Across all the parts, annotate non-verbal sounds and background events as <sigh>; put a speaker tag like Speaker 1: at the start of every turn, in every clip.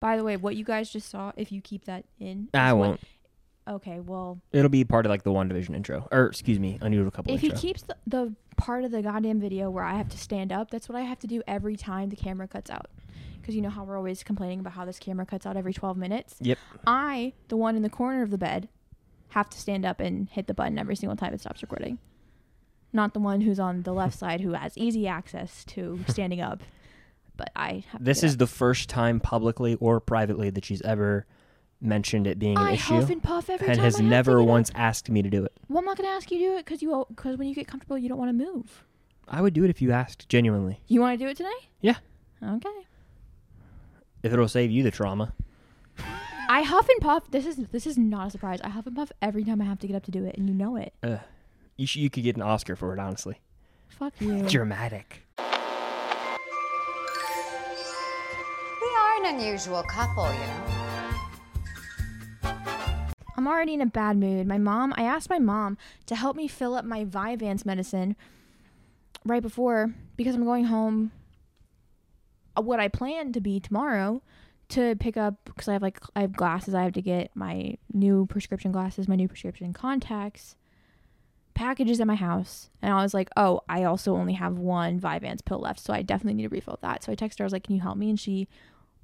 Speaker 1: By the way, what you guys just saw, if you keep that in,
Speaker 2: I
Speaker 1: is what-
Speaker 2: won't.
Speaker 1: okay, well,
Speaker 2: It'll be part of like the One Division intro, or excuse me, Unusual Couple
Speaker 1: if he
Speaker 2: intro.
Speaker 1: keeps the, the part of the goddamn video where I have to stand up, that's what I have to do every time the camera cuts out. Because you know how we're always complaining about how this camera cuts out every 12 minutes?
Speaker 2: Yep.
Speaker 1: I, the one in the corner of the bed, have to stand up and hit the button every single time it stops recording. Not the one who's on the
Speaker 2: <laughs>
Speaker 1: left side who has easy access to standing up. But I have to
Speaker 2: this
Speaker 1: get
Speaker 2: is
Speaker 1: up.
Speaker 2: the first time publicly or privately that she's ever mentioned it being an
Speaker 1: I
Speaker 2: issue,
Speaker 1: huff and puff every
Speaker 2: and
Speaker 1: time I
Speaker 2: has
Speaker 1: have to
Speaker 2: never
Speaker 1: get up.
Speaker 2: once asked me to do it.
Speaker 1: Well, I'm not gonna ask you to do it because you because when you get comfortable, you don't want to move.
Speaker 2: I would do it if you asked genuinely.
Speaker 1: You want to do it today?
Speaker 2: Yeah,
Speaker 1: Okay.
Speaker 2: if it'll save you the trauma.
Speaker 1: I huff and puff. This is this is not a surprise. I huff and puff every time I have to get up to do it, and you know it.
Speaker 2: Ugh. You sh- you could get an Oscar for it, honestly.
Speaker 1: Fuck you.
Speaker 2: Dramatic.
Speaker 3: We are an unusual couple, you know.
Speaker 1: I'm already in a bad mood. My mom. I asked my mom to help me fill up my Vyvanse medicine right before because I'm going home. uh, What I plan to be tomorrow to pick up because I have like I have glasses. I have to get my new prescription glasses, my new prescription contacts. packages at my house and I was like, oh, I also only have one Vyvanse pill left, so I definitely need to refill that. So I texted her, I was like, can you help me? And she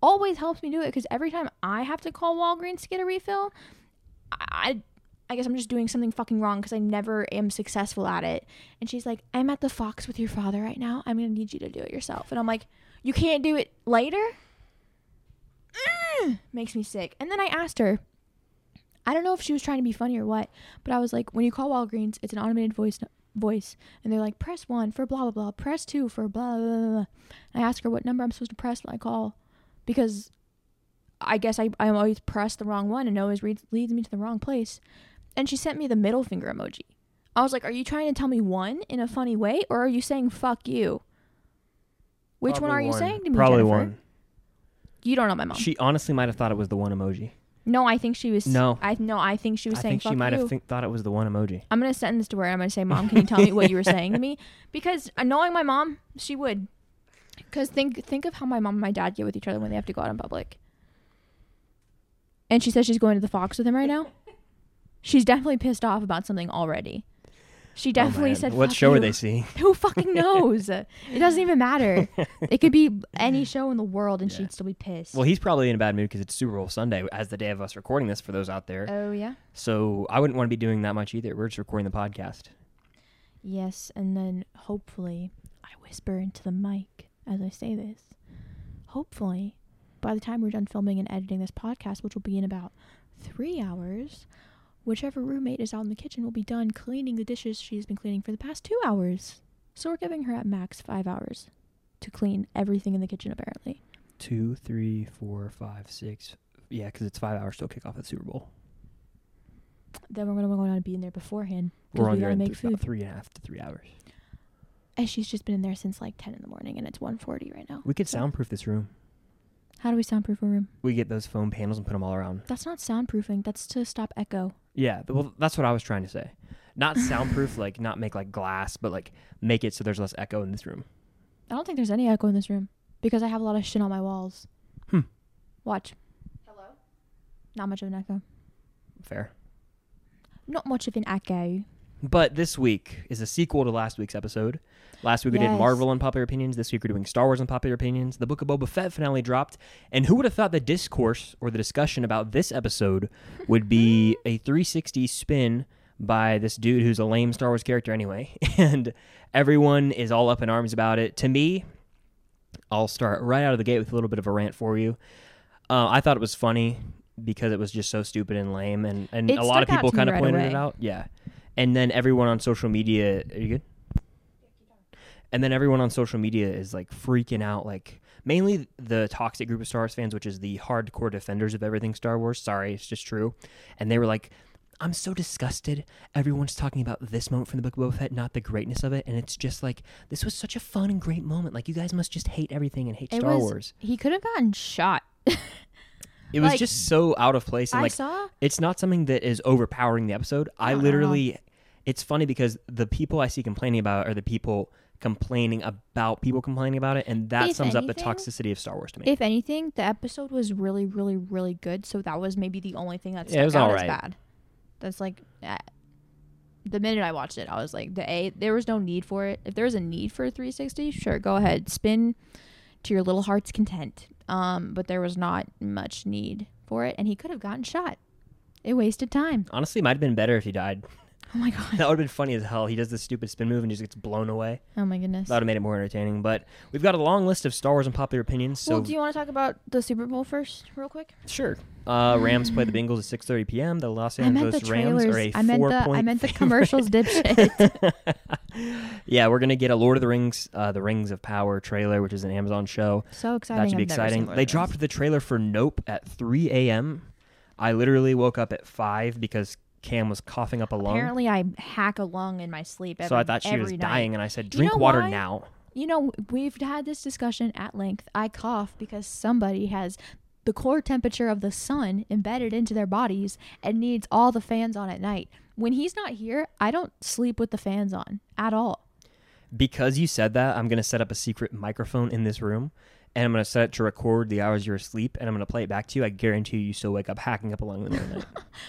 Speaker 1: always helps me do it because every time I have to call Walgreens to get a refill, I. I guess I'm just doing something fucking wrong because I never am successful at it. And she's like, I'm at the Fox with your father right now. I'm going to need you to do it yourself. And I'm like, You can't do it later? Mm, makes me sick. And then I asked her, I don't know if she was trying to be funny or what, but I was like, when you call Walgreens, it's an automated voice voice, and they're like, press one for blah blah blah, press two for blah blah blah. blah. And I ask her what number I'm supposed to press when I call, because I guess I I always press the wrong one and it always reads, leads me to the wrong place. And she sent me the middle finger emoji. I was like, are you trying to tell me one in a funny way, or are you saying fuck you? Which one are you saying to me?
Speaker 2: Probably
Speaker 1: Jennifer?
Speaker 2: one.
Speaker 1: You don't know my mom.
Speaker 2: She honestly might have thought it was the one emoji.
Speaker 1: No, I think she was.
Speaker 2: No.
Speaker 1: I no, I think she was
Speaker 2: I
Speaker 1: saying.
Speaker 2: think she
Speaker 1: "Fuck
Speaker 2: might
Speaker 1: you."
Speaker 2: have think, thought it was the one emoji.
Speaker 1: I'm gonna send this to her. and I'm gonna say, Mom, can you tell me what you were saying to
Speaker 2: <laughs>
Speaker 1: me? Because uh, knowing my mom, she would. Because think think of how my mom and my dad get with each other when they have to go out in public. And she says she's going to the Fox with him right
Speaker 2: <laughs>
Speaker 1: now. She's definitely pissed off about something already. She
Speaker 2: Oh,
Speaker 1: definitely
Speaker 2: man.
Speaker 1: said,
Speaker 2: What
Speaker 1: "Fuck
Speaker 2: show are
Speaker 1: you." <laughs>
Speaker 2: they seeing?
Speaker 1: Who fucking knows? it doesn't even
Speaker 2: <laughs>
Speaker 1: matter. It could be any show in the world, and
Speaker 2: Yeah.
Speaker 1: she'd still be pissed.
Speaker 2: Well, he's probably in a bad mood because it's Super Bowl Sunday, as the day of us recording this for those out there.
Speaker 1: oh yeah.
Speaker 2: So I wouldn't want to be doing that much either. We're just recording the podcast.
Speaker 1: Yes, and then hopefully, I whisper into the mic as I say this. Hopefully, by the time we're done filming and editing this podcast, which will be in about three hours, whichever roommate is out in the kitchen will be done cleaning the dishes she's been cleaning for the past two hours. So we're giving her at max five hours to clean everything in the kitchen, apparently.
Speaker 2: Two, three, four, five, six. Yeah, because it's five hours till kickoff of the Super Bowl.
Speaker 1: Then we're going to go down and be in there beforehand. 'cause
Speaker 2: We're
Speaker 1: we
Speaker 2: on
Speaker 1: gotta
Speaker 2: there in
Speaker 1: make
Speaker 2: th- about
Speaker 1: food.
Speaker 2: three and a half to three hours.
Speaker 1: And she's just been in there since like 10 in the morning, and it's 1.40 right now.
Speaker 2: We could
Speaker 1: So-
Speaker 2: soundproof this room.
Speaker 1: How do we soundproof a room?
Speaker 2: We get those foam panels and put them all around.
Speaker 1: That's not soundproofing. That's to stop echo.
Speaker 2: Yeah, th- well, that's what I was trying to say. Not
Speaker 1: <laughs>
Speaker 2: soundproof, like not make like glass, but like make it so there's less echo in this room.
Speaker 1: I don't think there's any echo in this room because I have a lot of shit on my walls.
Speaker 2: Hmm.
Speaker 1: Watch. Hello? Not much of an echo.
Speaker 2: Fair.
Speaker 1: Not much of an echo.
Speaker 2: But this week is a sequel to last week's episode. Last week we did
Speaker 1: Yes.
Speaker 2: Marvel Unpopular Opinions. This week we're doing Star Wars Unpopular Opinions. The Book of Boba Fett finale dropped. And who would have thought the discourse or the discussion about this episode would be a 360 spin by this dude who's a lame Star Wars character anyway. <laughs> And everyone is all up in arms about it. To me, I'll start right out of the gate with a little bit of a rant for you. Uh, I thought it was funny because it was just so stupid and lame, and, and
Speaker 1: It
Speaker 2: a lot of
Speaker 1: stuck out
Speaker 2: people
Speaker 1: to me
Speaker 2: kind of
Speaker 1: right
Speaker 2: pointed it
Speaker 1: away.
Speaker 2: out. Yeah. And then everyone on social media, are you good? And then everyone on social media is like freaking out, like mainly the toxic group of Star Wars fans, which is the hardcore defenders of everything Star Wars. Sorry, it's just true. And they were like, I'm so disgusted. Everyone's talking about this moment from the Book of Boba Fett, not the greatness of it. And it's just like, this was such a fun and great moment. Like, you guys must just hate everything and hate
Speaker 1: It
Speaker 2: Star
Speaker 1: was-
Speaker 2: Wars.
Speaker 1: He could have gotten shot.
Speaker 2: It was
Speaker 1: like-
Speaker 2: just so out of place. And
Speaker 1: I
Speaker 2: like,
Speaker 1: saw.
Speaker 2: it's not something that is overpowering the episode. I
Speaker 1: No, no, no.
Speaker 2: literally, it's funny because the people I see complaining about are the people complaining about people complaining about it, and that
Speaker 1: If
Speaker 2: sums up the
Speaker 1: anything-
Speaker 2: toxicity of Star Wars to me.
Speaker 1: If anything, the episode was really, really, really good. So that was maybe the only thing that
Speaker 2: Yeah,
Speaker 1: stuck
Speaker 2: it was
Speaker 1: out
Speaker 2: all
Speaker 1: as
Speaker 2: right.
Speaker 1: bad. That's like, eh. the minute I watched it, I was like, the a there was no need for it. If there was a need for a 360, sure, go ahead, spin to your little heart's content. Um, but there was not much need for it, and he could have gotten shot. It wasted time.
Speaker 2: Honestly, it might have been better if he died. <laughs>
Speaker 1: Oh my god.
Speaker 2: That would have been funny as hell. He does this stupid spin move and just gets blown away.
Speaker 1: Oh my goodness.
Speaker 2: That would have made it more entertaining. But we've got a long list of Star Wars and popular opinions. So
Speaker 1: well, do you want to talk about the Super Bowl first, real quick?
Speaker 2: sure, uh, Rams play the Bengals at 6:30 p.m. The Los
Speaker 1: I meant
Speaker 2: Angeles
Speaker 1: the
Speaker 2: Rams
Speaker 1: trailers.
Speaker 2: are a
Speaker 1: I meant the
Speaker 2: four-point
Speaker 1: I meant the
Speaker 2: <laughs> favorite.
Speaker 1: commercials, dipshit.
Speaker 2: yeah, we're gonna get a Lord of the Rings, uh, the Rings of Power trailer, which is an Amazon show.
Speaker 1: so exciting!
Speaker 2: That should be
Speaker 1: I've never seen
Speaker 2: exciting.
Speaker 1: Lord of
Speaker 2: They
Speaker 1: the Rings.
Speaker 2: dropped the trailer for Nope at 3 a.m. I literally woke up at five because Cam was coughing up a lung,
Speaker 1: Apparently, I hack a lung in my sleep. Every,
Speaker 2: so I thought she was
Speaker 1: every night.
Speaker 2: dying, and I said,
Speaker 1: You
Speaker 2: "Drink
Speaker 1: know
Speaker 2: water
Speaker 1: why?
Speaker 2: now."
Speaker 1: You know, we've had this discussion at length. I cough because somebody has the core temperature of the sun embedded into their bodies and needs all the fans on at night. When he's not here, I don't sleep with the fans on at all.
Speaker 2: Because you said that, I'm gonna set up a secret microphone in this room, and I'm gonna set it to record the hours you're asleep, and I'm gonna play it back to you. I guarantee you, you still wake up hacking up a lung in the middle of the night.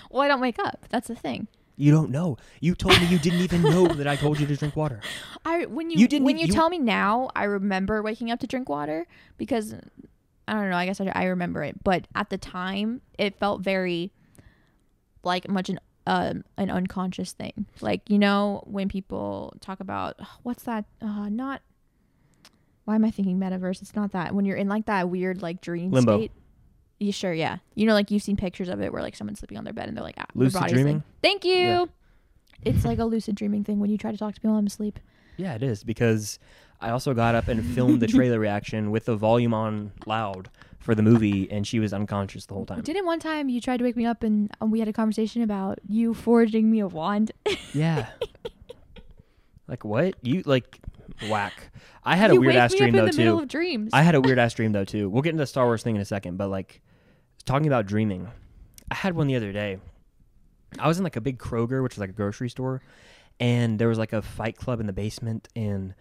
Speaker 1: Well, I don't wake up. That's the thing.
Speaker 2: You don't know. You told me you didn't even know that I told you to drink water.
Speaker 1: I when you,
Speaker 2: You didn't
Speaker 1: when
Speaker 2: e-
Speaker 1: you,
Speaker 2: you-
Speaker 1: tell me now, I remember waking up to drink water because I don't know. I guess I, I remember it, but at the time, it felt very like much an um, an unconscious thing. Like you know when people talk about what's that? Uh, not why am I thinking metaverse? It's not that. When you're in like that weird like dream
Speaker 2: Limbo.
Speaker 1: state. You sure? Yeah. You know, like you've seen pictures of it where like someone's sleeping on their bed and they're like, ah, their
Speaker 2: Lucid
Speaker 1: body's
Speaker 2: dreaming?
Speaker 1: Like, Thank you.
Speaker 2: Yeah.
Speaker 1: It's like a lucid dreaming thing when you try to talk to people I'm asleep.
Speaker 2: Yeah, it is because I also got up and filmed the trailer reaction with the volume on loud for the movie, and she was unconscious the whole time.
Speaker 1: Didn't one time you tried to wake me up and um, we had a conversation about you forging me a wand? <laughs>
Speaker 2: Yeah. like what? You like whack. I had a
Speaker 1: you
Speaker 2: weird
Speaker 1: wake
Speaker 2: ass
Speaker 1: me
Speaker 2: dream
Speaker 1: up
Speaker 2: though
Speaker 1: in the middle
Speaker 2: too.
Speaker 1: of dreams.
Speaker 2: I had a weird ass dream though too. We'll get into the Star Wars thing in a second, but like talking about dreaming, I had one the other day. I was in like a big Kroger, which is like a grocery store, and there was like a fight club in the basement and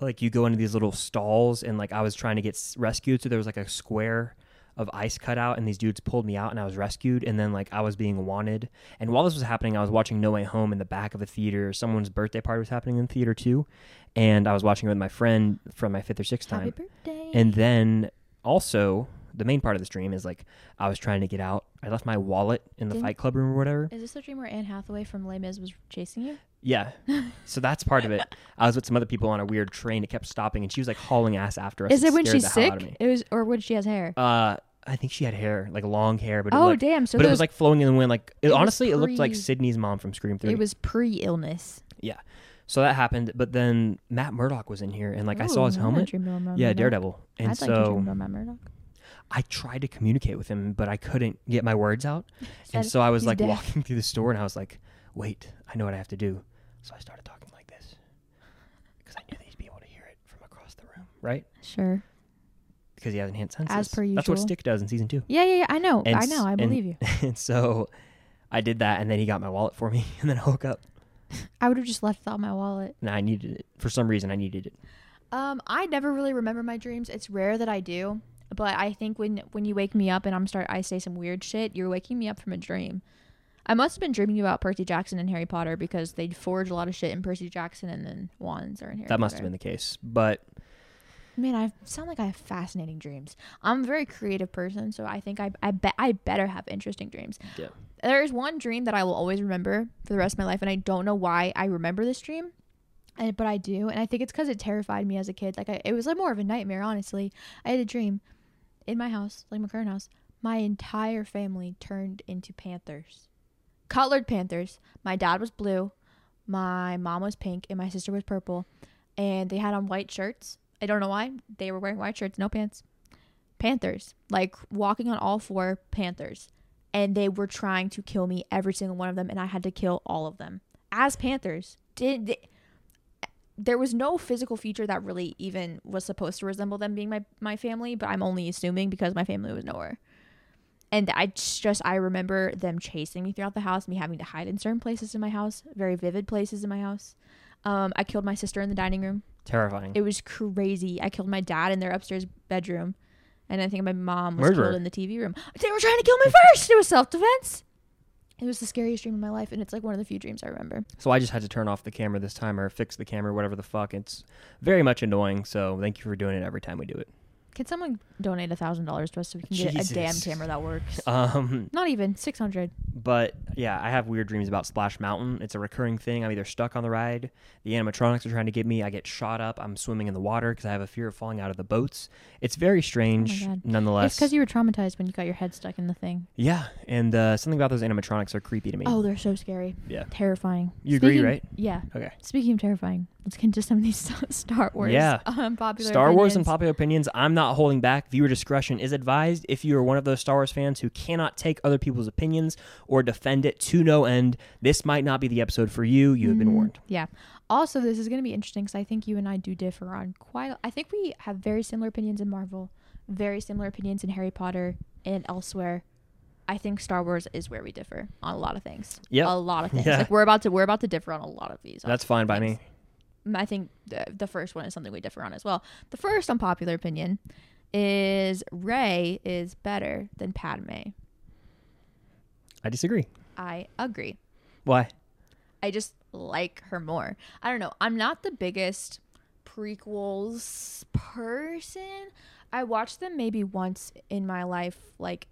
Speaker 2: like you go into these little stalls and like I was trying to get s- rescued, so there was like a square of ice cut out and these dudes pulled me out and I was rescued and then like I was being wanted. And while this was happening, I was watching No Way Home in the back of the theater. Someone's birthday party was happening in the theater too. And I was watching it with my friend from my fifth or sixth
Speaker 1: Happy
Speaker 2: time.
Speaker 1: birthday.
Speaker 2: And then also the main part of the stream is like I was trying to get out. I left my wallet in the
Speaker 1: Didn't-
Speaker 2: Fight Club room or whatever.
Speaker 1: Is this the dream where Anne Hathaway from Les Mis was chasing you? <laughs>
Speaker 2: Yeah. so that's part of it. I was with some other people on a weird train. It kept stopping, and she was like hauling ass after us.
Speaker 1: Is it when
Speaker 2: scared
Speaker 1: she's
Speaker 2: the hell out of
Speaker 1: sick?
Speaker 2: me.
Speaker 1: It was, or when she has hair?
Speaker 2: Uh, I think she had hair, like long hair, but it
Speaker 1: oh
Speaker 2: was, like,
Speaker 1: damn! So
Speaker 2: but it
Speaker 1: those,
Speaker 2: was like flowing in the wind. Like it,
Speaker 1: it was
Speaker 2: honestly, it looked like
Speaker 1: pre-
Speaker 2: Sydney's mom from Scream Three.
Speaker 1: it was pre-illness.
Speaker 2: yeah. So that happened, but then Matt Murdock was in here, and like I
Speaker 1: Ooh,
Speaker 2: saw his
Speaker 1: I haven't
Speaker 2: helmet.
Speaker 1: dreamed about Oh, Matt
Speaker 2: Yeah,
Speaker 1: Murdock.
Speaker 2: Daredevil. And
Speaker 1: I'd
Speaker 2: so
Speaker 1: like to dream about Matt Murdock.
Speaker 2: I tried to communicate with him, but I couldn't get my words out. and
Speaker 1: <laughs> Said,
Speaker 2: so I was
Speaker 1: "He's
Speaker 2: like
Speaker 1: dead."
Speaker 2: walking through the store and I was like, wait, I know what I have to do. So I started talking like this because I knew that he'd be able to hear it from across the room, right?
Speaker 1: Sure.
Speaker 2: Because he has enhanced senses.
Speaker 1: As per
Speaker 2: That's what
Speaker 1: usual.
Speaker 2: Stick does in season two. <laughs>
Speaker 1: Yeah, yeah, yeah. I know.
Speaker 2: And
Speaker 1: I
Speaker 2: s-
Speaker 1: know. I
Speaker 2: and-
Speaker 1: believe
Speaker 2: <laughs>
Speaker 1: you.
Speaker 2: And so I did that and then he got my wallet for me <laughs> and then I woke up
Speaker 1: I would have just left out my wallet.
Speaker 2: and I needed it. For some reason, I needed it.
Speaker 1: Um, I never really remember my dreams. It's rare that I do, but I think when when you wake me up and I'm start I say some weird shit, you're waking me up from a dream. I must have been dreaming about Percy Jackson and Harry Potter because they forge a lot of shit in Percy Jackson and then wands are in Harry
Speaker 2: That must have been the case. But
Speaker 1: Man, I sound like I have fascinating dreams. I'm a very creative person, so I think I I bet I better have interesting dreams.
Speaker 2: yeah.
Speaker 1: There is one dream that I will always remember for the rest of my life, and I don't know why I remember this dream, and, but I do, and I think it's because it terrified me as a kid. Like I, it was like more of a nightmare, honestly. I had a dream in my house, like my current house. My entire family turned into panthers, colored panthers. My dad was blue, my mom was pink, and my sister was purple, and they had on white shirts. I don't know why they were wearing white shirts, no pants. Panthers, like walking on all four panthers and they were trying to kill me every single one of them and i had to kill all of them as panthers did th- there was no physical feature that really even was supposed to resemble them being my my family but i'm only assuming because my family was nowhere and i just just- i remember them chasing me throughout the house me having to hide in certain places in my house very vivid places in my house um, i killed my sister in the dining room
Speaker 2: Terrifying.
Speaker 1: It was crazy. I killed my dad in their upstairs bedroom, and I think my mom was
Speaker 2: Murderer.
Speaker 1: killed in the TV room. They were trying to kill me first. It was self defense. It was the scariest dream of my life, and it's like one of the few dreams I remember.
Speaker 2: so I just had to turn off the camera this time or fix the camera, whatever the fuck. It's very much annoying. So thank you for doing it every time we do it.
Speaker 1: Can someone donate a thousand dollars to us so we can get a damn
Speaker 2: Jesus.
Speaker 1: camera that works?
Speaker 2: Um,
Speaker 1: Not even six hundred.
Speaker 2: but yeah, I have weird dreams about Splash Mountain. It's a recurring thing. I'm either stuck on the ride, the animatronics are trying to get me, I get shot up, I'm swimming in the water because I have a fear of falling out of the boats. It's very strange,
Speaker 1: Oh God. It's
Speaker 2: nonetheless.
Speaker 1: because you were traumatized when you got your head stuck in the thing.
Speaker 2: yeah, and uh, something about those animatronics are creepy to me.
Speaker 1: Oh, they're so scary.
Speaker 2: Yeah.
Speaker 1: Terrifying.
Speaker 2: You agree,
Speaker 1: Speaking-
Speaker 2: right?
Speaker 1: Yeah.
Speaker 2: Okay.
Speaker 1: Speaking of terrifying, let's get into some of these <laughs> Star- Star Wars.
Speaker 2: Yeah.
Speaker 1: Unpopular
Speaker 2: Star Wars and
Speaker 1: opinions.
Speaker 2: popular opinions, I'm not holding back. Viewer discretion is advised. If you are one of those Star Wars fans who cannot take other people's opinions or defend it to no end, this might not be the episode for you. You have
Speaker 1: Mm-hmm.
Speaker 2: been warned.
Speaker 1: Mm, Yeah. Also, this is going to be interesting because I think you and I do differ on quite. a- I think we have very similar opinions in Marvel, very similar opinions in Harry Potter and elsewhere. I think Star Wars is where we differ on a lot of things.
Speaker 2: Yep.
Speaker 1: A
Speaker 2: <laughs>
Speaker 1: lot of things.
Speaker 2: Yeah.
Speaker 1: Like we're about to we're about to differ on a lot of these.
Speaker 2: That's fine by me.
Speaker 1: Um, I think the, the first one is something we differ on as well. The first unpopular opinion is Rey is better than Padme.
Speaker 2: I disagree.
Speaker 1: I agree.
Speaker 2: Why?
Speaker 1: I just like her more. I don't know. I'm not the biggest prequels person. I watched them maybe once in my life, like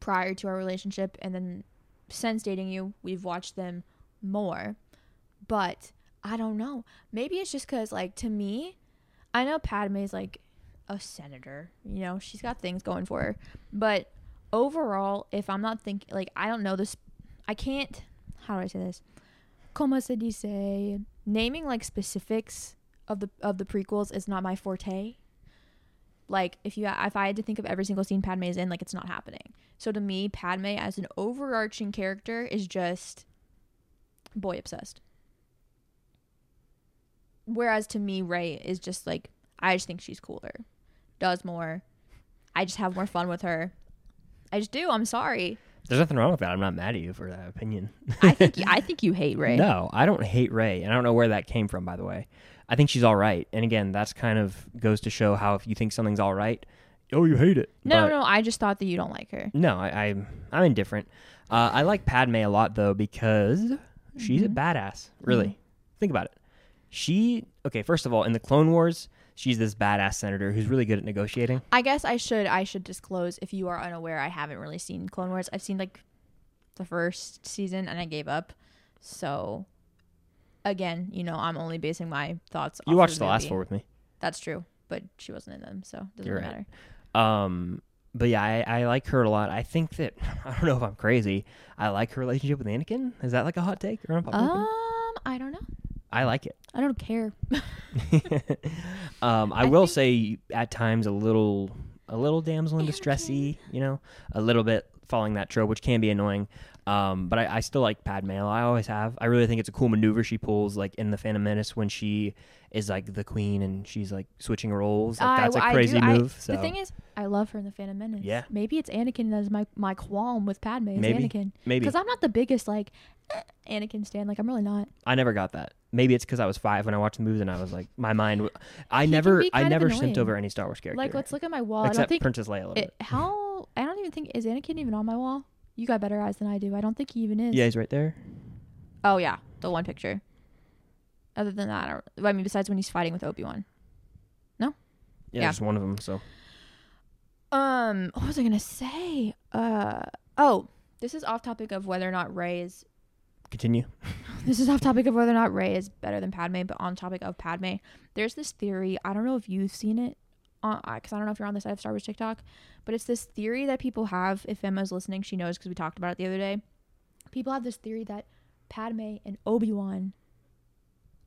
Speaker 1: prior to our relationship, and then since dating you, we've watched them more. But I don't know. Maybe it's just because, like, to me, I know Padme's like a senator. You know, she's got things going for her. But overall, if I'm not thinking, like, I don't know this, I can't. How do I say this? Como se dice? Naming like specifics of the of the prequels is not my forte. Like if you if I had to think of every single scene Padme is in, like it's not happening. So to me, Padme as an overarching character is just boy obsessed. Whereas to me, Ray is just like I just think she's cooler, does more. I just have more fun with her. I just do. I'm sorry.
Speaker 2: There's nothing wrong with that. I'm not mad at you for that opinion. <laughs>
Speaker 1: I think you, I think you hate Ray.
Speaker 2: No, I don't hate Ray, and I don't know where that came from, by the way. I think she's all right. And again, that's kind of goes to show how if you think something's all right, oh, you hate it.
Speaker 1: No,
Speaker 2: But-
Speaker 1: no, I just thought that you don't like her.
Speaker 2: No, I, I I'm indifferent. Uh, I like Padme a lot though because she's a badass. Really, think about it. She okay. First of all, in the Clone Wars, she's this badass senator who's really good at negotiating.
Speaker 1: I guess I should I should disclose if you are unaware I haven't really seen Clone Wars. I've seen like the first season and I gave up. So again, you know, I'm only basing my thoughts
Speaker 2: You
Speaker 1: off
Speaker 2: watched
Speaker 1: of
Speaker 2: the last
Speaker 1: movie.
Speaker 2: four with me.
Speaker 1: That's true, but she wasn't in them, so it doesn't
Speaker 2: You're right.
Speaker 1: matter.
Speaker 2: Um, but yeah, I, I like her a lot. I think that <laughs> I don't know if I'm crazy. I like her relationship with Anakin. Is that like a hot take or an unpopular opinion?
Speaker 1: Um, I don't know.
Speaker 2: I like it.
Speaker 1: I don't care.
Speaker 2: <laughs> um, I,
Speaker 1: I
Speaker 2: will say at times a little, a little damsel in distressy, you know, a little bit following that trope, which can be annoying. Um, but I, I still like Padme. I always have. I really think it's a cool maneuver she pulls, like in the Phantom Menace when she is like the queen and she's like switching roles. Like, that's
Speaker 1: I-
Speaker 2: a
Speaker 1: I
Speaker 2: crazy
Speaker 1: do- I-
Speaker 2: move. so
Speaker 1: The thing is, I love her in the Phantom Menace.
Speaker 2: Yeah.
Speaker 1: Maybe it's Anakin that is my my qualm with Padme. Is
Speaker 2: Maybe.
Speaker 1: Anakin.
Speaker 2: Maybe.
Speaker 1: Because I'm not the biggest like eh, Anakin stan. Like I'm really not.
Speaker 2: I never got that. Maybe it's because I was five when I watched the movies and I was like, my mind. W- I
Speaker 1: He can
Speaker 2: never,
Speaker 1: be
Speaker 2: I
Speaker 1: kind of
Speaker 2: never
Speaker 1: annoying.
Speaker 2: sent over any Star Wars character.
Speaker 1: Like let's look at my wall. I don't
Speaker 2: except
Speaker 1: think
Speaker 2: Princess Leia a little
Speaker 1: It,
Speaker 2: bit.
Speaker 1: how I don't even think is Anakin even on my wall. You got better eyes than I do. I don't think he even is.
Speaker 2: Yeah, he's right there.
Speaker 1: Oh yeah, the one picture. Other than that, I, don't, I mean, besides when he's fighting with Obi Wan.
Speaker 2: Yeah,
Speaker 1: Yeah.
Speaker 2: just one of them. So
Speaker 1: Um, what was I gonna say? Uh, oh, this is off topic of whether or not Ray is.
Speaker 2: continue.
Speaker 1: This is off topic of whether or not Ray is better than Padme, but on topic of Padme, there's this theory. I don't know if you've seen it, because I don't know if you're on the side of Star Wars TikTok, but it's this theory that people have. If Emma's listening, she knows because we talked about it the other day. People have this theory that Padme and Obi Wan,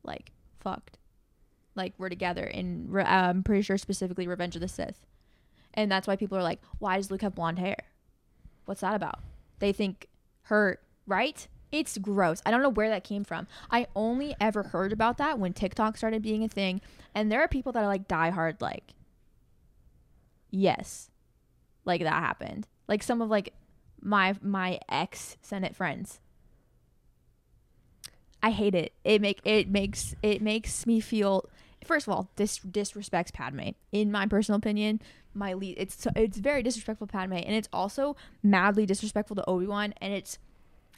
Speaker 1: like, fucked, like were together in. Re- I'm pretty sure specifically Revenge of the Sith, and that's why people are like, why does Luke have blonde hair? What's that about? They think her right. It's gross. I don't know where that came from. I only ever heard about that when TikTok started being a thing, and there are people that are like diehard, like, yes, like that happened. Like some of like my my ex Senate friends. I hate it. It make it makes it makes me feel First of all, this disrespects Padme. In my personal opinion, my lead, it's so- it's very disrespectful to Padme, and it's also madly disrespectful to Obi Wan. And it's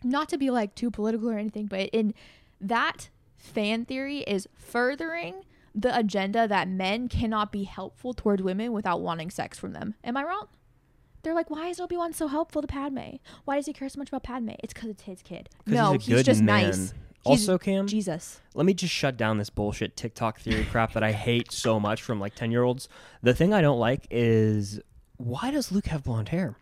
Speaker 1: not to be like too political or anything, but in that fan theory is furthering the agenda that men cannot be helpful toward women without wanting sex from them. Am I wrong? They're like, why is Obi Wan so helpful to Padme? Why does he care so much about Padme? It's because it's his kid.
Speaker 2: 'Cause
Speaker 1: No,
Speaker 2: he's
Speaker 1: he's,
Speaker 2: a good
Speaker 1: just
Speaker 2: man.
Speaker 1: nice. He's
Speaker 2: Also, Cam,
Speaker 1: Jesus.
Speaker 2: let me just shut down this bullshit TikTok theory crap that I hate so much from like 10 year olds. The thing I don't like is why does Luke have blonde hair?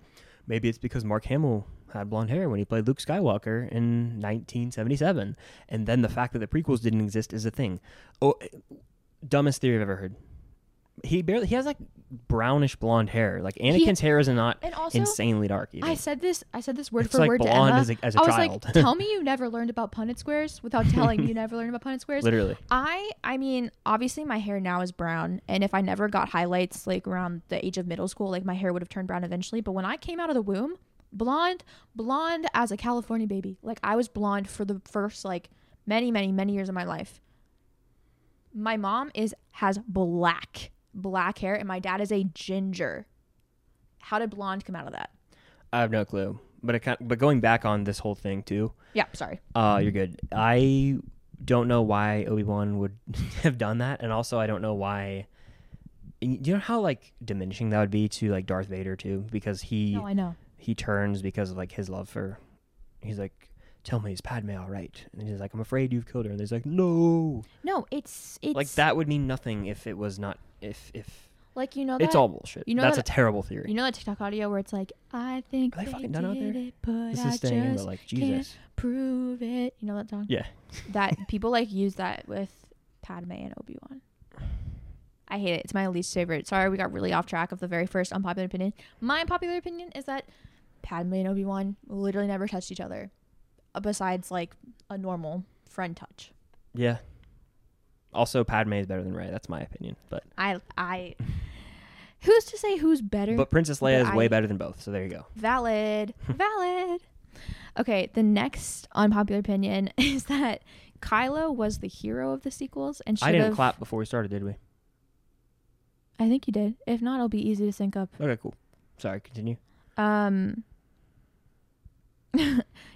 Speaker 2: Maybe it's because Mark Hamill had blonde hair when he played Luke Skywalker in 1977. And then the fact that the prequels didn't exist is a thing. Oh, dumbest theory I've ever heard. He barely he has like brownish blonde hair. Like Anakin's hair is not
Speaker 1: and also,
Speaker 2: insanely dark. Either.
Speaker 1: I said this. I said this word
Speaker 2: It's
Speaker 1: for
Speaker 2: like
Speaker 1: word to
Speaker 2: blonde
Speaker 1: Emma.
Speaker 2: as a- as a
Speaker 1: I was
Speaker 2: child.
Speaker 1: like,
Speaker 2: <laughs>
Speaker 1: "Tell me you never learned about Punnett squares without telling me you never learned about Punnett squares."
Speaker 2: Literally.
Speaker 1: I, I mean, obviously my hair now is brown, and if I never got highlights like around the age of middle school, like my hair would have turned brown eventually. But when I came out of the womb, blonde, blonde as a California baby, like I was blonde for the first like many, many, many years of my life. My mom is has black, black hair, and my dad is a ginger. How did blonde come out of that?
Speaker 2: I have no clue. But it kind but going back on this whole thing too.
Speaker 1: Yeah, sorry.
Speaker 2: Uh, you're good. I don't know why Obi Wan would <laughs> have done that, and also I don't know why. and You know how like diminishing that would be to like Darth Vader too, because he
Speaker 1: No, I know.
Speaker 2: he turns because of like his love for. He's like, "Tell me, is Padme all right?" And he's like, "I'm afraid you've killed her." And he's like, "No."
Speaker 1: No, it's it's
Speaker 2: like that would mean nothing if it was not if if
Speaker 1: Like you know,
Speaker 2: it's
Speaker 1: that-
Speaker 2: all bullshit.
Speaker 1: you know
Speaker 2: that's
Speaker 1: that-
Speaker 2: a terrible theory.
Speaker 1: You know that TikTok audio where it's like, I think
Speaker 2: Are they
Speaker 1: they, did
Speaker 2: fucking done out there?
Speaker 1: it, but
Speaker 2: this
Speaker 1: I
Speaker 2: is staying in,
Speaker 1: just
Speaker 2: but like
Speaker 1: can't
Speaker 2: Jesus.
Speaker 1: prove it. You know that song?
Speaker 2: Yeah.
Speaker 1: That
Speaker 2: <laughs>
Speaker 1: people like use that with Padme and Obi Wan. I hate it. It's my least favorite. Sorry, we got really off track of the very first unpopular opinion. My unpopular opinion is that Padme and Obi Wan literally never touched each other, uh, besides like a normal friend touch.
Speaker 2: Yeah. Also, Padme is better than Ray. That's my opinion, but.
Speaker 1: I I. Who's to say who's better?
Speaker 2: But Princess Leia
Speaker 1: But
Speaker 2: is way
Speaker 1: I-
Speaker 2: better than both, so there you go.
Speaker 1: Valid.
Speaker 2: <laughs>
Speaker 1: Valid. Okay, the next unpopular opinion <laughs> is that Kylo was the hero of the sequels and should
Speaker 2: I didn't
Speaker 1: have-
Speaker 2: clap before we started, did we?
Speaker 1: I think you did. If not, it'll be easy to sync up.
Speaker 2: Okay, cool. Sorry, continue.
Speaker 1: Um <laughs>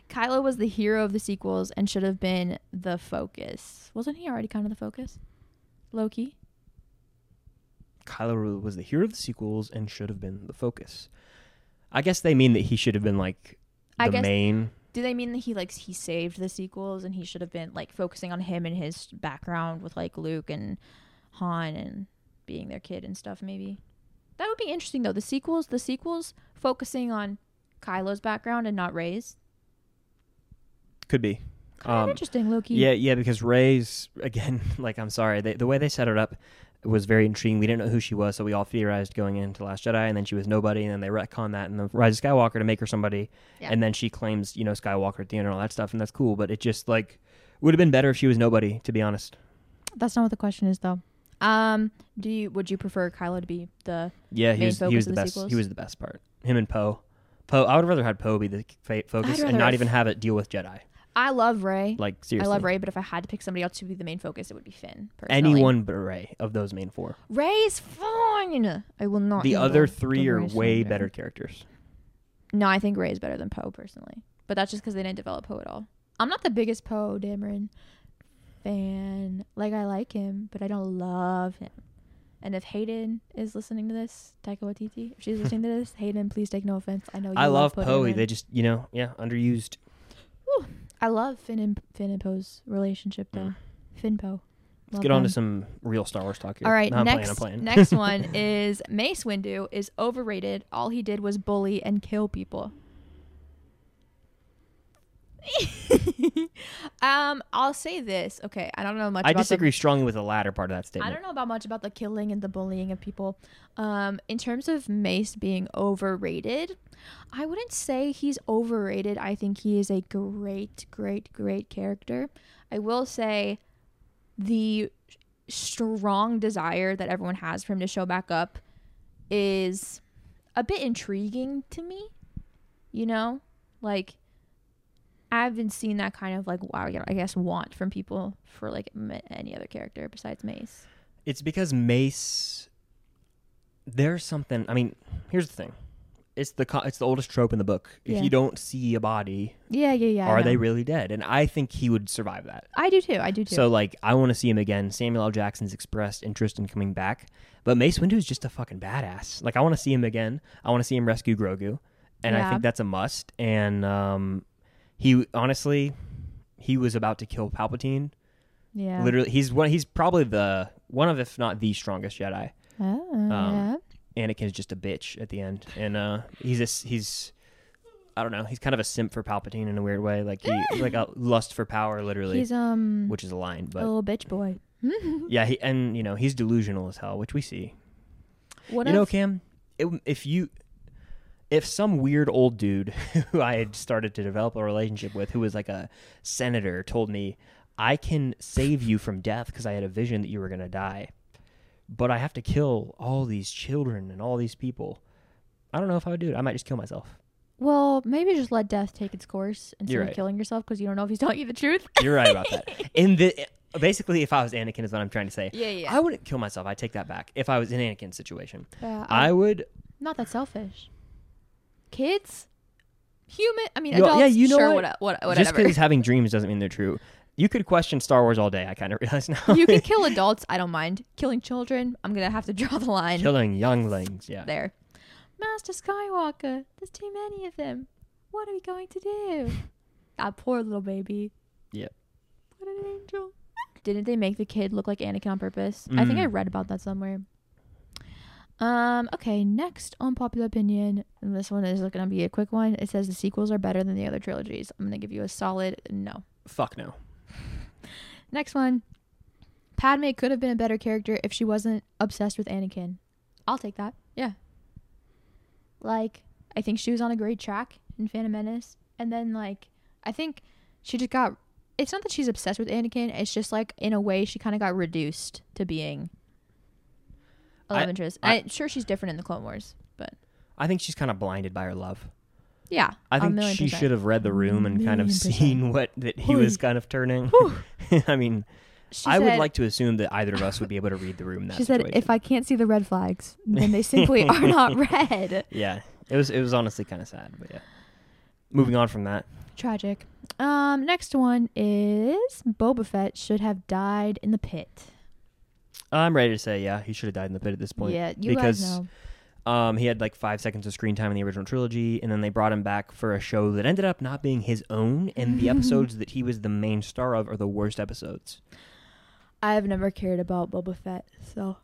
Speaker 1: Kylo was the hero of the sequels and should have been the focus. Wasn't he already kind of the focus? Loki?
Speaker 2: Kylo was the hero of the sequels and should have been the focus. I guess they mean that he should have been like the
Speaker 1: I guess-
Speaker 2: main.
Speaker 1: Do they mean that he like he saved the sequels and he should have been like focusing on him and his background with like Luke and Han and being their kid and stuff maybe? That would be interesting though. The sequels, the sequels focusing on Kylo's background and not Ray's.
Speaker 2: Could be.
Speaker 1: Kind of interesting, Loki.
Speaker 2: Um, yeah, yeah, because Ray's again. <laughs> Like, I'm sorry, they, the way they set it up was very intriguing. We didn't know who she was, so we all theorized going into Last Jedi, and then she was nobody, and then they retcon that in the Rise of Skywalker to make her somebody,
Speaker 1: Yeah.
Speaker 2: and then she claims you know Skywalker at the end and all that stuff, and that's cool. But it just like would have been better if she was nobody, to be honest.
Speaker 1: That's not what the question is though. Um, do you would you prefer Kylo to be the
Speaker 2: Yeah, he
Speaker 1: main
Speaker 2: was, he
Speaker 1: focus
Speaker 2: was the
Speaker 1: of the
Speaker 2: best.
Speaker 1: sequels?
Speaker 2: He was the best part. Him and Poe. Poe. I would rather had Poe be the fa- focus and
Speaker 1: rather
Speaker 2: not
Speaker 1: have-
Speaker 2: even have it deal with Jedi.
Speaker 1: I love Ray.
Speaker 2: Like seriously,
Speaker 1: I love Ray, but if I had to pick somebody else to be the main focus, it would be Finn. Personally.
Speaker 2: Anyone but Ray of those main four.
Speaker 1: Ray's fine. I will not.
Speaker 2: The
Speaker 1: handle
Speaker 2: other
Speaker 1: the
Speaker 2: three are
Speaker 1: Ray's
Speaker 2: way
Speaker 1: slander.
Speaker 2: better characters.
Speaker 1: No, I think Ray is better than Poe personally, but that's just because they didn't develop Poe at all. I'm not the biggest Poe Dameron fan. Like I like him, but I don't love him. And if Hayden is listening to this, Taika Waititi, if she's listening to
Speaker 2: <laughs>
Speaker 1: this, Hayden, please take no offense. I know Oh, you
Speaker 2: I love Poe.
Speaker 1: Dameron.
Speaker 2: They just you know yeah underused.
Speaker 1: I love Finn and Finn and Poe's relationship though.
Speaker 2: Mm.
Speaker 1: Finn Poe.
Speaker 2: Let's get on to some real Star Wars talk here.
Speaker 1: All right,
Speaker 2: No, I'm
Speaker 1: next
Speaker 2: playing. I'm playing. <laughs>
Speaker 1: next one is Mace Windu is overrated. All he did was bully and kill people. <laughs> um, I'll say this. Okay, I don't know much.
Speaker 2: I
Speaker 1: about the-
Speaker 2: disagree strongly with the latter part of that
Speaker 1: I
Speaker 2: statement.
Speaker 1: don't know about much about the killing and the bullying of people. Um, in terms of Mace being overrated, I wouldn't say he's overrated. I think he is a great, great, great character. I will say the strong desire that everyone has for him to show back up is a bit intriguing to me. You know, like I haven't seen that kind of like wow, I guess want from people for like m- any other character besides Mace.
Speaker 2: It's because Mace. There's something. I mean, here's the thing. It's the co- it's the oldest trope in the book. If
Speaker 1: Yeah.
Speaker 2: you don't see a body,
Speaker 1: Yeah, yeah, yeah. I
Speaker 2: are
Speaker 1: know.
Speaker 2: they really dead? And I think he would survive that.
Speaker 1: I do too. I do too.
Speaker 2: So like, I want to see him again. Samuel L. Jackson's expressed interest in coming back, but Mace Windu's just a fucking badass. Like, I want to see him again. I want to see him rescue Grogu, and I
Speaker 1: Yeah.
Speaker 2: think that's a must. And um, he honestly, he was about to kill Palpatine.
Speaker 1: yeah.
Speaker 2: Literally, he's one. He's probably the one of, if not the strongest Jedi.
Speaker 1: Oh, yeah.
Speaker 2: Um, Anakin's just a bitch at the end, and uh, he's a, s- he's. I don't know. He's kind of a simp for Palpatine in a weird way, like he like a lust for power, literally,
Speaker 1: He's um
Speaker 2: which is a line. But
Speaker 1: a little bitch boy.
Speaker 2: yeah, he, and you know he's delusional as hell, which we see.
Speaker 1: What
Speaker 2: you know,
Speaker 1: if-
Speaker 2: Cam, it, if you, if some weird old dude <laughs> who I had started to develop a relationship with, who was like a senator, told me, "I can save you from death because I had a vision that you were gonna die, but I have to kill all these children and all these people," I don't know if I would do it. I might just kill myself.
Speaker 1: well, maybe just let death take its course instead
Speaker 2: You're
Speaker 1: of
Speaker 2: right.
Speaker 1: killing yourself because you don't know if he's <laughs> telling you the truth.
Speaker 2: You're right about
Speaker 1: <laughs>
Speaker 2: that. In the basically, if I was Anakin, is what I'm trying to say.
Speaker 1: Yeah, yeah.
Speaker 2: I wouldn't kill myself. I take that back. If I was in Anakin's situation,
Speaker 1: Yeah,
Speaker 2: I would
Speaker 1: Oh, uh, not that selfish. Kids, human. I mean,
Speaker 2: Yo-
Speaker 1: adults.
Speaker 2: yeah, you know
Speaker 1: sure,
Speaker 2: what?
Speaker 1: what, what,
Speaker 2: Just because
Speaker 1: whatever.
Speaker 2: he's having dreams doesn't mean they're true. You could question Star Wars all day. I kind of <laughs> realize now.
Speaker 1: <laughs> you can kill adults. I don't mind killing children. I'm gonna have to draw the line
Speaker 2: killing younglings. Yeah,
Speaker 1: there. Master Skywalker, there's too many of them. What are we going to
Speaker 2: <laughs>
Speaker 1: do? that poor little baby.
Speaker 2: Yep.
Speaker 1: What an angel. <laughs> Didn't they make the kid look like Anakin on purpose? I think I
Speaker 2: Mm.
Speaker 1: read about that somewhere. Um, okay, next unpopular opinion. And this one is gonna be a quick one. It says the sequels are better than the other trilogies. I'm gonna give you a solid no.
Speaker 2: fuck no.
Speaker 1: Next one. Padme could have been a better character if she wasn't obsessed with Anakin. I'll take that. Yeah. Like, I think she was on a great track in Phantom Menace. And then, like, I think she just got. It's not that she's obsessed with Anakin. It's just, like, in a way, she kind of got reduced to being a
Speaker 2: I-
Speaker 1: love interest.
Speaker 2: I-
Speaker 1: I'm sure she's different in the Clone Wars, but
Speaker 2: I think she's kind of blinded by her love.
Speaker 1: yeah.
Speaker 2: I
Speaker 1: a
Speaker 2: think
Speaker 1: million
Speaker 2: she
Speaker 1: percent.
Speaker 2: should have read the room and kind
Speaker 1: Million
Speaker 2: of
Speaker 1: percent.
Speaker 2: seen what that he
Speaker 1: Hui.
Speaker 2: was kind of turning. <laughs> I mean,
Speaker 1: She
Speaker 2: I would
Speaker 1: said-
Speaker 2: like to assume that either of us would be able to read the room. in That
Speaker 1: She said,
Speaker 2: situation.
Speaker 1: if I can't see the red flags, then
Speaker 2: <laughs>
Speaker 1: they simply are not red.
Speaker 2: yeah, it was it was honestly kind of sad, but yeah. Moving on from that,
Speaker 1: Tragic. Um, next one is Boba Fett should have died in the pit.
Speaker 2: I'm ready to say yeah, he should have died in the pit at this point.
Speaker 1: Yeah, you
Speaker 2: because
Speaker 1: guys know.
Speaker 2: Um, he had like five seconds of screen time in the original trilogy, and then they brought him back for a show that ended up not being his own, and
Speaker 1: Mm-hmm.
Speaker 2: the episodes that he was the main star of are the worst episodes.
Speaker 1: I have never cared about Boba Fett, so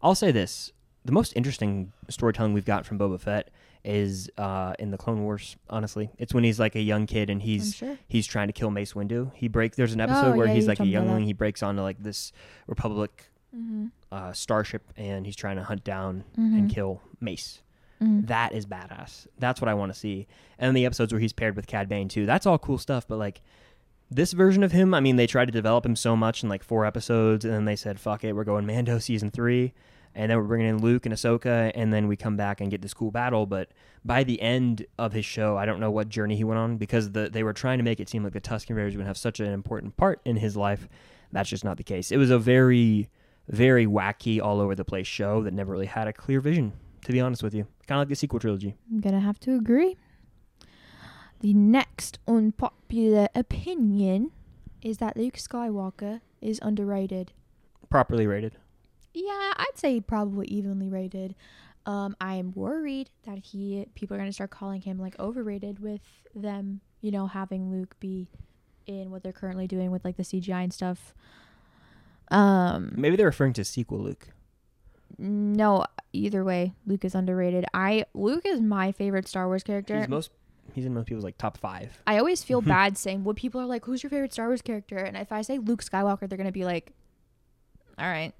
Speaker 2: I'll say this the most interesting storytelling we've got from Boba Fett is uh, in the Clone Wars, honestly. It's when he's like a young kid and
Speaker 1: I'm
Speaker 2: he's
Speaker 1: sure.
Speaker 2: he's trying to kill Mace Windu. He breaks there's an episode
Speaker 1: Oh,
Speaker 2: where
Speaker 1: yeah,
Speaker 2: he's
Speaker 1: you
Speaker 2: like a
Speaker 1: told me about
Speaker 2: youngling,
Speaker 1: that.
Speaker 2: he breaks onto like this Republic
Speaker 1: Mm-hmm.
Speaker 2: uh, starship and he's trying to hunt down
Speaker 1: Mhm.
Speaker 2: and kill Mace.
Speaker 1: Mm.
Speaker 2: That is badass. That's what I want to see. And the episodes where he's paired with Cad Bane too. That's all cool stuff. But like this version of him, I mean, they tried to develop him so much in like four episodes, and then they said, "Fuck it, we're going Mando season three, and then we're bringing in Luke and Ahsoka, and then we come back and get this cool battle." But by the end of his show, I don't know what journey he went on because the, they were trying to make it seem like the Tusken Raiders would have such an important part in his life. That's just not the case. It was a very, very wacky, all over the place show that never really had a clear vision. To be honest with you, kind of like the sequel trilogy.
Speaker 1: I'm gonna have to agree. The next unpopular opinion is that Luke Skywalker is underrated.
Speaker 2: Properly rated.
Speaker 1: Yeah, I'd say probably evenly rated. Um, I am worried that he people are gonna start calling him like overrated with them, you know, having Luke be in what they're currently doing with like the CGI and stuff. Um,
Speaker 2: Maybe they're referring to sequel Luke.
Speaker 1: no, either way, Luke is underrated. I Luke is my favorite Star Wars character.
Speaker 2: He's most. He's in most people's like top five.
Speaker 1: I always
Speaker 2: <laughs>
Speaker 1: feel bad saying what people are like, who's your favorite Star Wars character? And if I say Luke Skywalker, they're gonna be like, all right.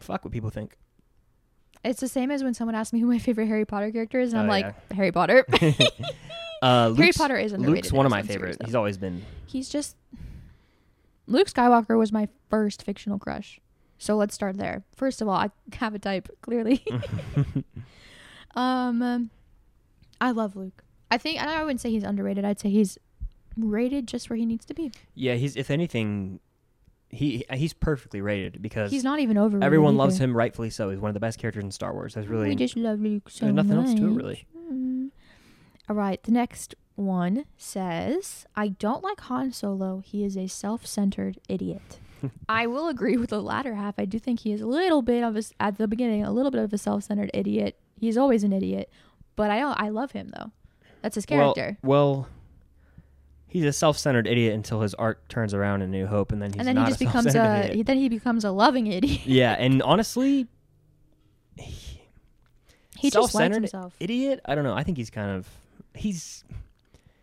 Speaker 2: Fuck what people think.
Speaker 1: It's the same as when someone asks me who my favorite Harry Potter character is, and I'm
Speaker 2: Oh,
Speaker 1: like, Harry Potter. Harry
Speaker 2: Uh, Luke's-
Speaker 1: Potter is underrated.
Speaker 2: Luke's one of
Speaker 1: in
Speaker 2: my
Speaker 1: some series,
Speaker 2: favorites.
Speaker 1: though.
Speaker 2: He's always been.
Speaker 1: He's just Luke Skywalker was my first fictional crush. So let's start there. First of all, I <laughs> have a type
Speaker 2: <laughs>
Speaker 1: clearly. um, um, I love Luke. I think and I wouldn't say he's underrated. I'd say he's rated just where he needs to be.
Speaker 2: Yeah, he's if anything, he he's perfectly rated because
Speaker 1: He's not even overrated.
Speaker 2: everyone loves
Speaker 1: either.
Speaker 2: him, rightfully so. He's one of the best characters in Star Wars. That's really
Speaker 1: We just love Luke so
Speaker 2: there's nothing
Speaker 1: much.
Speaker 2: else to it really.
Speaker 1: Mm. All right, the next one says, I don't like Han Solo. He is a self centered
Speaker 2: <laughs>
Speaker 1: idiot. I will agree with the latter half. I do think he is a little bit of a, s- at the beginning, a little bit of a self centered idiot. He's always an idiot, but I, I love him though. That's his character.
Speaker 2: Well, well, he's a self-centered idiot until his arc turns around in New Hope, and then he's
Speaker 1: and then he
Speaker 2: not
Speaker 1: just
Speaker 2: a <laughs>
Speaker 1: becomes uh,
Speaker 2: self-centered
Speaker 1: a,
Speaker 2: idiot.
Speaker 1: he, then he becomes a loving idiot.
Speaker 2: yeah, and honestly, he,
Speaker 1: <laughs> He just likes
Speaker 2: self-centered
Speaker 1: himself.
Speaker 2: idiot. I don't know. I think he's kind of he's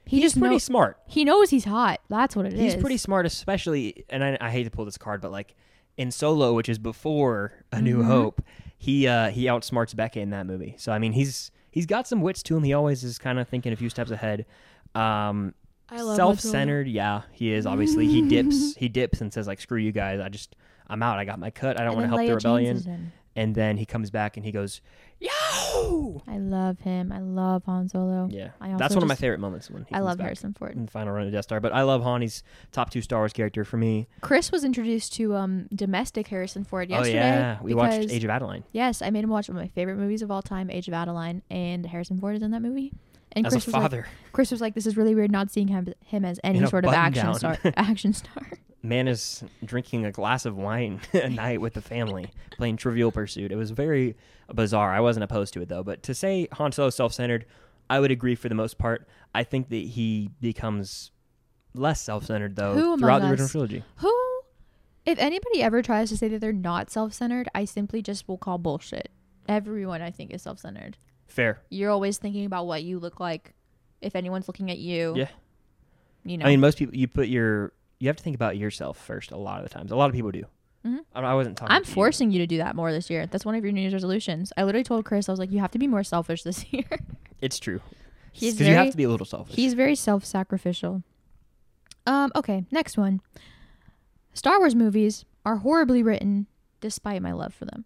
Speaker 1: He
Speaker 2: he's
Speaker 1: just
Speaker 2: pretty
Speaker 1: knows,
Speaker 2: smart.
Speaker 1: he knows he's hot. That's what it is.
Speaker 2: He's pretty smart, especially. And I, I hate to pull this card, but like in Solo, which is before A New
Speaker 1: Mm-hmm.
Speaker 2: Hope, he uh, he outsmarts Becca in that movie. So I mean, he's he's got some wits to him. He always is kind of thinking a few steps ahead. Um,
Speaker 1: I love Han Solo.
Speaker 2: self-centered. Yeah, he is.
Speaker 1: <laughs>
Speaker 2: Obviously, he dips. He dips and says like, "Screw you guys. I just I'm out. I got my cut. I don't
Speaker 1: And
Speaker 2: want to
Speaker 1: then
Speaker 2: help
Speaker 1: Leia
Speaker 2: the
Speaker 1: changes
Speaker 2: rebellion."
Speaker 1: him.
Speaker 2: And then he comes back and he goes, "Yo!"
Speaker 1: I love him. I love Han Solo.
Speaker 2: Yeah,
Speaker 1: I also
Speaker 2: that's one of my
Speaker 1: just-
Speaker 2: favorite moments when he
Speaker 1: I
Speaker 2: comes
Speaker 1: love
Speaker 2: back Mm.
Speaker 1: Harrison Ford.
Speaker 2: in the final run of Death Star. But I love Han. He's top two Star Wars character for me.
Speaker 1: Chris was introduced to um domestic Harrison Ford yesterday.
Speaker 2: oh yeah, we watched
Speaker 1: because-
Speaker 2: Age of Adeline.
Speaker 1: Yes, I made him watch one of my favorite movies of all time, Age of Adeline, and Harrison Ford is in that movie. And
Speaker 2: As
Speaker 1: Chris
Speaker 2: a
Speaker 1: was
Speaker 2: father,
Speaker 1: like, Chris was like, "This is really weird, not seeing him him as any
Speaker 2: In a
Speaker 1: sort of
Speaker 2: button
Speaker 1: action
Speaker 2: down.
Speaker 1: star."
Speaker 2: <laughs>
Speaker 1: Action star. <laughs>
Speaker 2: man is drinking a glass of wine <laughs> a night with the family, playing Trivial Pursuit. It was very bizarre. I wasn't opposed to it though. But to say Han Solo is self-centered, I would agree for the most part. I think that he becomes less self-centered though
Speaker 1: Who
Speaker 2: throughout
Speaker 1: among
Speaker 2: the original
Speaker 1: us-
Speaker 2: trilogy.
Speaker 1: Who, if anybody ever tries to say that they're not self-centered, I simply just will call bullshit. Everyone I think is self-centered.
Speaker 2: Fair.
Speaker 1: You're always thinking about what you look like. If anyone's looking at you,
Speaker 2: Yeah.
Speaker 1: you know.
Speaker 2: I mean, most people you put your you have to think about yourself first. A lot of the times, a lot of people do.
Speaker 1: Mhm.
Speaker 2: I, I wasn't talking.
Speaker 1: I'm
Speaker 2: to you.
Speaker 1: forcing you to do that more this year. That's one of your New Year's resolutions. I literally told Chris, I was like, you have to be more selfish this <laughs> year.
Speaker 2: It's true.
Speaker 1: He's
Speaker 2: because you
Speaker 1: very-
Speaker 2: have to be a little selfish.
Speaker 1: He's very self sacrificial. Um, okay, next one. Star Wars movies are horribly written despite my love for them.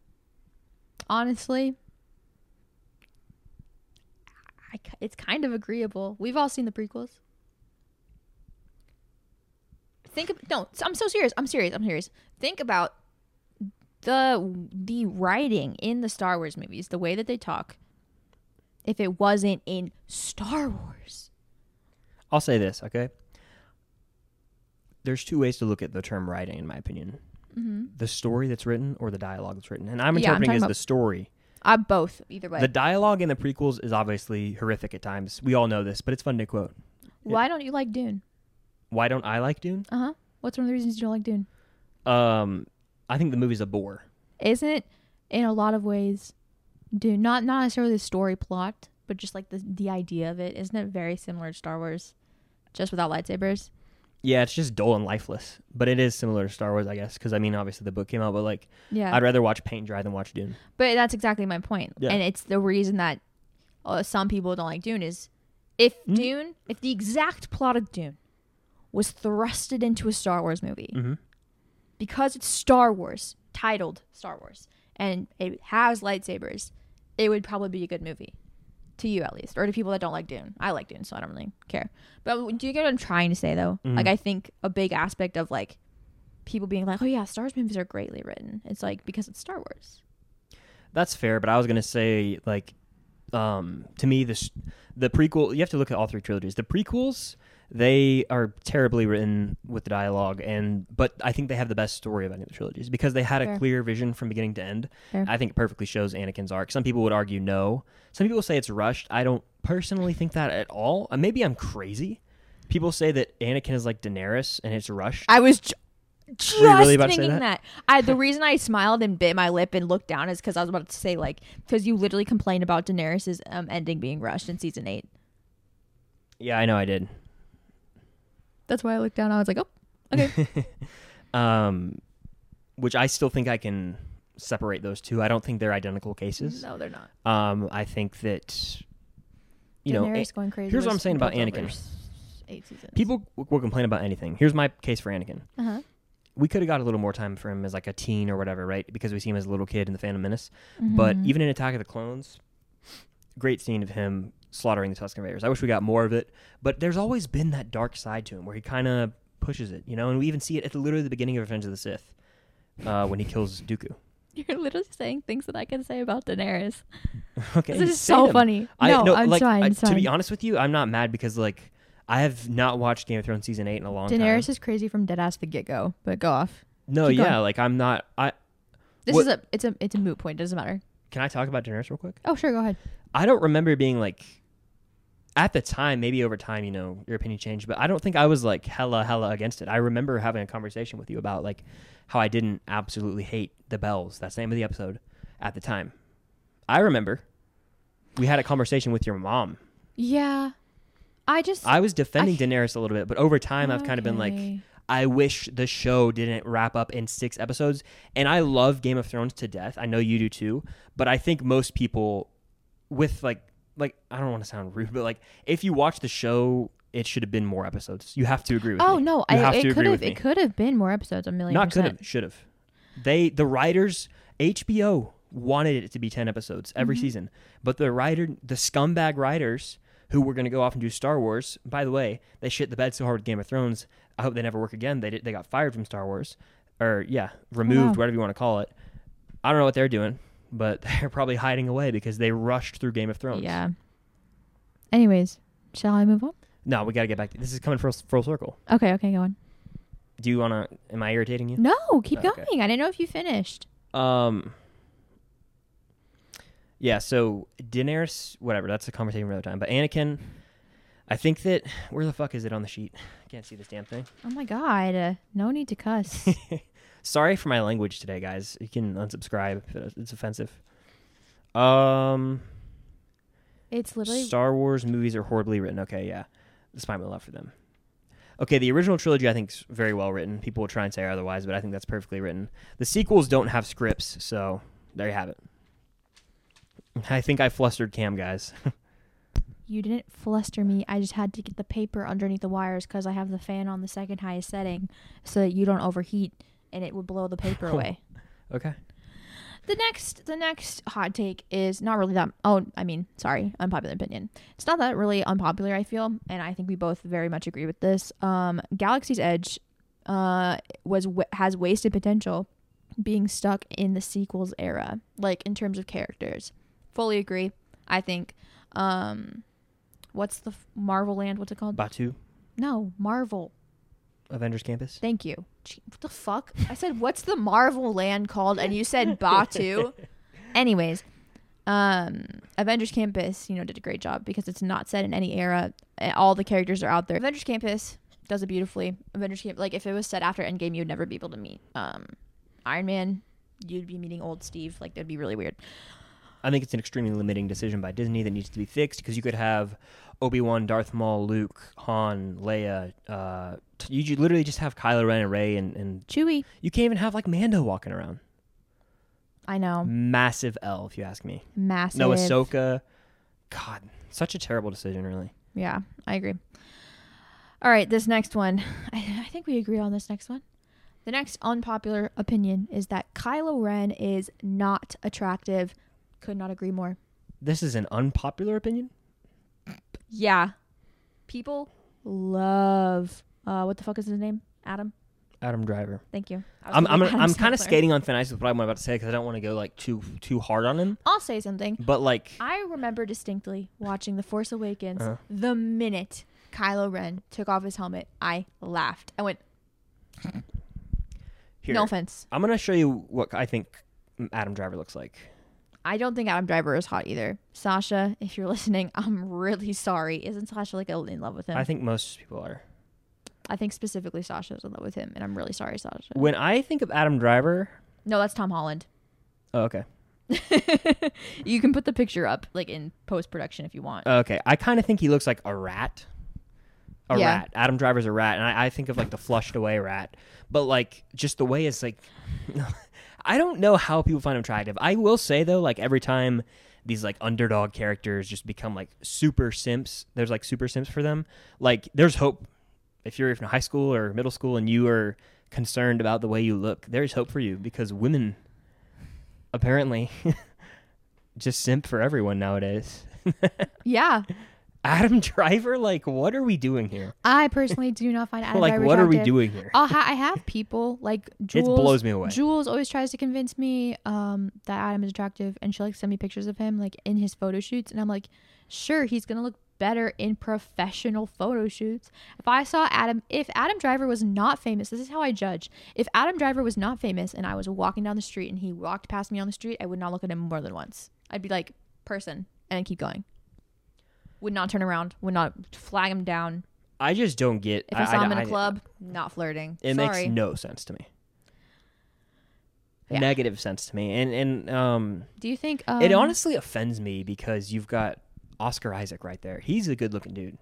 Speaker 1: Honestly, I, ki- it's kind of agreeable. We've all seen the prequels. Think of, no, I'm so serious. I'm serious. I'm serious. Think about the the writing in the Star Wars movies, the way that they talk. If it wasn't in Star Wars,
Speaker 2: I'll say this, okay? There's two ways to look at the term writing, in my opinion the story that's written or the dialogue that's written. And I'm
Speaker 1: Mm-hmm. Yeah, I'm
Speaker 2: interpreting
Speaker 1: talking
Speaker 2: it as
Speaker 1: about-
Speaker 2: the story.
Speaker 1: Uh, both, either way.
Speaker 2: The dialogue in the prequels is obviously horrific at times. We all know this, but it's fun to quote.
Speaker 1: Why don't you like Dune?
Speaker 2: Why don't I like Dune?
Speaker 1: Uh huh. What's one of the reasons you don't like Dune?
Speaker 2: Um, I think the movie's a bore.
Speaker 1: Isn't in a lot of ways Dune not not necessarily the story plot, but just like the the idea of it. Isn't it very similar to Star Wars, just without lightsabers?
Speaker 2: Yeah, it's just dull and lifeless, but it is similar to Star Wars, I guess, because I mean, obviously the book came out, but like,
Speaker 1: Yeah.
Speaker 2: I'd rather watch paint dry than watch Dune.
Speaker 1: But that's exactly my point.
Speaker 2: Yeah.
Speaker 1: And it's the reason that uh, some people don't like Dune is if Dune, if the exact plot of Dune was thrusted into a Star Wars movie,
Speaker 2: Mhm.
Speaker 1: because it's Star Wars, titled Star Wars, and it has lightsabers, it would probably be a good movie. To you, at least, or to people that don't like Dune. I like Dune, so I don't really care. But do you get what I'm trying to say, though? Like, I think a big aspect of like people being like, "Oh yeah, Star Wars movies are greatly written." It's like because it's Star Wars.
Speaker 2: That's fair, but I was gonna say like, um, to me this the prequel. You have to look at all three trilogies. The prequels they are terribly written with the dialogue, and but I think they have the best story of any of the trilogies because they had a
Speaker 1: Fair.
Speaker 2: clear vision from beginning to end.
Speaker 1: Fair.
Speaker 2: I think it perfectly shows Anakin's arc. Some people would argue no. Some people say it's rushed. I don't personally think that at all. Uh, Maybe I'm crazy. People say that Anakin is like Daenerys and it's rushed.
Speaker 1: I was ju- just
Speaker 2: Were you really about to say
Speaker 1: thinking that. I the reason I smiled and bit my lip and looked down is because I was about to say like because you literally complained about Daenerys's um, ending being rushed in season eight.
Speaker 2: yeah, I know I did.
Speaker 1: That's why I looked down. I was like, oh, okay.
Speaker 2: um, which I still think I can separate those two. I don't think they're identical cases.
Speaker 1: no, they're not.
Speaker 2: Um, I think that you know,
Speaker 1: Daenerys
Speaker 2: a-
Speaker 1: going crazy.
Speaker 2: here's what
Speaker 1: was
Speaker 2: I'm saying about
Speaker 1: built over
Speaker 2: Anakin.
Speaker 1: s- Eight seasons.
Speaker 2: people w- will complain about anything. Here's my case for Anakin.
Speaker 1: Uh-huh.
Speaker 2: We could have got a little more time for him as like a teen or whatever, right? Because we see him as a little kid in the Phantom Menace.
Speaker 1: Mm-hmm.
Speaker 2: But even in Attack of the Clones, great scene of him slaughtering the Tusken Raiders. I wish we got more of it. But there's always been that dark side to him where he kind of pushes it, you know. And we even see it at the, literally the beginning of Revenge of the Sith uh, when he kills Dooku.
Speaker 4: You're literally saying things that I can say about Daenerys.
Speaker 2: Okay,
Speaker 4: This is
Speaker 2: say
Speaker 4: so
Speaker 2: them.
Speaker 4: funny.
Speaker 2: I,
Speaker 4: no,
Speaker 2: no,
Speaker 4: I'm
Speaker 2: like,
Speaker 4: sorry.
Speaker 2: I-
Speaker 4: I'm
Speaker 2: to
Speaker 4: sorry.
Speaker 2: be honest with you, I'm not mad because like I have not watched Game of Thrones season eight in a long
Speaker 4: Daenerys
Speaker 2: time.
Speaker 4: is crazy from dead ass the get go, but go off.
Speaker 2: No,
Speaker 4: keep
Speaker 2: yeah,
Speaker 4: going.
Speaker 2: like I'm not. I
Speaker 4: This
Speaker 2: What-
Speaker 4: is a it's a it's a moot point. Doesn't matter.
Speaker 2: can I talk about Daenerys real quick?
Speaker 4: Oh sure, go ahead.
Speaker 2: I don't remember being like at the time, maybe over time, you know, your opinion changed, but I don't think I was like hella, hella against it. I remember having a conversation with you about like how I didn't absolutely hate the bells. That's the name of the episode at the time. I remember we had a conversation with your mom.
Speaker 4: Yeah, I just
Speaker 2: I was defending Daenerys a little bit, but over time, I've kind of been like,
Speaker 4: Okay.
Speaker 2: I wish the show didn't wrap up in six episodes. And I love Game of Thrones to death. I know you do too. But I think most people, with like, like I don't want to sound rude, but like, if you watch the show, it should have been more episodes. You have to agree with me.
Speaker 4: oh no,
Speaker 2: you have
Speaker 4: I,
Speaker 2: to
Speaker 4: it
Speaker 2: agree
Speaker 4: could have
Speaker 2: with me.
Speaker 4: it could have been more episodes. A million
Speaker 2: Not could
Speaker 4: percent.
Speaker 2: have, should have. They the writers HBO wanted it to be ten episodes every
Speaker 4: Mm-hmm.
Speaker 2: season, but the writer the scumbag writers who were going to go off and do Star Wars. By the way, they shit the bed so hard with Game of Thrones. I hope they never work again. They did, they got fired from Star Wars, or yeah, removed,
Speaker 4: wow.
Speaker 2: whatever you want to call it. I don't know what they're doing, but <laughs> they're probably hiding away because they rushed through Game of Thrones.
Speaker 4: Yeah. Anyways, shall I move on?
Speaker 2: No, we got to get back. to This is coming full, full circle.
Speaker 4: Okay, okay, go on.
Speaker 2: Do you want to? Am I irritating you?
Speaker 4: No, keep
Speaker 2: Okay.
Speaker 4: going. I didn't know if you finished.
Speaker 2: Um. Yeah, so Daenerys, whatever. That's a conversation for another time. But Anakin, I think that where the fuck is it on the sheet? I can't see this damn thing.
Speaker 4: Oh my god, uh, no need to cuss.
Speaker 2: <laughs> Sorry for my language today, guys. You can unsubscribe. if it- It's offensive. Um,
Speaker 4: it's literally
Speaker 2: Star Wars movies are horribly written. Okay, yeah, despite my love for them. Okay, the original trilogy I think is very well written. People will try and say otherwise, but I think that's perfectly written. The sequels don't have scripts, so there you have it. <laughs> I think I flustered Cam, guys.
Speaker 4: you didn't fluster me. I just had to get the paper underneath the wires because I have the fan on the second highest setting, so that you don't overheat and it would blow the paper
Speaker 2: <laughs> Oh,
Speaker 4: away.
Speaker 2: okay.
Speaker 1: The next, the next hot take is not really that. Oh, I mean, sorry, unpopular opinion. It's not that really unpopular. I feel, and I think we both very much agree with this. Um, Galaxy's Edge, uh, was wa- has wasted potential, being stuck in the sequels era, like in terms of characters. Fully agree. I think. Um, what's the f- Marvel Land? What's it called?
Speaker 2: Batu,
Speaker 1: No, Marvel.
Speaker 2: Avengers Campus.
Speaker 1: Thank you. Gee, what the fuck? I said, what's the Marvel land called? And you said Batu. Anyways, um, Avengers Campus, you know, did a great job because it's not set in any era. Uh, All the characters are out there. Avengers Campus does it beautifully. Avengers Camp, like if it was set after Endgame, you'd never be able to meet um, Iron Man. You'd be meeting old Steve. Like that'd be really weird.
Speaker 2: I think it's an extremely limiting decision by Disney that needs to be fixed because you could have Obi Wan, Darth Maul, Luke, Han, Leia. Uh, t- you ju- literally just have Kylo Ren and Rey, and, and
Speaker 4: Chewy.
Speaker 2: you can't even have like Mando walking around.
Speaker 1: I
Speaker 2: Mm.
Speaker 1: know,
Speaker 2: massive L, if you ask me.
Speaker 1: massive.
Speaker 2: No Ahsoka. God, such a terrible decision, really.
Speaker 1: Yeah, I agree. All right, this next one. <laughs> I, I think we agree on this next one. The next unpopular opinion is that Kylo Ren is not attractive. Could not agree more.
Speaker 2: This is an unpopular opinion.
Speaker 1: Yeah. People love uh what the fuck is his name? Adam.
Speaker 2: Adam Driver.
Speaker 1: Thank you. I was
Speaker 2: I'm I'm,
Speaker 1: thinking Adam
Speaker 2: I'm kind of
Speaker 1: Sandler.
Speaker 2: skating on thin ice with what I'm about to say because I don't want to go like too too hard on him.
Speaker 1: I'll say something.
Speaker 2: But like,
Speaker 1: I remember distinctly watching The Force Awakens.
Speaker 2: Uh-huh.
Speaker 1: The minute Kylo Ren took off his helmet, I laughed. I went,
Speaker 2: here,
Speaker 1: no offense.
Speaker 2: I'm gonna show you what I think Adam Driver looks like.
Speaker 1: I don't think Adam Driver is hot either. Sasha, if you're <laughs> listening, I'm really sorry. Isn't Sasha like in love with him? I
Speaker 2: I
Speaker 1: think,
Speaker 2: think most people are.
Speaker 1: specifically Sasha is in love with him, and I'm really sorry, Sasha.
Speaker 2: When I think of Adam Driver,
Speaker 1: No, that's Tom Holland.
Speaker 2: oh, okay,
Speaker 1: You can put the picture up like in post production if you want.
Speaker 2: okay, I kind of think he looks like a rat. A
Speaker 1: Yeah.
Speaker 2: rat. Adam Driver's a rat, and I, I think of like the flushed away rat. But like, just the way it's like, <laughs> I don't know how people find him attractive. I will say though, like every time these like underdog characters just become like super simps, there's like super simps for them. Like, there's hope if you're in high school or middle school and you are concerned about the way you look. There's hope for you because women, <laughs> apparently, just simp for everyone nowadays. <laughs>
Speaker 1: Yeah,
Speaker 2: Adam <laughs> Driver? Like, what are we doing here?
Speaker 1: I personally do not
Speaker 2: <laughs>
Speaker 1: find Adam
Speaker 2: like,
Speaker 1: Driver
Speaker 2: what are we
Speaker 1: attractive.
Speaker 2: doing here?
Speaker 1: I'll ha- I have people like Jules.
Speaker 2: blows me away.
Speaker 1: Jules always tries to convince me um, that Adam is attractive, and she like send me pictures of him like in his photo shoots, and I'm like, sure, he's gonna look better in professional photo shoots. If I saw Adam, if Adam Driver was not famous, this is how I judge. If Adam Driver was not famous, and I was walking down the street and he walked past me on the street, I would not look at him more than once. I'd be like, person, and I'd keep going. Would not turn around. Would not flag him down.
Speaker 2: I just don't get.
Speaker 1: If I, saw him in
Speaker 2: a
Speaker 1: a club, not flirting.
Speaker 2: it
Speaker 1: Sorry.
Speaker 2: makes no sense to me.
Speaker 1: Yeah.
Speaker 2: Negative sense to me, and and um,
Speaker 1: Do you think um,
Speaker 2: it honestly offends me because you've got Oscar Isaac right there. He's a good looking dude.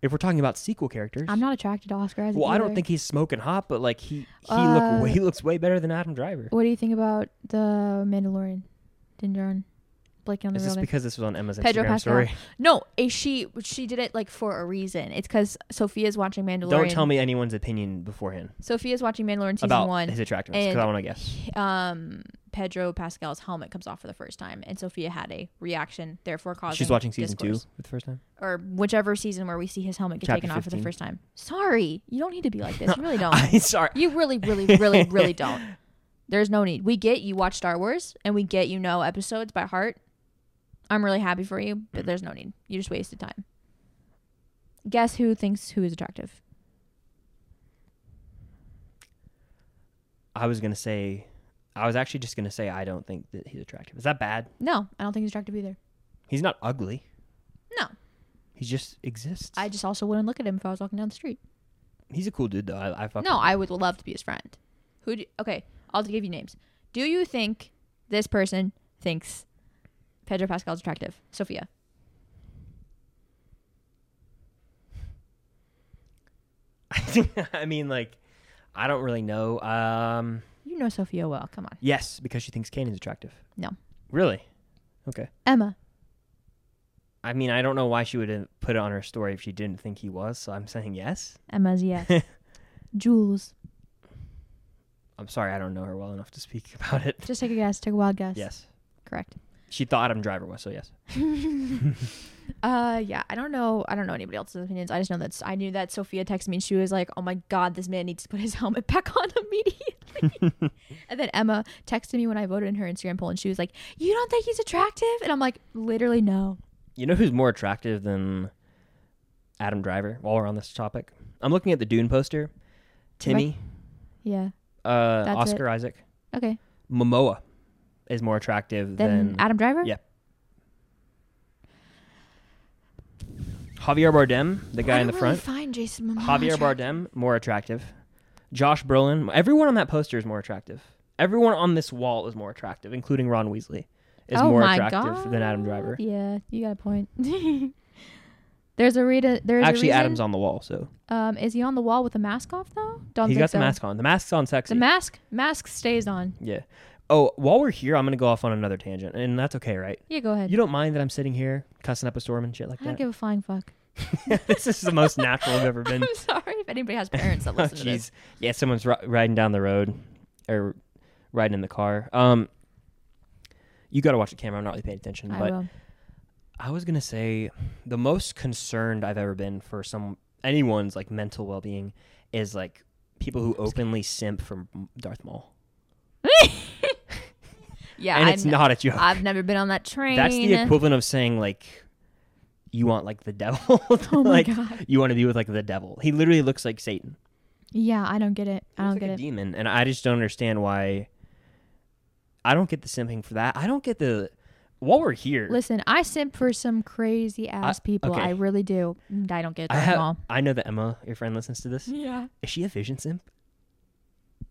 Speaker 2: If we're talking about sequel characters,
Speaker 1: I'm not attracted to Oscar Isaac.
Speaker 2: well, I don't
Speaker 1: either.
Speaker 2: think he's smoking hot, but like he he
Speaker 1: Uh,
Speaker 2: look way, <laughs> he looks way better than Adam Driver.
Speaker 1: What do you think about the Mandalorian? Dinjarin, Blake on the
Speaker 2: Is this
Speaker 1: real name.
Speaker 2: because this was on Emma's
Speaker 1: Pedro
Speaker 2: Instagram
Speaker 1: Pascal.
Speaker 2: story?
Speaker 1: No, eh, she she did it like for a reason. It's because Sophia's watching Mandalorian.
Speaker 2: Don't tell me anyone's opinion beforehand
Speaker 1: Sophia's watching Mandalorian season
Speaker 2: about
Speaker 1: one.
Speaker 2: his attractiveness because
Speaker 1: and
Speaker 2: I want to guess.
Speaker 1: um, Pedro Pascal's helmet comes off for the first time, and Sophia had a reaction, therefore causing.
Speaker 2: She's watching season
Speaker 1: discourse.
Speaker 2: two for
Speaker 1: <laughs>
Speaker 2: the first time.
Speaker 1: or whichever season where we see his helmet get
Speaker 2: Chapter
Speaker 1: taken off for the
Speaker 2: 15.
Speaker 1: first time. Sorry, you don't need to be like this. You
Speaker 2: <laughs>
Speaker 1: really don't.
Speaker 2: I'm sorry.
Speaker 1: You really, really, really, really don't. There's no need. We get you watch Star Wars and we get you know episodes by heart. I'm really happy for you, but there's no need. You just wasted time. Guess who thinks who is attractive?
Speaker 2: I was gonna say, I was actually just gonna say I don't think that he's attractive. Is that bad?
Speaker 1: No, I don't think he's attractive either.
Speaker 2: He's not ugly.
Speaker 1: No,
Speaker 2: He just exists.
Speaker 1: I just also wouldn't look at him if I was walking down the street.
Speaker 2: he's a cool dude though. I, I fuck
Speaker 1: No, I would love to be his friend. Who? Do, okay, I'll give you names. Do you think this person thinks Pedro Pascal's attractive? Sophia.
Speaker 2: <laughs> I, mean, like, I don't really know. Um,
Speaker 1: You know Sophia well. Come on.
Speaker 2: yes, because she thinks Kanan's attractive.
Speaker 1: No.
Speaker 2: Really? Okay.
Speaker 1: Emma.
Speaker 2: I mean, I don't know why she would have put it on her story if she didn't think he was. So I'm saying yes.
Speaker 1: Emma's yes. Jules.
Speaker 2: I'm sorry, I don't know her well enough to speak <laughs> about it.
Speaker 1: Just take a guess. Take a wild guess.
Speaker 2: Yes,
Speaker 1: Correct.
Speaker 2: she thought Adam Driver was. So yes.
Speaker 1: Uh, yeah. I don't know. I don't know anybody else's opinions. I just know that I knew that Sophia texted me and she was like, "Oh my god, this man needs to put his <laughs> helmet back on immediately."
Speaker 2: <laughs>
Speaker 1: and then Emma texted me when I voted in her Instagram poll and she was like, "You don't think he's attractive?" And I'm like, "Literally no."
Speaker 2: You know who's more attractive than Adam Driver? While we're on this topic, I'm looking at the Dune poster. Timmy,
Speaker 1: Yeah.
Speaker 2: uh,
Speaker 1: That's
Speaker 2: Oscar Isaac,
Speaker 1: Okay.
Speaker 2: Momoa is more attractive
Speaker 1: Then
Speaker 2: than
Speaker 1: Adam Driver.
Speaker 2: Yeah. Javier Bardem, the guy in the front.
Speaker 1: Fine, Jason Momoa.
Speaker 2: Javier Bardem, more attractive. Josh Brolin. Everyone on that poster is more attractive. Everyone on this wall is more attractive, including Ron Weasley, is
Speaker 1: Oh
Speaker 2: more
Speaker 1: my
Speaker 2: attractive than Adam
Speaker 1: God.
Speaker 2: Driver.
Speaker 1: Yeah, you got a point. <laughs> There's a read. There's
Speaker 2: Actually,
Speaker 1: a reason.
Speaker 2: Adam's on the wall, so
Speaker 1: Um, is he on the wall with the mask off though? Don't
Speaker 2: he's
Speaker 1: think
Speaker 2: got
Speaker 1: so.
Speaker 2: the mask on. The mask's on sexy.
Speaker 1: The mask mask stays on.
Speaker 2: yeah. Oh, while we're here, I'm gonna go off on another tangent, and that's okay, right?
Speaker 1: Yeah, go ahead.
Speaker 2: You don't mind that I'm sitting here cussing up a storm and shit like
Speaker 1: I don't
Speaker 2: that?
Speaker 1: give a flying fuck.
Speaker 2: <laughs> this is the most natural I've ever
Speaker 1: <laughs>
Speaker 2: been.
Speaker 1: I'm sorry if anybody has parents that
Speaker 2: Oh,
Speaker 1: listen to this.
Speaker 2: <laughs> jeez. Yeah, someone's ri- riding down the road or riding in the car. Um, you got to watch the camera. I'm not really paying attention,
Speaker 1: I
Speaker 2: but
Speaker 1: will.
Speaker 2: I was gonna say the most concerned I've ever been for some anyone's like mental well being is like people who openly simp for M- Darth Maul,
Speaker 1: Yeah,
Speaker 2: and
Speaker 1: I've,
Speaker 2: it's
Speaker 1: ne-
Speaker 2: not a joke.
Speaker 1: I've never been on that train.
Speaker 2: That's the equivalent of saying like you want like the devil. <laughs>
Speaker 1: Oh my
Speaker 2: like,
Speaker 1: god.
Speaker 2: You want to be with like the devil. He literally looks like Satan.
Speaker 1: Yeah, I don't get it. I
Speaker 2: He
Speaker 1: don't
Speaker 2: looks
Speaker 1: get
Speaker 2: like
Speaker 1: it.
Speaker 2: a demon, and I just don't understand why. I don't get the simping for that. I don't get the. While we're here,
Speaker 1: Listen, I simp for some crazy ass people.
Speaker 2: okay.
Speaker 1: I really do. And I don't get
Speaker 2: I
Speaker 1: that at all.
Speaker 2: have. I know that Emma, your friend, listens to this.
Speaker 1: Yeah.
Speaker 2: Is she a vision simp?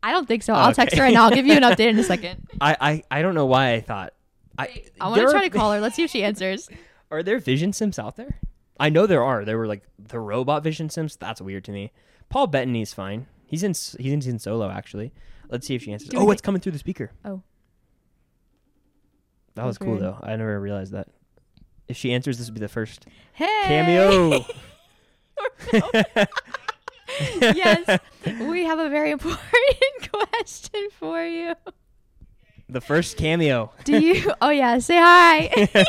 Speaker 1: I don't think so. I'll text her
Speaker 2: Okay.
Speaker 1: right now. I'll give you an update in a second.
Speaker 2: I I, I don't know why I thought. I
Speaker 1: <laughs> I want
Speaker 2: there
Speaker 1: to
Speaker 2: are-
Speaker 1: try to call her. Let's see if she answers.
Speaker 2: Are there vision sims out there? I know there are. There were like the robot vision sims. That's weird to me. Paul Bettany's fine. He's in. s- He's in, he's in solo actually. Let's see if she answers.
Speaker 1: Do we
Speaker 2: oh,
Speaker 1: think-
Speaker 2: it's coming through the speaker.
Speaker 1: Oh.
Speaker 2: That was
Speaker 1: That's
Speaker 2: cool
Speaker 1: weird.
Speaker 2: though. I never realized that. If she answers, this would be the first
Speaker 1: <laughs> Hey. <laughs>
Speaker 2: cameo.
Speaker 1: <laughs> yes. We have a very important question for you.
Speaker 2: <laughs> the first cameo. <laughs>
Speaker 1: Do you? <laughs> Oh yeah, say hi.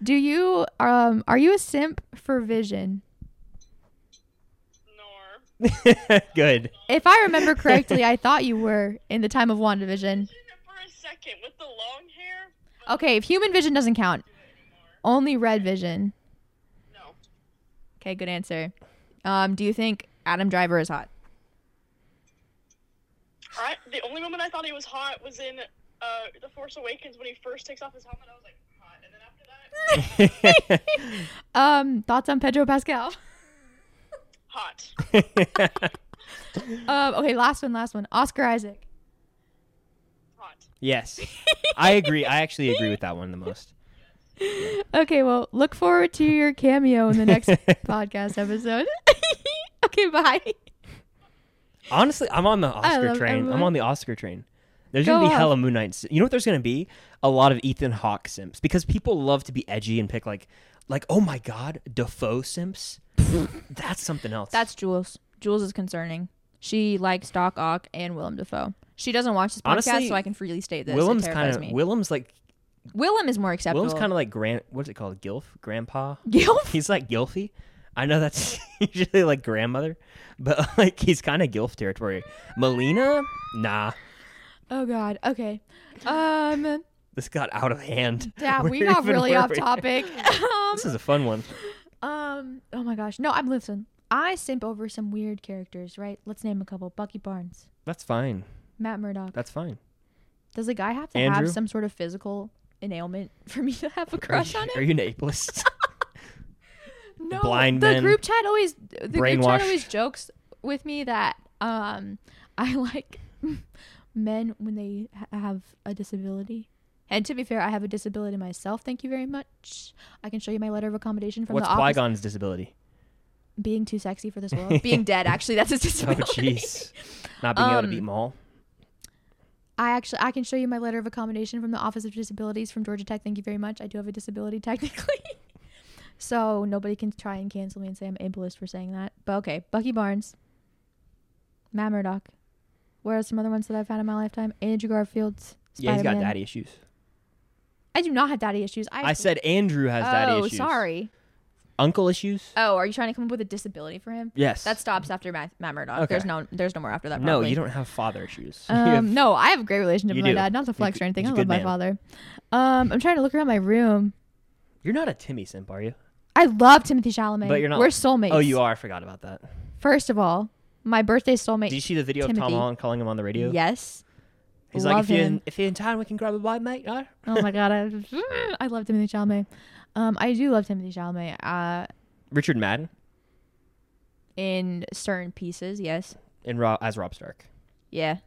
Speaker 1: Do you? Um, are you a simp for Vision?
Speaker 5: Norb.
Speaker 2: Good. <laughs>
Speaker 1: If I remember correctly, I thought you were in the time of WandaVision.
Speaker 5: For a second, with the long hair,
Speaker 1: Okay, if Human Vision doesn't count, only Red Vision.
Speaker 5: no.
Speaker 1: Okay, good answer. Um, do you think Adam Driver is hot?
Speaker 5: I, the only moment I thought he was hot was in uh, The Force Awakens when he first takes off his helmet. I was like, hot. And then after
Speaker 2: <laughs>
Speaker 5: that,
Speaker 1: Um, thoughts on Pedro Pascal? <laughs>
Speaker 5: hot.
Speaker 1: Um, okay, last one, last one. Oscar Isaac.
Speaker 5: Hot.
Speaker 2: yes. I agree. I actually agree with that one the most.
Speaker 1: Okay, well, look forward to your cameo in the next podcast episode. <laughs> okay, bye.
Speaker 2: Honestly, I'm on the Oscar
Speaker 1: love- I
Speaker 2: train. I'm
Speaker 1: love-
Speaker 2: on the Oscar train. There's
Speaker 1: Go
Speaker 2: gonna be
Speaker 1: off.
Speaker 2: hella Moon Knight. s- You know what? There's gonna be a lot of Ethan Hawke simps because people love to be edgy and pick like, like, oh my god,
Speaker 1: <laughs>
Speaker 2: Defoe simps. That's something else.
Speaker 1: That's Jules. Jules is concerning. She likes Doc Ock and Willem Dafoe. She doesn't watch this podcast,
Speaker 2: Honestly,
Speaker 1: so I can freely state this. Willem's
Speaker 2: Willem's
Speaker 1: it terrifies
Speaker 2: kind
Speaker 1: me.
Speaker 2: of Willem's like
Speaker 1: Willem is more acceptable.
Speaker 2: Willem's
Speaker 1: <laughs>
Speaker 2: kind of like grand. What's it called? Gilf? Grandpa? <laughs>
Speaker 1: Gilf?
Speaker 2: He's like Gilfy. I know that's <laughs> usually like grandmother, but <laughs> like he's kind of Gilf territory. Melina? Nah,
Speaker 1: Oh God. Okay. Um.
Speaker 2: this got out of hand.
Speaker 1: Yeah, we
Speaker 2: <laughs> We're
Speaker 1: got
Speaker 2: even
Speaker 1: really off
Speaker 2: worried. <laughs>
Speaker 1: topic. um.
Speaker 2: This is a fun one.
Speaker 1: Um. Oh my gosh. No, I'm listening. I simp over some weird characters, right? Let's name a couple. Bucky Barnes,
Speaker 2: That's fine.
Speaker 1: Matt Murdock.
Speaker 2: That's fine.
Speaker 1: Does a guy have to
Speaker 2: Andrew?
Speaker 1: have some sort of physical ailment for me to
Speaker 2: <laughs>
Speaker 1: have a crush
Speaker 2: are you,
Speaker 1: on
Speaker 2: Are
Speaker 1: him?
Speaker 2: you an ableist?
Speaker 1: No.
Speaker 2: blind
Speaker 1: the
Speaker 2: men?
Speaker 1: group chat always the group
Speaker 2: Brainwashed?
Speaker 1: chat always jokes with me that um I <laughs> like men when they ha- have a disability. And to be fair, I have a disability myself. Thank you very much. I can show you my letter of accommodation <laughs> from
Speaker 2: What's
Speaker 1: the office.
Speaker 2: Qui
Speaker 1: <laughs>
Speaker 2: Gon's disability?
Speaker 1: Being too sexy for this
Speaker 2: <laughs>
Speaker 1: world. Being dead, actually, that's his
Speaker 2: Oh,
Speaker 1: disability.
Speaker 2: jeez. Not being able
Speaker 1: Um,
Speaker 2: to beat Maul.
Speaker 1: I actually I can show you my letter of accommodation from the Office of Disabilities from Georgia Tech. Thank you very much. I do have a disability <laughs> technically. so nobody can try and cancel me and say I'm ableist for saying that. But okay, Bucky Barnes, Matt Murdock. What are some other ones that I've had in my lifetime? Andrew Garfield.
Speaker 2: Yeah, he's got
Speaker 1: Spider-Man.
Speaker 2: daddy issues.
Speaker 1: I do not have daddy issues. I,
Speaker 2: I said Andrew has daddy
Speaker 1: Oh,
Speaker 2: issues.
Speaker 1: sorry.
Speaker 2: Uncle issues?
Speaker 1: Oh, are you trying to come up with a disability for him?
Speaker 2: Yes.
Speaker 1: That stops after Matt, Matt Murdock.
Speaker 2: Okay.
Speaker 1: There's no there's no more after that.
Speaker 2: No,
Speaker 1: Probably.
Speaker 2: you don't have father issues. <laughs> You have-
Speaker 1: Um, no, I have a great relationship
Speaker 2: You
Speaker 1: with my
Speaker 2: do.
Speaker 1: dad. Not to
Speaker 2: He's
Speaker 1: flex or
Speaker 2: g-
Speaker 1: anything.
Speaker 2: he's
Speaker 1: I
Speaker 2: a
Speaker 1: love
Speaker 2: good
Speaker 1: my
Speaker 2: man.
Speaker 1: father. Um, I'm trying to look around my room.
Speaker 2: You're not a Timmy simp, are you?
Speaker 1: I love Timothy Chalamet.
Speaker 2: But you're not.
Speaker 1: We're soulmates.
Speaker 2: Oh, you are. I forgot about that.
Speaker 1: First of all, my birthday soulmate.
Speaker 2: Did you see the video of
Speaker 1: Timothy.
Speaker 2: Tom Holland calling him on the radio?
Speaker 1: Yes.
Speaker 2: He's like,
Speaker 1: love
Speaker 2: if you're, in,
Speaker 1: him.
Speaker 2: if you're in town, we can grab a bite, mate. Huh?
Speaker 1: Oh my god,
Speaker 2: <laughs>
Speaker 1: I, <laughs> I love Timothy Chalamet. Um, I do love Timothy Chalamet. Uh,
Speaker 2: Richard Madden
Speaker 1: in certain pieces, yes,
Speaker 2: and Rob, as Rob Stark.
Speaker 1: yeah,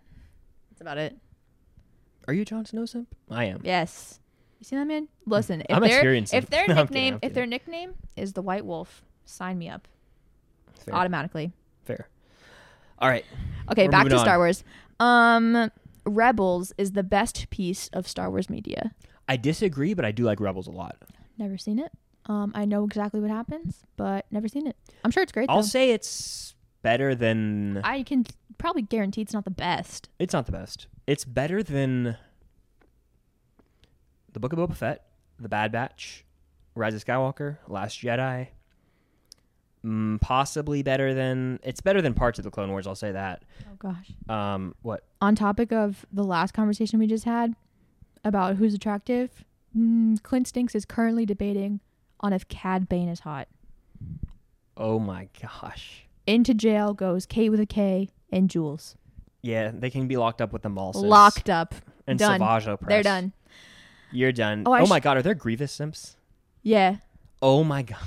Speaker 1: that's about it.
Speaker 2: Are you a Jon Snow simp? I am.
Speaker 1: Yes. You see that man? Listen, if
Speaker 2: I'm
Speaker 1: their
Speaker 2: experiencing.
Speaker 1: if their
Speaker 2: <laughs> No, I'm
Speaker 1: nickname
Speaker 2: kidding, I'm
Speaker 1: if their nickname is the White Wolf, sign me up
Speaker 2: Fair.
Speaker 1: automatically.
Speaker 2: Fair. All right.
Speaker 1: Okay,
Speaker 2: We're
Speaker 1: back
Speaker 2: moving
Speaker 1: to
Speaker 2: on.
Speaker 1: Star Wars. Um, Rebels is the best piece of Star Wars media.
Speaker 2: I disagree, but I do like Rebels a lot.
Speaker 1: Never seen it. Um, I know exactly what happens, but never seen it. I'm sure it's great.
Speaker 2: I'll
Speaker 1: though.
Speaker 2: say it's better than.
Speaker 1: I can probably guarantee it's not the best.
Speaker 2: It's not the best. It's better than the Book of Boba Fett, The Bad Batch, Rise of Skywalker, Last Jedi. Mm, possibly better than it's better than parts of the Clone Wars. I'll say that.
Speaker 1: Oh gosh.
Speaker 2: Um, what?
Speaker 1: On topic of the last conversation we just had about who's attractive, mm, Clint Stinks is currently debating on if Cad Bane is hot.
Speaker 2: Oh my gosh.
Speaker 1: Into jail goes Kate with a K and Jules.
Speaker 2: Yeah, they can be locked up with the Malsas.
Speaker 1: Locked up.
Speaker 2: and
Speaker 1: done.
Speaker 2: Savage
Speaker 1: They're
Speaker 2: Opress.
Speaker 1: done.
Speaker 2: You're done.
Speaker 1: Oh,
Speaker 2: Oh,
Speaker 1: I
Speaker 2: my
Speaker 1: sh-
Speaker 2: god, are there Grievous simps?
Speaker 1: Yeah.
Speaker 2: Oh my god.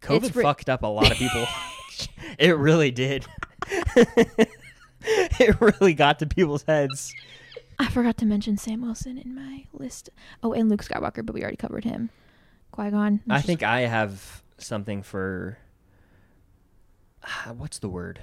Speaker 2: COVID
Speaker 1: re-
Speaker 2: fucked up a lot of people. it really did. <laughs> it really got to people's heads.
Speaker 1: I forgot to mention Sam Wilson in my list. Oh, and Luke Skywalker, but we already covered him. Qui Gon.
Speaker 2: I think I have something for Ah, what's the word?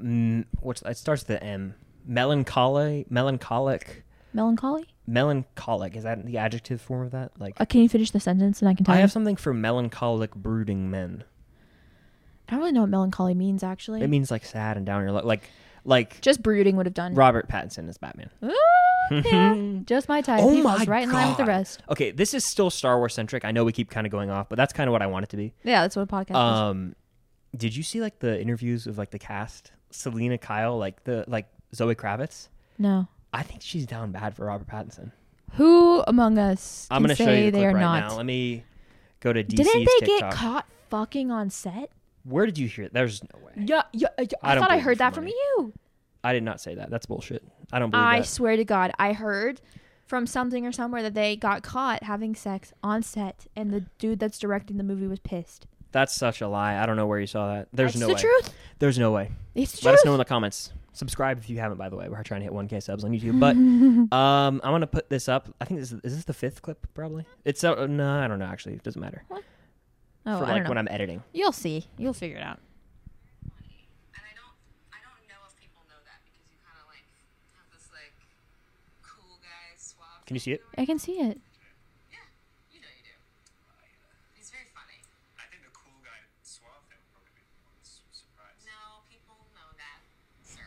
Speaker 2: Mm, what's it starts with the M. Melancholy, melancholic,
Speaker 1: melancholy.
Speaker 2: melancholic. Is that the adjective form of that? Like
Speaker 1: Uh, can you finish the sentence and I can tell
Speaker 2: I
Speaker 1: you?
Speaker 2: have something for melancholic brooding men.
Speaker 1: I don't really know what melancholy means actually.
Speaker 2: It means like sad and down your luck. Like Like
Speaker 6: Just brooding would have done.
Speaker 2: Robert Pattinson as Batman. <laughs>
Speaker 1: Ooh, yeah. Just my type. he falls right in line with the
Speaker 2: Oh God.
Speaker 1: rest.
Speaker 2: Okay, this is still Star Wars centric. I know we keep kind of going off, but that's kind of what I want it to be.
Speaker 1: Yeah, that's what a podcast is.
Speaker 2: Um, did you see like the interviews of like the cast? Selena Kyle, like the like Zoe Kravitz.
Speaker 1: No.
Speaker 2: I think she's down bad for Robert Pattinson.
Speaker 1: Who among us
Speaker 2: I'm
Speaker 1: can
Speaker 2: gonna
Speaker 1: say
Speaker 2: show you the
Speaker 1: they
Speaker 2: clip
Speaker 1: are
Speaker 2: right
Speaker 1: not?
Speaker 2: now. Let me go to DC's
Speaker 6: Didn't they
Speaker 2: TikTok.
Speaker 6: get caught fucking on set?
Speaker 2: Where did you hear? There's no way.
Speaker 6: Yeah, yeah. I,
Speaker 2: I don't
Speaker 6: thought I
Speaker 2: believe you
Speaker 6: heard that
Speaker 2: for
Speaker 6: from
Speaker 2: money.
Speaker 6: you.
Speaker 2: I did not say that. That's bullshit. I don't believe
Speaker 6: I
Speaker 2: that.
Speaker 6: swear to God, I heard from something or somewhere that they got caught having sex on set, and the dude that's directing the movie was pissed.
Speaker 2: That's such a lie. I don't know where you saw that. There's
Speaker 6: It's
Speaker 2: no
Speaker 6: the
Speaker 2: way.
Speaker 6: truth.
Speaker 2: There's no way.
Speaker 6: It's the
Speaker 2: Let
Speaker 6: truth.
Speaker 2: us know in the comments. Subscribe if you haven't, by the way. We're trying to hit 1K subs on
Speaker 1: <laughs>
Speaker 2: YouTube. But um, I'm going to put this up. I think this is, is this the fifth clip, probably? It's uh, No, I don't know, actually. It doesn't matter.
Speaker 1: Oh, I
Speaker 2: For like
Speaker 1: don't know.
Speaker 2: when I'm editing.
Speaker 1: You'll see. You'll figure it out.
Speaker 7: and I don't I don't know if people know that because you kind of like have this like cool guy suave.
Speaker 2: Can you see it?
Speaker 1: I can see it.
Speaker 7: Yeah, you know you do. He's very funny.
Speaker 8: I think the cool guy suave thing would probably be the one that's surprised.
Speaker 7: No, people know that, sir.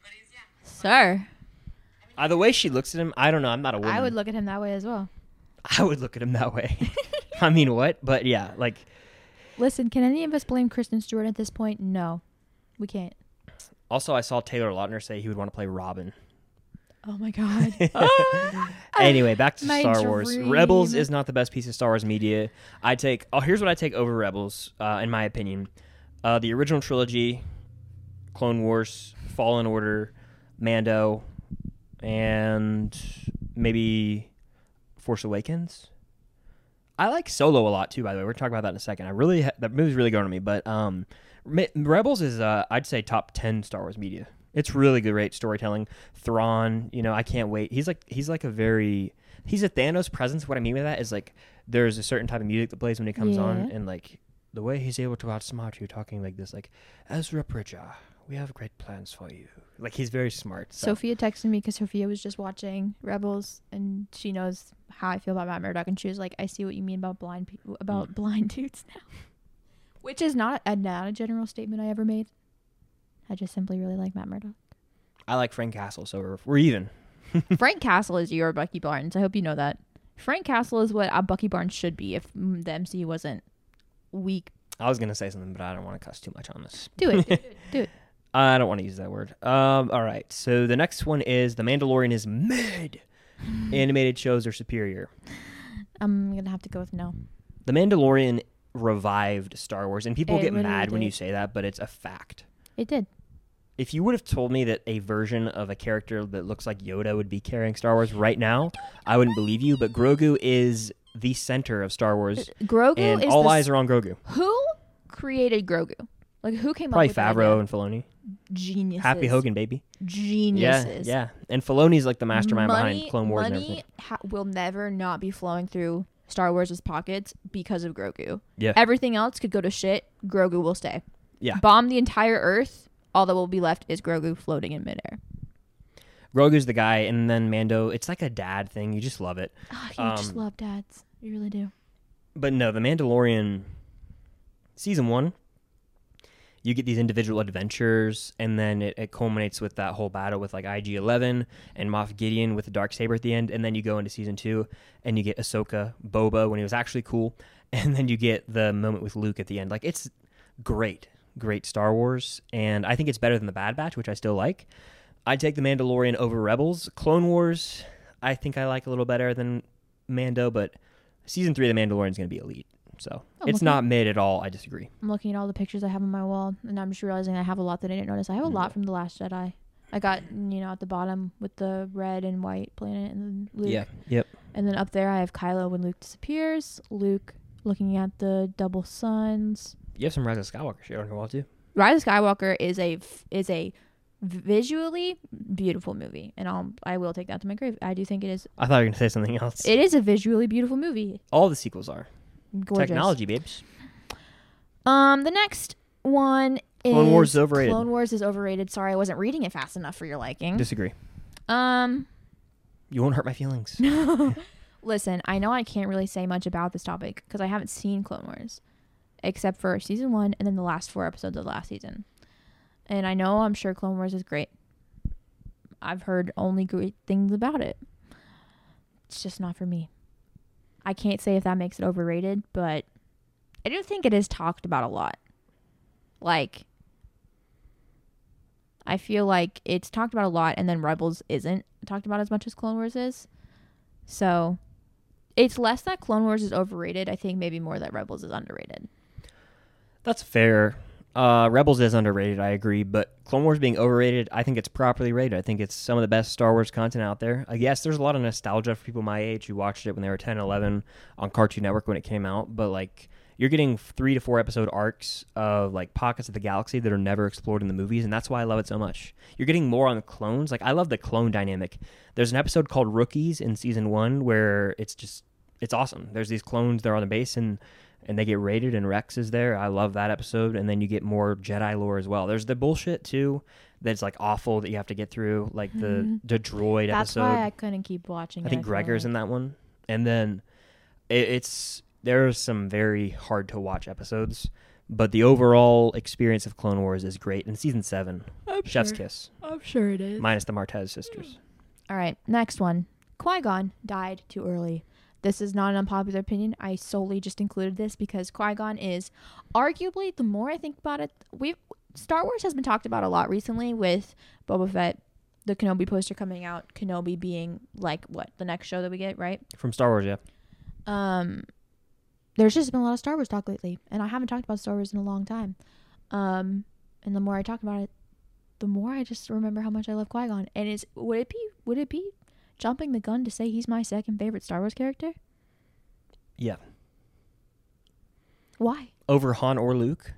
Speaker 7: But he's yeah.
Speaker 1: Sir,
Speaker 2: Uh, the way she looks at him, I don't know. I'm not a woman.
Speaker 1: I would look at him that way as well.
Speaker 2: <laughs> I would look at him that
Speaker 1: <laughs>
Speaker 2: way. I mean, what? But yeah, like,
Speaker 1: Listen, can any of us blame Kristen Stewart at this point? No, we can't.
Speaker 2: also, I saw Taylor Lautner say he would want to play Robin.
Speaker 1: Oh my god.
Speaker 2: <laughs>
Speaker 1: <laughs>
Speaker 2: anyway, back to
Speaker 1: My
Speaker 2: Star Wars. Rebels
Speaker 1: dream.
Speaker 2: is not the best piece of Star Wars media. I take. Oh, here's what I take over Rebels, uh, in my opinion: uh, the original trilogy, Clone Wars, Fallen Order, Mando, and maybe Force Awakens. I like Solo a lot too. By the way, we're talking about that in a second. I really ha- that movie's really going to me, but um, Re- Rebels is uh, I'd say top ten Star Wars media. It's really good, great storytelling. Thrawn, you know, I can't wait. He's like he's like a very he's a Thanos presence. What I mean by that is like there's a certain type of music that plays when he comes on,
Speaker 1: Yeah.
Speaker 2: and like the way he's able to outsmart you, talking like this, like Ezra Bridger, we have great plans for you. Like he's very smart. So.
Speaker 1: Sophia texted me because Sophia was just watching Rebels, and she knows how I feel about Matt Murdock, and she was like, "I see what you mean about blind people, about blind <laughs> dudes now," which is not a, not a general statement I ever made. I just simply really like Matt Murdock.
Speaker 2: I like Frank Castle, so we're, we're even.
Speaker 1: <laughs> Frank Castle is your Bucky Barnes. I hope you know that. Frank Castle is what a Bucky Barnes should be if mm, the MCU wasn't weak.
Speaker 2: I was gonna say something, but I don't want to cuss too much on this.
Speaker 1: <laughs> Do <laughs> it, do it, do it.
Speaker 2: I don't want to use that word. Um, all right. So the next one is The Mandalorian is mid.
Speaker 1: Hmm.
Speaker 2: Animated shows are superior.
Speaker 1: I'm gonna have to go with no.
Speaker 2: The Mandalorian revived Star Wars, and people
Speaker 1: It
Speaker 2: get
Speaker 1: literally
Speaker 2: mad when
Speaker 1: did.
Speaker 2: you say that, but it's a fact.
Speaker 1: It did.
Speaker 2: If you would have told me that a version of a character that looks like Yoda would be carrying Star Wars right now, I wouldn't believe you. But Grogu is the center of Star Wars,
Speaker 1: Uh, Grogu
Speaker 2: and
Speaker 1: is
Speaker 2: all
Speaker 1: the
Speaker 2: eyes are on Grogu.
Speaker 1: Who created Grogu? Like who came
Speaker 2: Probably
Speaker 1: up with the
Speaker 2: Favreau
Speaker 1: idea?
Speaker 2: and Filoni.
Speaker 1: Geniuses.
Speaker 2: Happy Hogan, baby.
Speaker 1: Geniuses.
Speaker 2: Yeah, yeah. And Filoni's like the mastermind
Speaker 1: money,
Speaker 2: behind Clone Wars and everything.
Speaker 1: money ha- will never not be flowing through Star Wars' pockets because of Grogu.
Speaker 2: Yeah.
Speaker 1: Everything else could go to shit. Grogu will stay.
Speaker 2: Yeah.
Speaker 1: Bomb the entire Earth. All that will be left is Grogu floating in midair.
Speaker 2: Grogu's the guy, and then Mando. It's like a dad thing. You just love it.
Speaker 1: Oh, you
Speaker 2: Um,
Speaker 1: just love dads. You really do.
Speaker 2: But no, the Mandalorian season one, you get these individual adventures, and then it, it culminates with that whole battle with like IG Eleven and Moff Gideon with the dark saber at the end, and then you go into season two, and you get Ahsoka, Boba when he was actually cool, <laughs> and then you get the moment with Luke at the end. Like it's great, great Star Wars, and I think it's better than the Bad Batch, which I still like. I take the Mandalorian over Rebels. Clone Wars, I think I like a little better than Mando, but season three of the Mandalorian is going to be elite. So
Speaker 1: I'm
Speaker 2: it's
Speaker 1: looking-
Speaker 2: not mid at all. I disagree.
Speaker 1: I'm looking at all the pictures I have on my wall, and I'm just realizing I have a lot that I didn't notice. I
Speaker 2: Mm.
Speaker 1: have a lot from The Last Jedi. I got, you know, at the bottom with the red and white planet and then Luke.
Speaker 2: Yep.
Speaker 1: And then up there, I have Kylo when Luke disappears. Luke looking at the double suns.
Speaker 2: You have some Rise of Skywalker shit on your wall too.
Speaker 1: Rise of Skywalker is a f- is a visually beautiful movie, and I'll I will take that to my grave. I do think it is
Speaker 2: I thought you were going to say something else.
Speaker 1: it is a visually beautiful movie.
Speaker 2: all the sequels are
Speaker 1: Gorgeous.
Speaker 2: technology, babes.
Speaker 1: Um, the next one is
Speaker 2: Clone Wars is overrated.
Speaker 1: Clone Wars is overrated. Sorry, I wasn't reading it fast enough for your liking.
Speaker 2: Disagree.
Speaker 1: Um,
Speaker 2: You won't hurt my feelings.
Speaker 1: listen, I know I can't really say much about this topic because I haven't seen Clone Wars except for season one and then the last four episodes of last season. And I know I'm sure Clone Wars is great. I've heard only great things about it. It's just not for me. I can't say if that makes it overrated, but I do think it is talked about a lot. Like I feel like it's talked about a lot and then Rebels isn't talked about as much as Clone Wars is. So it's less that Clone Wars is overrated, I think maybe more that Rebels is underrated.
Speaker 2: That's fair. Uh, Rebels is underrated, I agree, but Clone Wars being overrated, I think it's properly rated. I think it's some of the best Star Wars content out there. I guess there's a lot of nostalgia for people my age who watched it when they were 10, 11 on Cartoon Network when it came out, but like you're getting three to four episode arcs of like pockets of the galaxy that are never explored in the movies, and that's why I love it so much. You're getting more on the clones. Like I love the clone dynamic. There's an episode called Rookies in season one where it's just it's awesome. There's these clones they're on the base and and they get raided and Rex is there. I love that episode. And then you get more Jedi lore as well. There's the bullshit too that's like awful that you have to get through, like the the droid
Speaker 1: Mm-hmm. That's
Speaker 2: episode.
Speaker 1: why I couldn't keep watching
Speaker 2: I
Speaker 1: it.
Speaker 2: think
Speaker 1: feel
Speaker 2: Gregor's
Speaker 1: like.
Speaker 2: in that one, and then it, it's there are some very hard to watch episodes, but the overall experience of Clone Wars is great. And season 7 Chef's Kiss,
Speaker 4: I'm sure it is.
Speaker 2: minus the Martez sisters.
Speaker 1: All right, next one. Qui Gon died too early. This is not an unpopular opinion. I solely just included this because Qui Gon is arguably the more I think about it, we Star Wars has been talked about a lot recently with Boba Fett, the Kenobi poster coming out, Kenobi being like what the next show that we get, right?
Speaker 2: From Star Wars, yeah.
Speaker 1: Um, there's just been a lot of Star Wars talk lately, and I haven't talked about Star Wars in a long time. Um, and the more I talk about it, the more I just remember how much I love Qui Gon. And it's would it be would it be jumping the gun to say he's my second favorite Star Wars character?
Speaker 2: Yeah.
Speaker 1: Why?
Speaker 2: Over Han or Luke.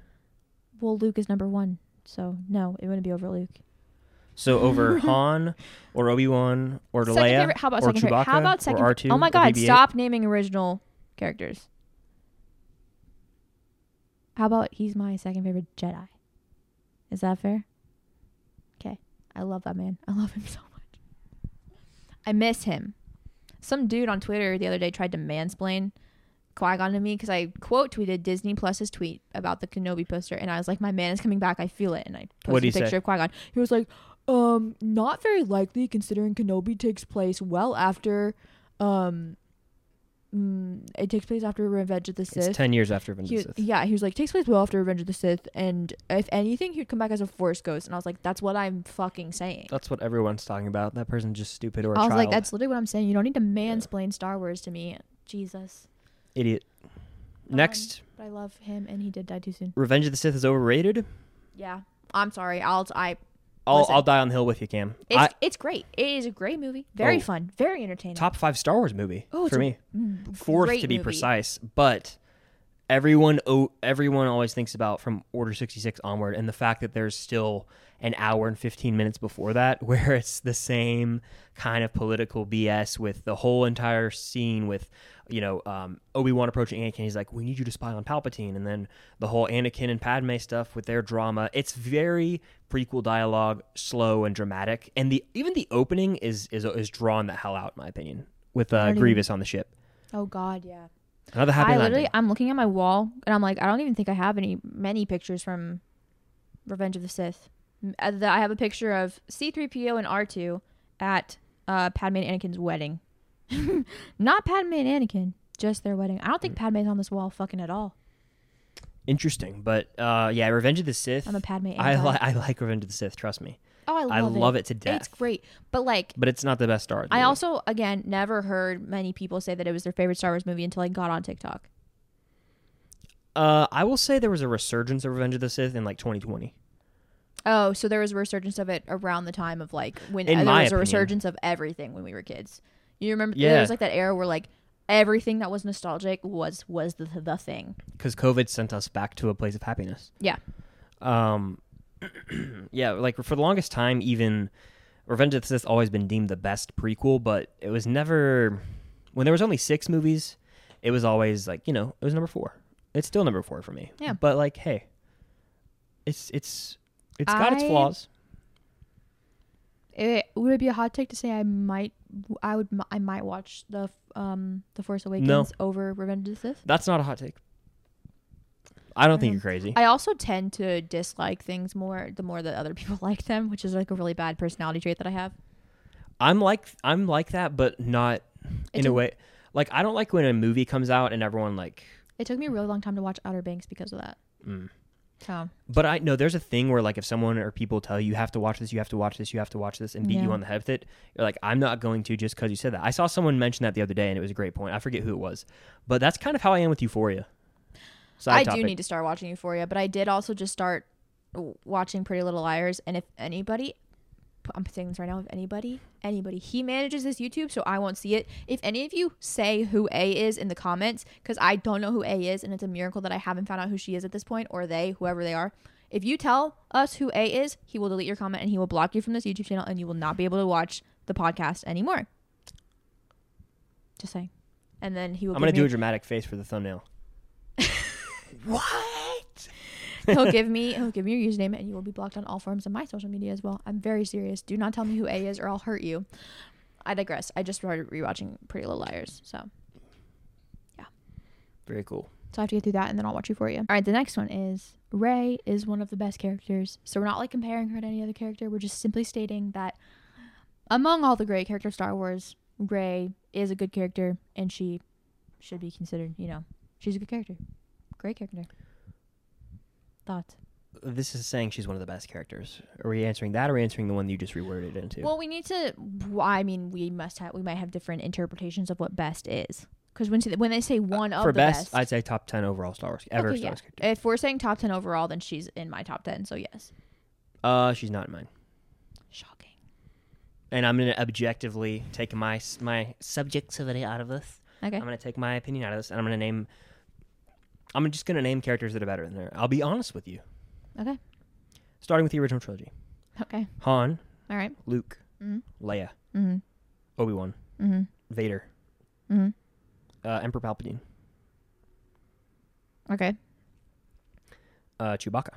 Speaker 1: Well, Luke is number one, so no, it wouldn't be over Luke. <laughs>
Speaker 2: So over Han or Obi Wan or
Speaker 1: Second
Speaker 2: Leia
Speaker 1: favorite? How about
Speaker 2: or
Speaker 1: second favorite?
Speaker 2: Chewbacca
Speaker 1: How about second?
Speaker 2: or
Speaker 1: fa-
Speaker 2: R2
Speaker 1: oh my
Speaker 2: or
Speaker 1: God!
Speaker 2: BB-8?
Speaker 1: Stop naming original characters. How about he's my second favorite Jedi? Is that fair? Okay, I love that man. I love him so much. I miss him. Some dude on Twitter the other day tried to mansplain Qui Gon to me because I quote tweeted Disney Plus's tweet about the Kenobi poster, and I was like, "My man is coming back. I feel it." And I posted
Speaker 2: What'd he
Speaker 1: a picture
Speaker 2: say?
Speaker 1: of Qui Gon. He was like, "Um, not very likely considering Kenobi takes place well after, um, mm, it takes place after Revenge of the Sith."
Speaker 2: It's ten years after Revenge
Speaker 1: He,
Speaker 2: of the Sith.
Speaker 1: yeah, he was like, takes place well after Revenge of the Sith, and if anything, he'd come back as a Force ghost. And I was like, that's what I'm fucking saying.
Speaker 2: That's what everyone's talking about. That person's just stupid or a
Speaker 1: I was
Speaker 2: child.
Speaker 1: like, that's literally what I'm saying. You don't need to mansplain Star Wars to me. Jesus.
Speaker 2: idiot.
Speaker 1: Oh.
Speaker 2: Next,
Speaker 1: But I love him, and he did die too soon.
Speaker 2: Revenge of the Sith is overrated.
Speaker 1: Yeah. I'm sorry. I'll, I,
Speaker 2: I'll,
Speaker 1: Listen.
Speaker 2: I'll die on the hill with you, Cam.
Speaker 1: it's,
Speaker 2: I,
Speaker 1: it's great. It is a great movie. Very
Speaker 2: Oh.
Speaker 1: fun. Very entertaining.
Speaker 2: top five Star Wars movie
Speaker 1: Oh, it's
Speaker 2: for
Speaker 1: a
Speaker 2: me. Fourth
Speaker 1: great
Speaker 2: to be
Speaker 1: movie.
Speaker 2: precise, but everyone oh, everyone always thinks about from Order 66 onward and the fact that there's still an hour and 15 minutes before that <laughs> where it's the same kind of political BS with the whole entire scene with you know um, Obi-Wan approaching Anakin he's like we need you to spy on Palpatine and then the whole Anakin and Padme stuff with their drama it's very prequel dialogue slow and dramatic and the even the opening is is, is drawn the hell out in my opinion with uh, Grievous on the ship
Speaker 1: Oh, God. Yeah.
Speaker 2: another happy
Speaker 1: I
Speaker 2: landing.
Speaker 1: literally, I'm looking at my wall, and I'm like, I don't even think I have any many pictures from Revenge of the Sith. M- uh, the- I have a picture of C-3PO and R2 at uh, Padme and Anakin's wedding. <laughs> Not Padme and Anakin, just their wedding. I don't
Speaker 2: Mm.
Speaker 1: think Padme's on this wall fucking at all.
Speaker 2: Interesting, but uh, yeah, Revenge of the Sith.
Speaker 1: I'm a Padme
Speaker 2: I,
Speaker 1: anti.
Speaker 2: li- I like Revenge of the Sith. Trust me,
Speaker 1: Oh, I love
Speaker 2: I
Speaker 1: it.
Speaker 2: love it to death. Mm.
Speaker 1: It's great, but like.
Speaker 2: but it's not the best Star Wars.
Speaker 1: I
Speaker 2: movie.
Speaker 1: also, again, never heard many people say that it was their favorite Star Wars movie until I got on TikTok.
Speaker 2: uh, I will say there was a resurgence of Revenge of the Sith in like 2020.
Speaker 1: Oh, so there was a resurgence of it around the time of like when uh,
Speaker 2: In
Speaker 1: there was
Speaker 2: my
Speaker 1: a
Speaker 2: opinion.
Speaker 1: resurgence of everything when we were kids. You remember
Speaker 2: Yeah.
Speaker 1: there was like that era where like everything that was nostalgic was was the the thing.
Speaker 2: because COVID sent us back to a place of happiness.
Speaker 1: Yeah.
Speaker 2: Um, <clears throat> yeah, like for the longest time, even Revenge of the Sith always been deemed the best prequel, but it was never when there was only six movies. It was always like you know it was number four. It's still number four for me.
Speaker 1: Yeah.
Speaker 2: but like hey, it's it's it's got its
Speaker 1: I-
Speaker 2: flaws.
Speaker 4: It, would it be a hot take to say I might, I would, I might watch the um the Force Awakens
Speaker 2: No.
Speaker 4: over Revenge of the Sith?
Speaker 2: That's not a hot take. I don't think you're crazy.
Speaker 1: Um, I also tend to dislike things more the more that other <laughs> people like them, which is like a really bad personality trait that I have.
Speaker 2: I'm like I'm like that, but not in a way. Like I don't like when a movie comes out and everyone like.
Speaker 1: It took me a really long time to watch Outer Banks because of that.
Speaker 2: Mm.
Speaker 1: So
Speaker 2: But I know there's a thing where like if someone or people tell you you have to watch this, you have to watch this, you have to watch this, and beat you
Speaker 1: Yeah.
Speaker 2: on the head with it, you're like I'm not going to just because you said that. I saw someone mention that the other day, and it was a great point. I forget who it was, but that's kind of how I am with Euphoria. Side
Speaker 1: I
Speaker 2: topic.
Speaker 1: do need to start watching Euphoria, but I did also just start w- watching Pretty Little Liars. And if anybody, I'm saying this right now, if anybody, anybody, he manages this YouTube, so I won't see it. If any of you say who A is in the comments, because I don't know who A is, and it's a miracle that I haven't found out who she is at this point, or they, whoever they are. If you tell us who A is, he will delete your comment and he will block you from this YouTube channel, and you will not be able to watch the podcast anymore. Just saying. And then he will.
Speaker 2: I'm gonna
Speaker 1: give me-
Speaker 2: do a dramatic face for the thumbnail. what?
Speaker 1: he'll give me he'll give me your username and you will be blocked on all forms of my social media as well. I'm very serious. Do not tell me who A is or I'll hurt you. I digress. I just started rewatching Pretty Little Liars, so
Speaker 2: Very cool.
Speaker 1: so I have to get through that and then I'll watch you for you. All right, the next one is Ray is one of the best characters. So we're not like comparing her to any other character. We're just simply stating that among all the great characters of Star Wars, Ray is a good character and she should be considered. You know, she's a good character, great character. Thoughts.
Speaker 2: This is saying she's one of the best characters. Are we answering that or are we answering the one you just reworded it into?
Speaker 1: Well, we need to. w- I mean, we must have. We might have different interpretations of what best is. Because when when they say one of
Speaker 2: Uh, for
Speaker 1: the
Speaker 2: best,
Speaker 1: best,
Speaker 2: I'd say top ten overall Star Wars ever
Speaker 1: okay,
Speaker 2: Star
Speaker 1: yeah.
Speaker 2: Wars character.
Speaker 1: If we're saying top ten overall, then she's in my top ten. So yes,
Speaker 2: Uh, she's not in mine.
Speaker 1: shocking.
Speaker 2: and I'm gonna objectively take my s- my subjectivity out of this.
Speaker 1: Okay,
Speaker 2: I'm gonna take my opinion out of this, and I'm gonna name. I'm just gonna name characters that are better than her. I'll be honest with you.
Speaker 1: okay,
Speaker 2: Starting with the original trilogy:
Speaker 1: okay.
Speaker 2: Han,
Speaker 1: All right.
Speaker 2: Luke,
Speaker 1: Mhm.
Speaker 2: Leia,
Speaker 1: Mhm.
Speaker 2: Obi Wan,
Speaker 1: Mhm.
Speaker 2: Vader,
Speaker 1: Mhm.
Speaker 2: uh, Emperor Palpatine,
Speaker 1: Okay.
Speaker 2: uh, Chewbacca,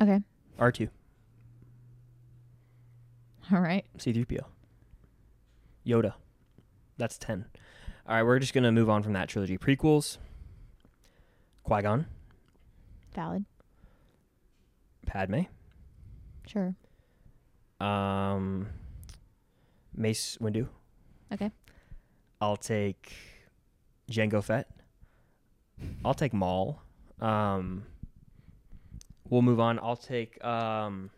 Speaker 1: Okay.
Speaker 2: R2,
Speaker 1: All right.
Speaker 2: C3PO, Yoda. That's ten. All right, we're just gonna move on from that trilogy. Prequels: Qui Gon,
Speaker 1: Valid.
Speaker 2: Padme,
Speaker 1: Sure.
Speaker 2: Um, Mace Windu.
Speaker 1: Okay.
Speaker 2: I'll take Django Fett. I'll take Maul. Um, we'll move on. I'll take um,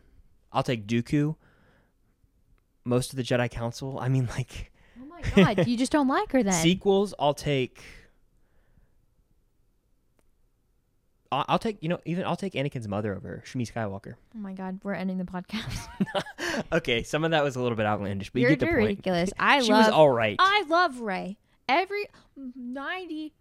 Speaker 2: I'll take Dooku. Most of the Jedi Council. I mean, <laughs> like
Speaker 1: Oh my <laughs> god, you just don't like her then.
Speaker 2: sequels. I'll take. I- I'll take you know even I'll take Anakin's mother over her, Shmi Skywalker.
Speaker 1: Oh my god, we're ending the podcast.
Speaker 2: <laughs> okay, some of that was a little bit outlandish, but you
Speaker 1: You're
Speaker 2: get the point. <laughs>
Speaker 1: ridiculous. I
Speaker 2: she
Speaker 1: love.
Speaker 2: was all right.
Speaker 1: I love Ray. Every 99%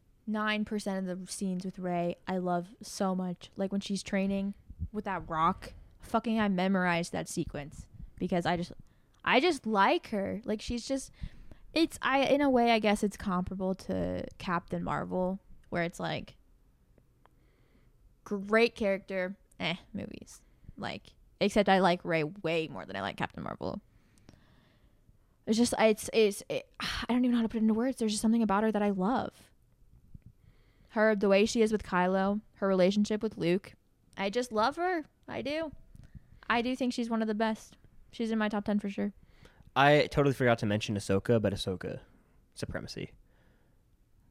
Speaker 1: of the scenes with Ray, I love so much. Like when she's training with that rock, fucking I memorized that sequence because I just I just like her. Like she's just it's I in a way I guess it's comparable to Captain Marvel where it's like great character, eh, movies. Like except I like Ray way more than I like Captain Marvel. It's just it's it's it, <sighs> I don't even know how to put it into words. There's just something about her that I love. Her the way she is with Kylo, her relationship with Luke. I just love her. I do. I do think she's one of the best. She's in my top 10 for sure.
Speaker 2: I totally forgot to mention Ahsoka, but Ahsoka supremacy.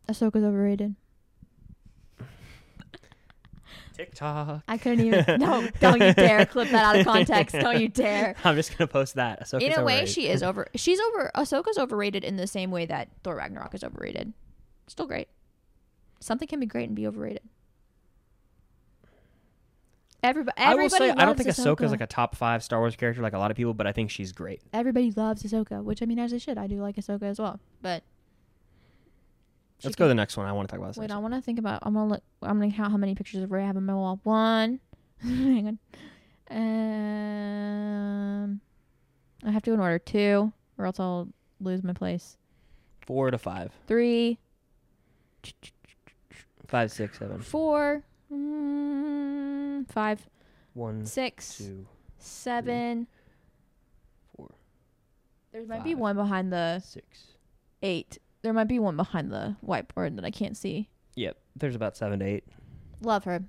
Speaker 1: Ahsoka's overrated.
Speaker 2: TikTok.
Speaker 1: I couldn't even No, don't you dare clip that out of context. Don't you dare.
Speaker 2: <laughs> I'm just gonna post that. Ahsoka's
Speaker 1: in a way,
Speaker 2: overrated.
Speaker 1: she is over. She's over. Ahsoka's overrated in the same way that Thor Ragnarok is overrated. Still great. Something can be great and be overrated. Everybody,
Speaker 2: I will
Speaker 1: everybody
Speaker 2: say
Speaker 1: loves
Speaker 2: I don't think
Speaker 1: Ahsoka.
Speaker 2: Ahsoka is like a top five Star Wars character like a lot of people, but I think she's great.
Speaker 1: everybody loves Ahsoka, which I mean, as they should. I do like Ahsoka as well, but she
Speaker 2: Let's go to
Speaker 1: can-
Speaker 2: the next one. I want to talk about this.
Speaker 1: Wait,
Speaker 2: next
Speaker 1: I want to think about. I'm gonna look. I'm gonna count how many pictures of Ray I have on my wall. One. <laughs> Hang on. Um, I have to go in order. Two, or else I'll lose my place.
Speaker 2: one. Four to five.
Speaker 1: Three.
Speaker 2: Five, six, seven.
Speaker 1: four, mm, five,
Speaker 2: One,
Speaker 1: six,
Speaker 2: two,
Speaker 1: seven.
Speaker 2: four,
Speaker 1: There might be
Speaker 2: five.
Speaker 1: one behind the
Speaker 2: six.
Speaker 1: eight. There might be one behind the whiteboard that I can't see.
Speaker 2: Yep. There's about seven to eight.
Speaker 1: Love her.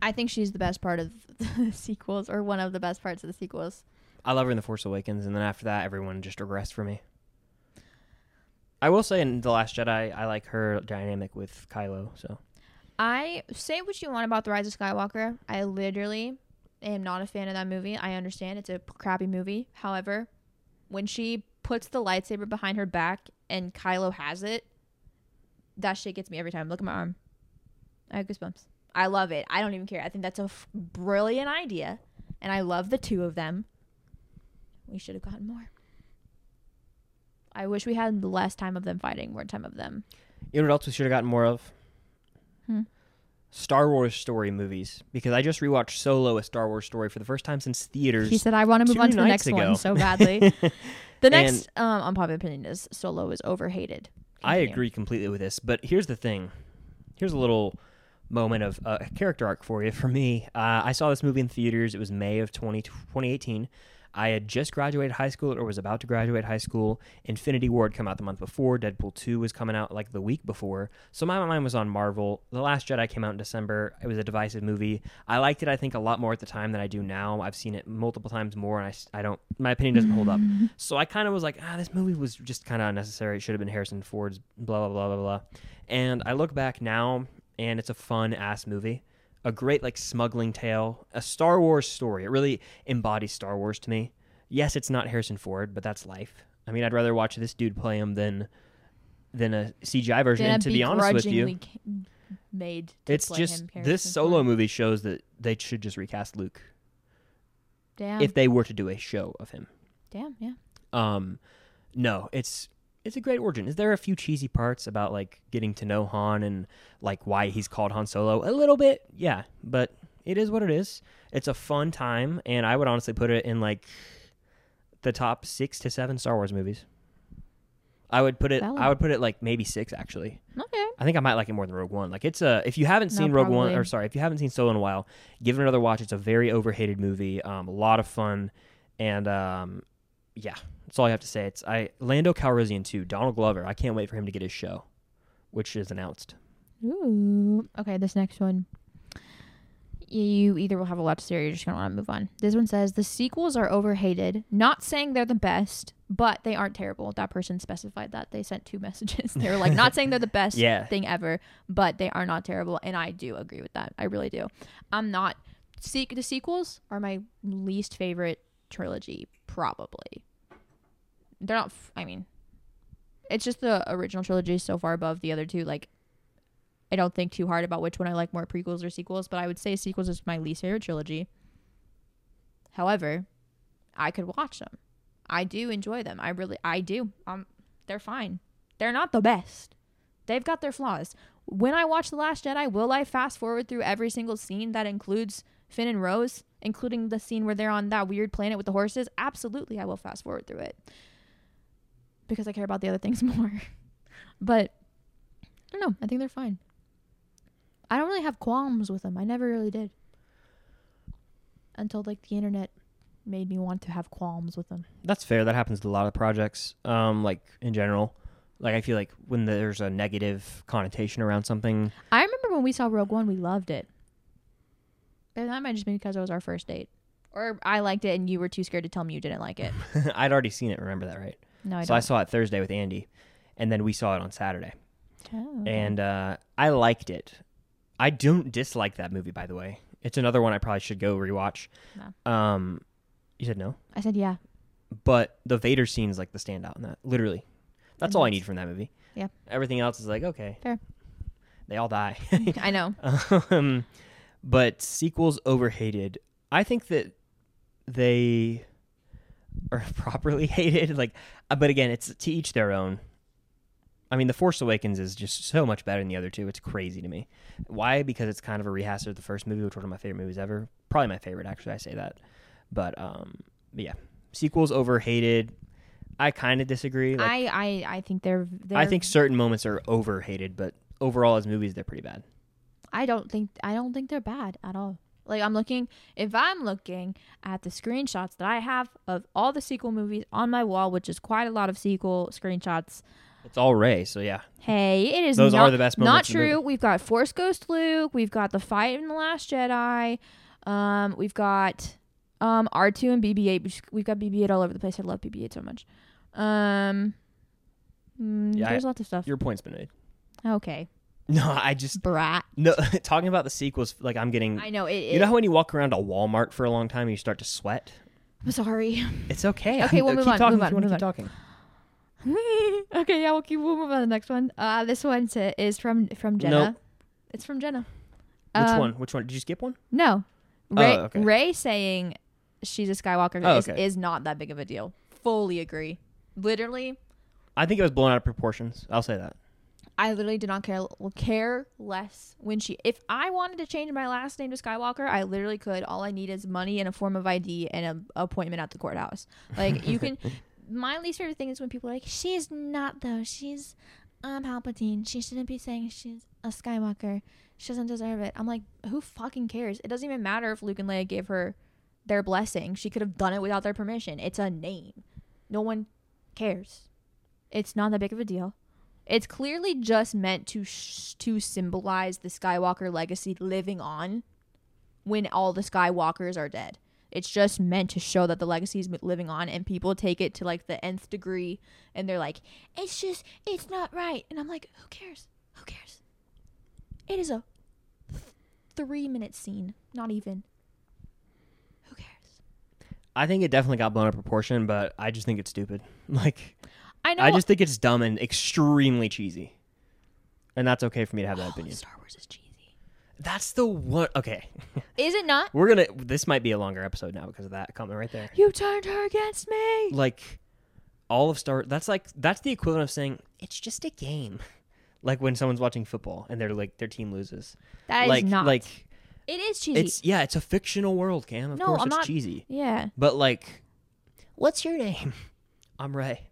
Speaker 1: I think she's the best part of <laughs> the sequels, or one of the best parts of the sequels.
Speaker 2: I love her in The Force Awakens, and then after that, everyone just regressed for me. I will say in The Last Jedi, I like her dynamic with Kylo. So
Speaker 1: I say what you want about The Rise of Skywalker. I literally am not a fan of that movie. I understand it's a p- crappy movie. However, when she puts the lightsaber behind her back and Kylo has it, that shit gets me every time. Look at my arm. I have goosebumps. I love it. I don't even care. I think that's a f- brilliant idea, and I love the two of them. We should have gotten more. I wish we had less time of them fighting, more time of them.
Speaker 2: you know what else we should have gotten more of?
Speaker 1: Hmm.
Speaker 2: Star Wars story movies, because I just rewatched Solo: A Star Wars Story for the first time since theaters.
Speaker 1: He said, "I want to move
Speaker 2: two
Speaker 1: on to the next
Speaker 2: nights ago. <laughs>
Speaker 1: one so badly." the next um, unpopular opinion is Solo is overhated.
Speaker 2: I
Speaker 1: Continue.
Speaker 2: agree completely with this, but here's the thing. Here's a little moment of uh, character arc for you. <laughs> For me, uh, I saw this movie in theaters. It was May of 20, 2018. I had just graduated high school or was about to graduate high school. Infinity War had come out the month before. Deadpool 2 was coming out like the week before. So my mind was on Marvel. The Last Jedi came out in December. It was a divisive movie. I liked it, I think, a lot more at the time than I do now. I've seen it multiple times more, and I s- I, don't, my opinion doesn't hold up. So I kind of was like, ah, this movie was just kind of unnecessary. It should have been Harrison Ford's blah, blah, blah, blah, blah. And I look back now, and it's a fun ass movie a great like smuggling tale, a Star Wars story. It really embodies Star Wars to me. Yes, it's not Harrison Ford, but that's life. I mean, I'd rather watch this dude play him than than a CGI version.
Speaker 1: Then
Speaker 2: and
Speaker 1: a
Speaker 2: to be honest with you,
Speaker 1: begrudgingly ca- made to
Speaker 2: it's
Speaker 1: play
Speaker 2: just
Speaker 1: him
Speaker 2: this
Speaker 1: Harrison
Speaker 2: solo
Speaker 1: Ford.
Speaker 2: movie shows that they should just recast Luke
Speaker 1: Damn,
Speaker 2: if they were to do a show of him.
Speaker 1: damn, yeah.
Speaker 2: Um, no, it's it's a great origin. Is there a few cheesy parts about like getting to know Han and like why he's called Han Solo? A little bit, yeah, but it is what it is. It's a fun time, and I would honestly put it in like the top six to seven Star Wars movies. I would put it. I
Speaker 1: Valid.
Speaker 2: would put it like maybe six actually.
Speaker 1: Okay,
Speaker 2: I think I might like it more than Rogue One. Like it's a if you haven't
Speaker 1: No,
Speaker 2: seen Rogue One
Speaker 1: probably.
Speaker 2: or sorry if you haven't seen Solo in a while, give it another watch. It's a very overhated movie. Um, a lot of fun, and um, yeah, that's all I have to say. It's I Lando Calrissian too. Donald Glover. I can't wait for him to get his show, which is announced.
Speaker 1: ooh, okay. This next one, you either will have a lot to say, or you're just gonna want to move on. This one says the sequels are overhated. Not saying they're the best, but they aren't terrible. That person specified that they sent two <laughs> messages. They were like, not saying they're the best
Speaker 2: Yeah.
Speaker 1: thing ever, but they are not terrible, and I do agree with that. I really do. I'm not. Seek the sequels are my least favorite trilogy, probably. They're not. F- I mean, it's just the original trilogy is so far above the other two. Like, I don't think too hard about which one I like more, prequels or sequels. But I would say sequels is my least favorite trilogy. However, I could watch them. I do enjoy them. I really, I do. Um, they're fine. They're not the best. They've got their flaws. When I watch The Last Jedi, will I fast forward through every single scene that includes Finn and Rose, including the scene where they're on that weird planet with the horses? Absolutely, I will fast forward through it because I care about the other things <laughs> more. but I don't know. I think they're fine. I don't really have qualms with them. I never really did until like the internet made me want to have qualms with them.
Speaker 2: That's fair. That happens to a lot of projects. Um, like in general, like I feel like when there's a negative connotation around something, <laughs>
Speaker 1: I remember when we saw Rogue One, we loved it. But that might just be because it was our first date. Or I liked it and you were too scared to tell me you didn't like
Speaker 2: <laughs>
Speaker 1: it.
Speaker 2: I'd already seen it. Remember that, right?
Speaker 1: No, I
Speaker 2: so I
Speaker 1: don't.
Speaker 2: saw it Thursday with Andy, and then we saw it on Saturday.
Speaker 1: Oh.
Speaker 2: and uh, I liked it. I don't dislike that movie, by the way. It's another one I probably should go rewatch. Um, you said no,
Speaker 1: I said,
Speaker 2: <laughs>
Speaker 1: yeah.
Speaker 2: but the Vader scene's like the standout in that. Literally, that's all I need from that movie.
Speaker 1: Yeah.
Speaker 2: Everything else is like okay.
Speaker 1: Fair.
Speaker 2: They all die.
Speaker 1: I know.
Speaker 2: um, but sequels overhated. I think that they are <laughs> properly hated. Like, uh, but again, it's to each their own. I mean, The Force Awakens is just so much better than the other two. It's crazy to me. Why? Because it's kind of a rehash of the first movie, which is one of my favorite movies ever. Probably my favorite, actually. I say that, but um, but yeah, sequels overhated. I kind of disagree. <laughs> Like,
Speaker 1: I, I, I think they're, they're.
Speaker 2: I think certain moments are overhated, but overall, as movies, they're pretty bad.
Speaker 1: I don't think I don't think they're bad at all. Like I'm looking if I'm looking at the screenshots that I have of all the sequel movies on my wall, which is quite a lot of sequel screenshots,
Speaker 2: It's all Ray, so yeah.
Speaker 9: Hey, it is
Speaker 2: Those
Speaker 9: not,
Speaker 2: are the best
Speaker 9: not
Speaker 2: moments in the
Speaker 9: true.
Speaker 2: movie.
Speaker 9: We've got Force Ghost Luke. We've got the fight in the Last Jedi. Um, we've got um R2 and BB-8. We've- We've got BB-8 all over the place. I love BB-8 so much. Um, mm,
Speaker 2: Yeah, I-
Speaker 9: there's lots of stuff.
Speaker 2: Your point's been made.
Speaker 9: Okay,
Speaker 2: No, I just
Speaker 9: brat.
Speaker 2: no <laughs> talking about the sequels like I'm getting
Speaker 9: I know it. it
Speaker 2: You know how when you walk around a Walmart for a long time and you start to sweat?
Speaker 9: I'm sorry. <laughs>
Speaker 2: It's okay.
Speaker 9: Okay,
Speaker 2: I'm-
Speaker 9: we'll
Speaker 2: keep
Speaker 9: move on,
Speaker 2: talking
Speaker 9: move
Speaker 2: if you
Speaker 9: on,
Speaker 2: wanna
Speaker 9: move
Speaker 2: keep talking.
Speaker 1: okay, yeah, we'll keep we'll move on to the next one. Uh, this one t- is from from Jenna.
Speaker 2: Nope.
Speaker 1: It's from Jenna.
Speaker 2: Which
Speaker 1: Um,
Speaker 2: one? Which one? Did you skip one?
Speaker 1: No, Ray,
Speaker 2: Oh, okay.
Speaker 1: Ray saying she's a Skywalker
Speaker 2: Oh,
Speaker 1: is,
Speaker 2: okay.
Speaker 1: is not that big of a deal. Fully agree. Literally,
Speaker 2: I think it was blown out of proportions. I'll say that.
Speaker 1: I literally do not care care less when she. If I wanted to change my last name to Skywalker, I literally could. All I need is money and a form of ID and an appointment at the courthouse. Like you can. my least favorite thing is when people are like, "She's not though. She's um Palpatine. She shouldn't be saying she's a Skywalker. She doesn't deserve it." I'm like, who fucking cares? It doesn't even matter if Luke and Leia gave her their blessing. She could have done it without their permission. It's a name. No one cares. It's not that big of a deal. It's clearly just meant to sh- to symbolize the Skywalker legacy living on when all the Skywalkers are dead. It's just meant to show that the legacy is living on, and people take it to like the nth degree, and they're like, "It's just, it's not right." And I'm like, "Who cares? Who cares?" It is a three minute scene, not even. Who cares?
Speaker 2: I think it definitely got blown out of proportion, but I just think it's stupid. <laughs> Like
Speaker 1: I know.
Speaker 2: I just think it's dumb and extremely cheesy. And that's okay for me to have
Speaker 9: <gasps>
Speaker 2: that opinion.
Speaker 1: Star Wars is cheesy.
Speaker 2: That's the one. Okay.
Speaker 1: Is it not?
Speaker 2: We're going to this might be a longer episode now because of that comment right there.
Speaker 1: You turned her against me.
Speaker 2: Like all of Star that's like that's the equivalent of saying it's just a game. <laughs> Like when someone's watching football and they're like their team loses.
Speaker 1: That is
Speaker 2: like
Speaker 1: not.
Speaker 2: like
Speaker 1: it is cheesy.
Speaker 2: it's yeah, it's a fictional world, Cam. Of
Speaker 1: No,
Speaker 2: course
Speaker 1: I'm
Speaker 2: it's
Speaker 1: not-
Speaker 2: cheesy.
Speaker 1: yeah,
Speaker 2: But like what's your name? I'm Ray.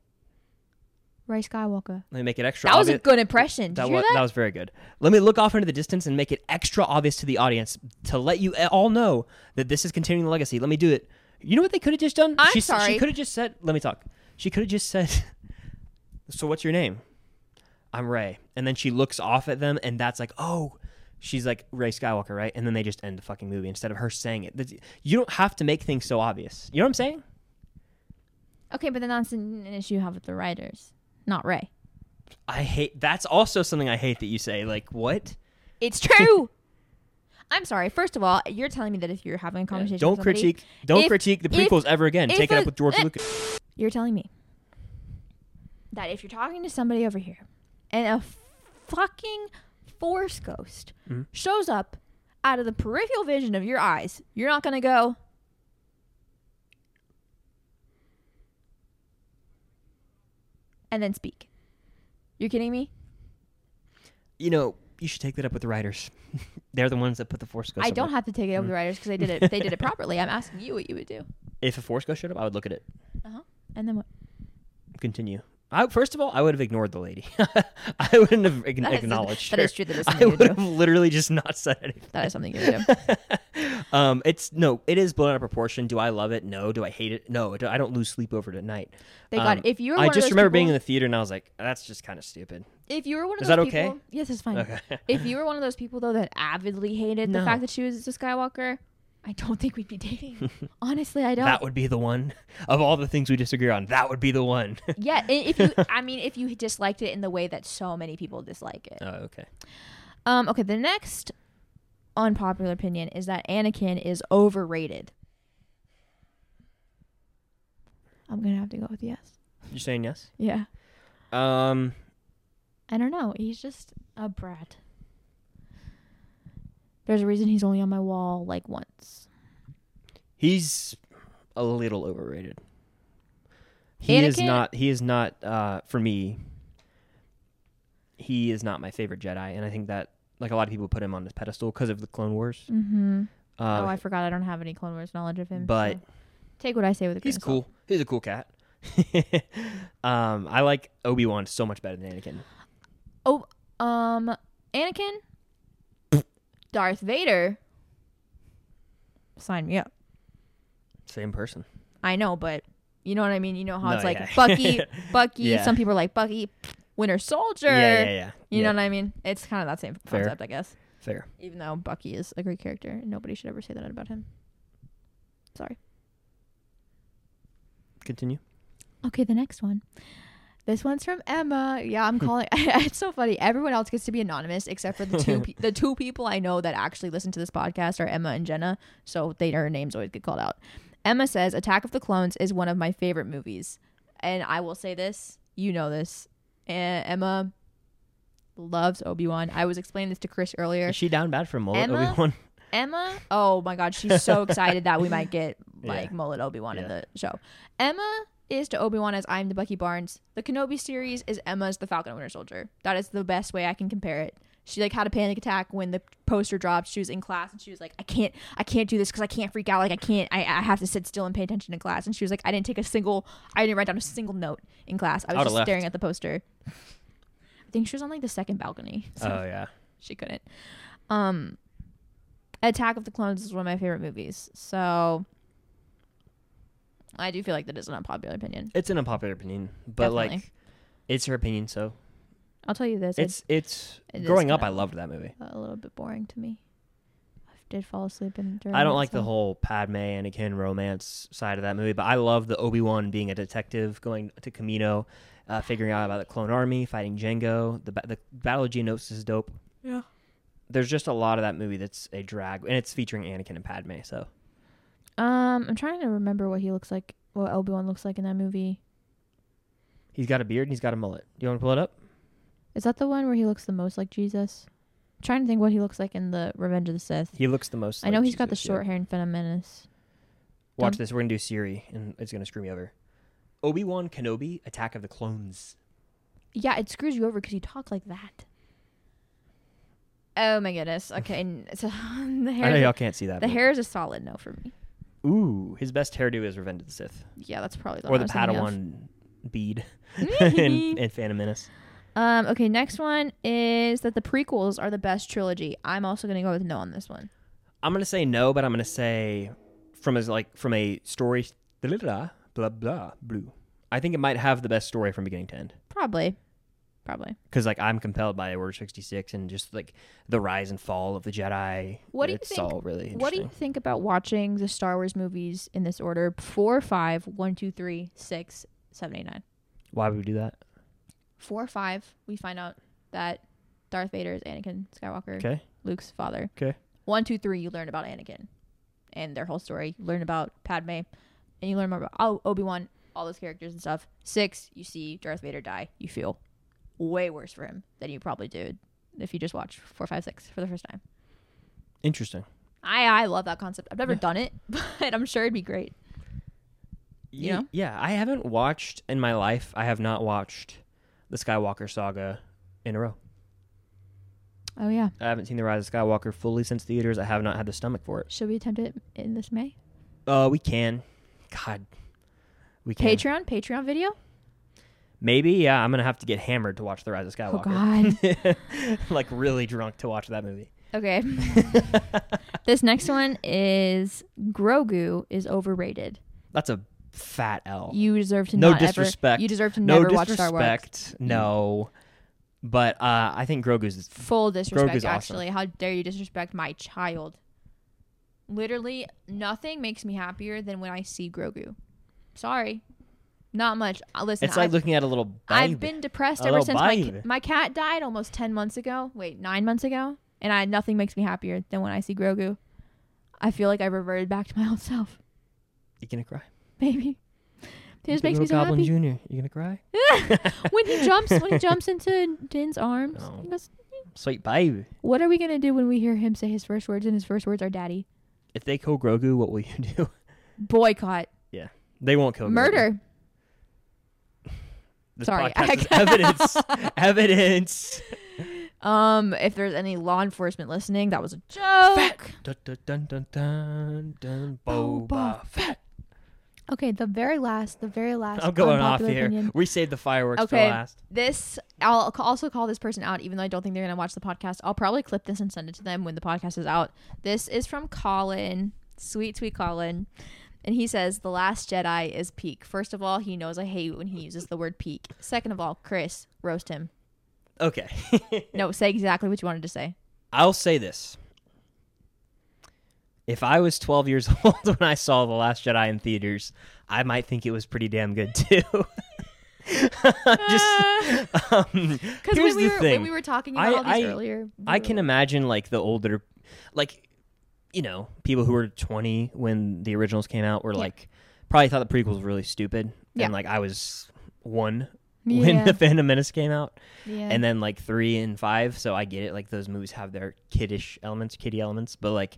Speaker 1: <laughs> Ray Skywalker.
Speaker 2: Let me make it extra.
Speaker 1: That was a
Speaker 2: obvious.
Speaker 1: good impression. Did
Speaker 2: That
Speaker 1: you hear
Speaker 2: was,
Speaker 1: that?
Speaker 2: that was very good. Let me look off into the distance and make it extra obvious to the audience to let you all know that this is continuing the legacy. Let me do it. You know what they could have just done?
Speaker 1: I'm
Speaker 2: she,
Speaker 1: sorry.
Speaker 2: She could have just said, let me talk. She could have just said, <laughs> so what's your name? I'm Ray. And then she looks off at them, and that's like, oh, she's like Ray Skywalker, right? And then they just end the fucking movie instead of her saying it. That's- You don't have to make things so obvious. You know what I'm saying?
Speaker 1: okay, but then that's an, an issue you have with the writers, not Ray.
Speaker 2: I hate. That's also something I hate that you say. Like, what?
Speaker 1: It's
Speaker 2: <laughs>
Speaker 1: true. I'm sorry. First of all, you're telling me that if you're having a conversation,
Speaker 2: Don't
Speaker 1: with somebody-
Speaker 2: critique. Don't
Speaker 1: If-
Speaker 2: critique the
Speaker 1: if-
Speaker 2: prequels ever again.
Speaker 1: if
Speaker 2: Take it
Speaker 1: a-
Speaker 2: up with George
Speaker 1: eh,
Speaker 2: Lucas.
Speaker 1: You're telling me that if you're talking to somebody over here and a fucking force ghost
Speaker 2: Mm-hmm.
Speaker 1: shows up out of the peripheral vision of your eyes, you're not going to go. And then speak. You're kidding me?
Speaker 2: you know, you should take that up with the writers. <laughs> They're the ones that put the Force Ghost.
Speaker 1: I
Speaker 2: up
Speaker 1: don't
Speaker 2: there.
Speaker 1: have to take it over the writers because they did
Speaker 2: <laughs>
Speaker 1: it. They did it properly. I'm asking you what you would do.
Speaker 2: If a Force Ghost showed up, I would look at it.
Speaker 1: And then what?
Speaker 2: Continue. I, first of all, I would have ignored the lady. <laughs> I wouldn't have ign-
Speaker 1: That is-
Speaker 2: acknowledged
Speaker 1: that
Speaker 2: her.
Speaker 1: is true, that is
Speaker 2: <laughs> I
Speaker 1: something you
Speaker 2: would
Speaker 1: do.
Speaker 2: have literally just not said anything.
Speaker 1: That is something you
Speaker 2: <laughs>
Speaker 1: would do.
Speaker 2: Um, it's no, it is blown out of proportion. Do I love it? No. Do I hate it? No. Do- I don't lose sleep over it at night.
Speaker 1: Thank God.
Speaker 2: Um,
Speaker 1: If you were
Speaker 2: I
Speaker 1: one of
Speaker 2: just
Speaker 1: those
Speaker 2: remember being
Speaker 1: people-
Speaker 2: in the theater and I was like, that's just kind of stupid.
Speaker 1: If you were one of
Speaker 2: Is
Speaker 1: those
Speaker 2: that
Speaker 1: people,
Speaker 2: okay?
Speaker 1: yes, it's fine.
Speaker 2: Okay. <laughs>
Speaker 1: if you were one of those people though that avidly hated
Speaker 2: No.
Speaker 1: the fact that she was a Skywalker, I don't think we'd be
Speaker 2: <laughs>
Speaker 1: dating. Honestly, I don't.
Speaker 2: That would be the one <laughs> of all the things we disagree on. That would be the one. <laughs>
Speaker 1: yeah, i- if you, I mean, if you disliked it in the way that so many people dislike it.
Speaker 2: oh, okay.
Speaker 1: Um. Okay. The next unpopular opinion is that Anakin is overrated. I'm gonna have to go with yes.
Speaker 2: You're saying yes?
Speaker 1: Yeah.
Speaker 2: Um,
Speaker 1: I don't know. He's just a brat. There's a reason he's only on my wall like once.
Speaker 2: He's a little overrated. He is
Speaker 1: Anakin-
Speaker 2: not. He is not. Uh, for me, he is not my favorite Jedi, and I think that like a lot of people put him on this pedestal because of the Clone Wars.
Speaker 1: Mm-hmm.
Speaker 2: Uh,
Speaker 1: oh, I forgot. I don't have any Clone Wars knowledge of him.
Speaker 2: but
Speaker 1: so take what I say with a grain
Speaker 2: he's
Speaker 1: of salt.
Speaker 2: cool. He's a cool cat. <laughs> um, I like Obi Wan so much better than Anakin.
Speaker 1: Oh, um, Anakin, Darth Vader. Sign me up.
Speaker 2: Same person.
Speaker 1: I know, but you know what I mean. You know how
Speaker 2: No,
Speaker 1: it's like
Speaker 2: yeah. <laughs>
Speaker 1: Bucky, Bucky.
Speaker 2: Yeah.
Speaker 1: Some people are like Bucky.
Speaker 10: Winter Soldier.
Speaker 2: Yeah, yeah, yeah.
Speaker 10: You
Speaker 2: Yeah.
Speaker 10: know what I mean? It's kind of that same
Speaker 2: Fair.
Speaker 10: concept, I guess.
Speaker 2: Fair.
Speaker 10: Even though Bucky is a great character, and nobody should ever say that about him. Sorry.
Speaker 2: Continue.
Speaker 1: Okay, the next one. This one's from Emma. Yeah, I'm calling. <laughs> it's so funny. Everyone else gets to be anonymous except for the two pe- the two people I know that actually listen to this podcast are Emma and Jenna. So they their names always get called out. Emma says Attack of the Clones is one of my favorite movies, and I will say this. You know this, and Emma loves Obi Wan. I was explaining this to Chris earlier.
Speaker 2: Is she down bad for mullet
Speaker 1: Emma? <laughs>
Speaker 2: Obi Wan?
Speaker 1: Emma, oh my God, she's
Speaker 2: <laughs>
Speaker 1: so excited that we might get
Speaker 2: Yeah.
Speaker 1: like mullet Obi Wan in
Speaker 2: Yeah.
Speaker 1: the show. Emma is to Obi Wan as I'm to Bucky Barnes. The Kenobi series is Emma's the Falcon and Winter Soldier. That is the best way I can compare it. She like had a panic attack when the poster dropped. She was in class and she was like, "I can't, I can't do this because I can't freak out. Like I can't, I, I have to sit still and pay attention in class." And she was like, "I didn't take a single, I didn't write down a single note in class. I was
Speaker 2: Outta
Speaker 1: just
Speaker 2: left.
Speaker 1: staring at the poster." I think she was on like the second balcony. So
Speaker 2: Oh yeah.
Speaker 1: she couldn't. Um Attack of the Clones is one of my favorite movies. So I do feel like that is an unpopular opinion.
Speaker 2: It's an unpopular opinion, but
Speaker 1: Definitely.
Speaker 2: like, it's her opinion. So
Speaker 1: I'll tell you this, it's,
Speaker 2: it's it's
Speaker 1: It is
Speaker 2: growing up. I
Speaker 1: kinda-
Speaker 2: loved that movie.
Speaker 1: a little bit boring to me. I did fall asleep in during
Speaker 2: I don't
Speaker 1: it,
Speaker 2: like the
Speaker 1: so-
Speaker 2: whole Padme Anakin romance side of that movie, but I love the Obi Wan being a detective, going to Camino, uh, figuring out about the clone army, fighting Django. The ba- the Battle of Geonosis is dope. Yeah. There's just a lot of that movie that's a drag, and it's featuring Anakin and Padme. So
Speaker 1: Um I'm trying to remember what he looks like what Obi Wan looks like in that movie.
Speaker 2: he's got a beard and he's got a mullet. Do you want to pull it up?
Speaker 1: Is that the one where he looks the most like Jesus? I'm trying to think what he looks like in the Revenge of the Sith.
Speaker 2: He looks the most.
Speaker 1: I know
Speaker 2: he's
Speaker 1: he's got the short hair in Phantom Menace.
Speaker 2: Watch
Speaker 1: Done.
Speaker 2: this. We're gonna do Siri, and it's gonna screw me over. Obi Wan Kenobi, Attack of the Clones.
Speaker 1: Yeah, it screws you over because you talk like that. Oh my goodness. Okay, n- so <laughs> the
Speaker 2: I know
Speaker 1: hair.
Speaker 2: y'all can't see that.
Speaker 1: The
Speaker 2: but-
Speaker 1: hair is a solid no for me.
Speaker 2: Ooh, his best hairdo is Revenge of the Sith,
Speaker 1: Yeah, that's probably the
Speaker 2: or
Speaker 1: one
Speaker 2: the
Speaker 1: I was thinking of.
Speaker 2: Padawan
Speaker 1: <laughs>
Speaker 2: bead <laughs> in, in Phantom Menace.
Speaker 1: Um. Okay. Next one is that the prequels are the best trilogy. I'm also gonna go with no on this one.
Speaker 2: I'm gonna say no, but I'm gonna say from as like from a story blah blah blah, blah blue. I think it might have the best story from beginning to end
Speaker 1: Probably. Probably.
Speaker 2: because like I'm compelled by Order 66 and just like the rise and fall of the Jedi.
Speaker 1: What do you
Speaker 2: it's
Speaker 1: think-
Speaker 2: all really interesting.
Speaker 1: What do you think about watching the Star Wars movies in this order? Four, five, one, two, three, six, seven, eight, nine.
Speaker 2: Why would we do that?
Speaker 1: Four, five. We find out that Darth Vader is Anakin Skywalker.
Speaker 2: Okay,
Speaker 1: Luke's father.
Speaker 2: Okay.
Speaker 1: One, two, three, you learn about Anakin and their whole story. You learn about Padme and you learn more about oh, Obi Wan, all those characters and stuff. Six, you see Darth Vader die. You feel way worse for him than you probably did if you just watched four, five, six for the first time.
Speaker 2: interesting.
Speaker 1: I I love that concept. I've never done it, <laughs> but I'm sure it'd be great.
Speaker 2: Ye-
Speaker 1: know?
Speaker 2: yeah. I haven't watched in my life. I have not watched the Skywalker saga in a row.
Speaker 1: Oh yeah.
Speaker 2: I haven't seen the Rise of Skywalker fully since theaters. I have not had the stomach for it.
Speaker 1: Should we attempt it in this May?
Speaker 2: Uh, we can. God, we can.
Speaker 1: Patreon, Patreon video?
Speaker 2: Maybe, yeah, I'm gonna have to get hammered to watch The Rise of
Speaker 1: Oh
Speaker 2: Skywalker.
Speaker 1: god.
Speaker 2: <laughs> like really drunk to watch that movie.
Speaker 1: Okay. this next one is Grogu is overrated.
Speaker 2: That's a fat L.
Speaker 1: You deserve to
Speaker 2: no
Speaker 1: not
Speaker 2: disrespect.
Speaker 1: Ever, you deserve to
Speaker 2: no
Speaker 1: never watch
Speaker 2: disrespect,
Speaker 1: Star Wars. Mm.
Speaker 2: No. But uh, I think Grogu's
Speaker 1: Full disrespect.
Speaker 2: Grogu's awesome.
Speaker 1: actually, how dare you disrespect my child? Literally, nothing makes me happier than when I see Grogu. Sorry, not much. Uh, Listen,
Speaker 2: it's like
Speaker 1: I've,
Speaker 2: looking at a little baby.
Speaker 1: I've been depressed
Speaker 2: A
Speaker 1: ever
Speaker 2: little
Speaker 1: since my, ca-
Speaker 2: babe.
Speaker 1: my cat died almost ten months ago. Wait, nine months ago, and I nothing makes me happier than when I see Grogu. I feel like I reverted back to my <laughs> old self,
Speaker 2: You gonna cry?
Speaker 1: baby. It just
Speaker 2: Little
Speaker 1: makes me so
Speaker 2: Goblin
Speaker 1: happy.
Speaker 2: Junior. You gonna cry?
Speaker 1: when he jumps when
Speaker 2: <laughs>
Speaker 1: he jumps into Din's arms,
Speaker 2: Oh.
Speaker 1: he goes,
Speaker 2: Sweet baby.
Speaker 1: "What are we gonna do when we hear him say his first words?" And his first words are "Daddy."
Speaker 2: If they kill Grogu, what will you <laughs> do?
Speaker 1: Boycott,
Speaker 2: They won't kill Grogu.
Speaker 1: murder.
Speaker 2: This
Speaker 1: Sorry. <laughs>
Speaker 2: podcast is evidence. evidence.
Speaker 1: Um, if there's any law enforcement listening, that was a joke.
Speaker 2: Dun dun dun dun dun. dun.
Speaker 1: Boba
Speaker 2: Boba Fett.
Speaker 1: Okay, the very last, the very last.
Speaker 2: I'm going off
Speaker 1: unpopular
Speaker 2: here.
Speaker 1: opinion.
Speaker 2: We saved the fireworks
Speaker 1: Okay.
Speaker 2: for last.
Speaker 1: This I'll ca- also call this person out, even though I don't think they're gonna watch the podcast. I'll probably clip this and send it to them when the podcast is out. This is from Colin, sweet sweet Colin.
Speaker 11: And he says The Last Jedi is peak. First of all, he knows I hate when he uses the word peak. Second of all, Chris, roast him.
Speaker 2: Okay. <laughs>
Speaker 11: No, say exactly what you wanted to say.
Speaker 2: I'll say this. If I was 12 years <laughs> old when I saw The Last Jedi in theaters, I might think it was pretty damn good too. <laughs>
Speaker 1: <laughs>
Speaker 2: Just um,
Speaker 1: Because
Speaker 2: here's
Speaker 1: when we
Speaker 2: the
Speaker 1: were
Speaker 2: thing.
Speaker 1: when we were talking about
Speaker 2: I-
Speaker 1: all these
Speaker 2: I-
Speaker 1: earlier,
Speaker 2: I can imagine like the older, like, you know, people who were 20 when the originals came out were like probably thought the prequels were really stupid.
Speaker 11: Yeah.
Speaker 2: And like I was one
Speaker 1: Yeah.
Speaker 2: when the Phantom Menace came out,
Speaker 1: yeah.
Speaker 2: and then like three and five. So I get it. Like those movies have their kiddish elements, kiddie elements, but like.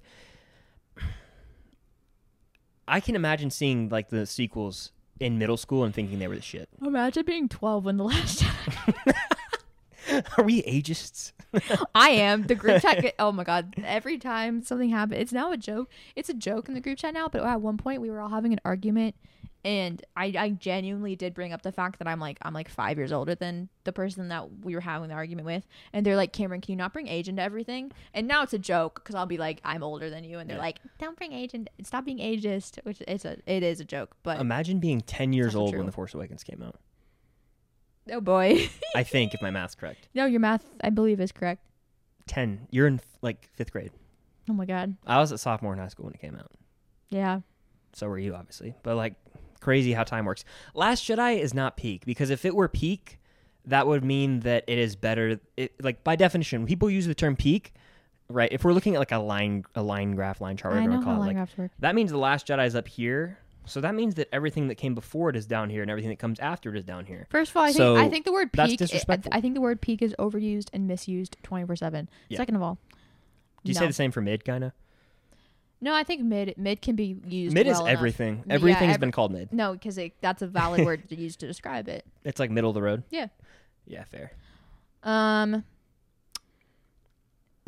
Speaker 2: I can imagine seeing like the sequels in middle school and thinking they were the shit.
Speaker 1: <laughs> imagine being twelve when the last. <laughs>
Speaker 2: Are we ageists?
Speaker 1: I am the group chat. <laughs> Get, oh my god! Every time something happens, it's now a joke. It's a joke in the group chat now. But at one point, we were all having an argument, and I, I genuinely did bring up the fact that I'm like I'm like five years older than the person that we were having the argument with, and they're like, Cameron, can you not bring age into everything? And now it's a joke because I'll be like, I'm older than you, and they're like, don't bring age and stop being ageist, which it's a it is a joke. But
Speaker 2: Imagine being 10 years
Speaker 1: also
Speaker 2: old
Speaker 1: true.
Speaker 2: when The Force Awakens came out.
Speaker 1: oh boy, <laughs>
Speaker 2: I think, if my math's correct.
Speaker 1: no, your math I believe is correct.
Speaker 2: 10 you're in like fifth grade
Speaker 1: Oh my god,
Speaker 2: i was a sophomore in high school when it came out
Speaker 1: yeah,
Speaker 2: so were you obviously but like crazy how time works last jedi is not peak because if it were peak that would mean that it is better it, like by definition when people use the term peak right if we're looking at like a line a line graph line chart
Speaker 1: I
Speaker 2: whatever you
Speaker 1: know
Speaker 2: want to
Speaker 1: how
Speaker 2: call
Speaker 1: long
Speaker 2: it
Speaker 1: I
Speaker 2: like
Speaker 1: have to work.
Speaker 2: that means the last jedi is up here so that means that everything that came before it is down here and everything that comes after it is down here
Speaker 1: First of all, I think I
Speaker 2: So,
Speaker 1: think the word
Speaker 2: that's
Speaker 1: peak. I- I,
Speaker 2: disrespectful.
Speaker 1: think the word peak is overused and misused twenty four seven.
Speaker 2: Yeah.
Speaker 1: Second of all,
Speaker 2: do you
Speaker 1: no.
Speaker 2: say the same for mid kind of
Speaker 1: No, I think mid mid can be used.
Speaker 2: mid
Speaker 1: well
Speaker 2: is
Speaker 1: enough.
Speaker 2: everything
Speaker 1: Yeah,
Speaker 2: everything's
Speaker 1: every-
Speaker 2: been called mid
Speaker 1: No, because that's a valid word to use to describe
Speaker 2: <laughs>
Speaker 1: it.
Speaker 2: it's like middle of the road
Speaker 1: Yeah.
Speaker 2: yeah fair
Speaker 1: Um.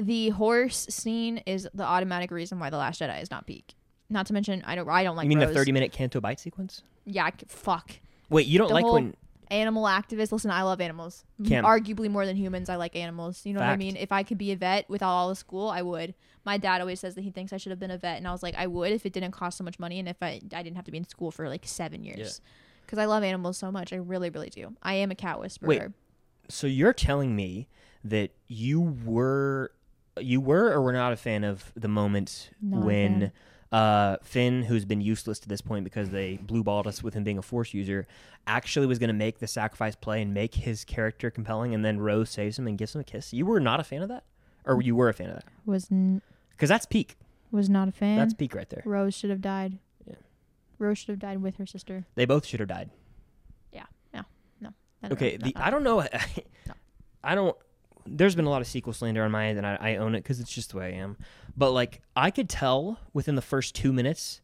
Speaker 1: The horse scene is the automatic reason why the Last Jedi is not peak. Not to mention, I don't I don't like.
Speaker 2: you mean
Speaker 1: Rose.
Speaker 2: the 30 minute canto bite sequence
Speaker 1: Yeah, I c- fuck.
Speaker 2: Wait, you don't
Speaker 1: The
Speaker 2: like
Speaker 1: whole-
Speaker 2: when
Speaker 1: animal activist. Listen, I love animals.
Speaker 2: Cam.
Speaker 1: Arguably more than humans, I like animals. You know what I
Speaker 2: Fact.
Speaker 1: mean? If I could be a vet without all the school, I would. My dad always says that he thinks I should have been a vet, and I was like, I would if it didn't cost so much money and if I I didn't have to be in school for like seven years. Because I love animals so much, I really, really do. I am a cat whisperer.
Speaker 2: Wait. so you're telling me that you were you were or were not a fan of the moment
Speaker 1: Not a
Speaker 2: when uh, Finn, who's been useless to this point because they blue balled us with him being a force user, actually was going to make the sacrifice play and make his character compelling, and then Rose saves him and gives him a kiss. You were not a fan of that, or you were a fan of that
Speaker 1: Was n-
Speaker 2: because that's peak.
Speaker 1: was not a fan.
Speaker 2: That's peak right there.
Speaker 1: Rose should have died.
Speaker 2: Yeah.
Speaker 1: Rose should have died with her sister.
Speaker 2: They both should have died.
Speaker 1: Yeah. No. No. No, no,
Speaker 2: Okay,
Speaker 1: no,
Speaker 2: the,
Speaker 1: no.
Speaker 2: I don't know. <laughs> I don't. There's been a lot of sequel slander on my end, and I, I own it because it's just the way I am. But like, I could tell within the first two minutes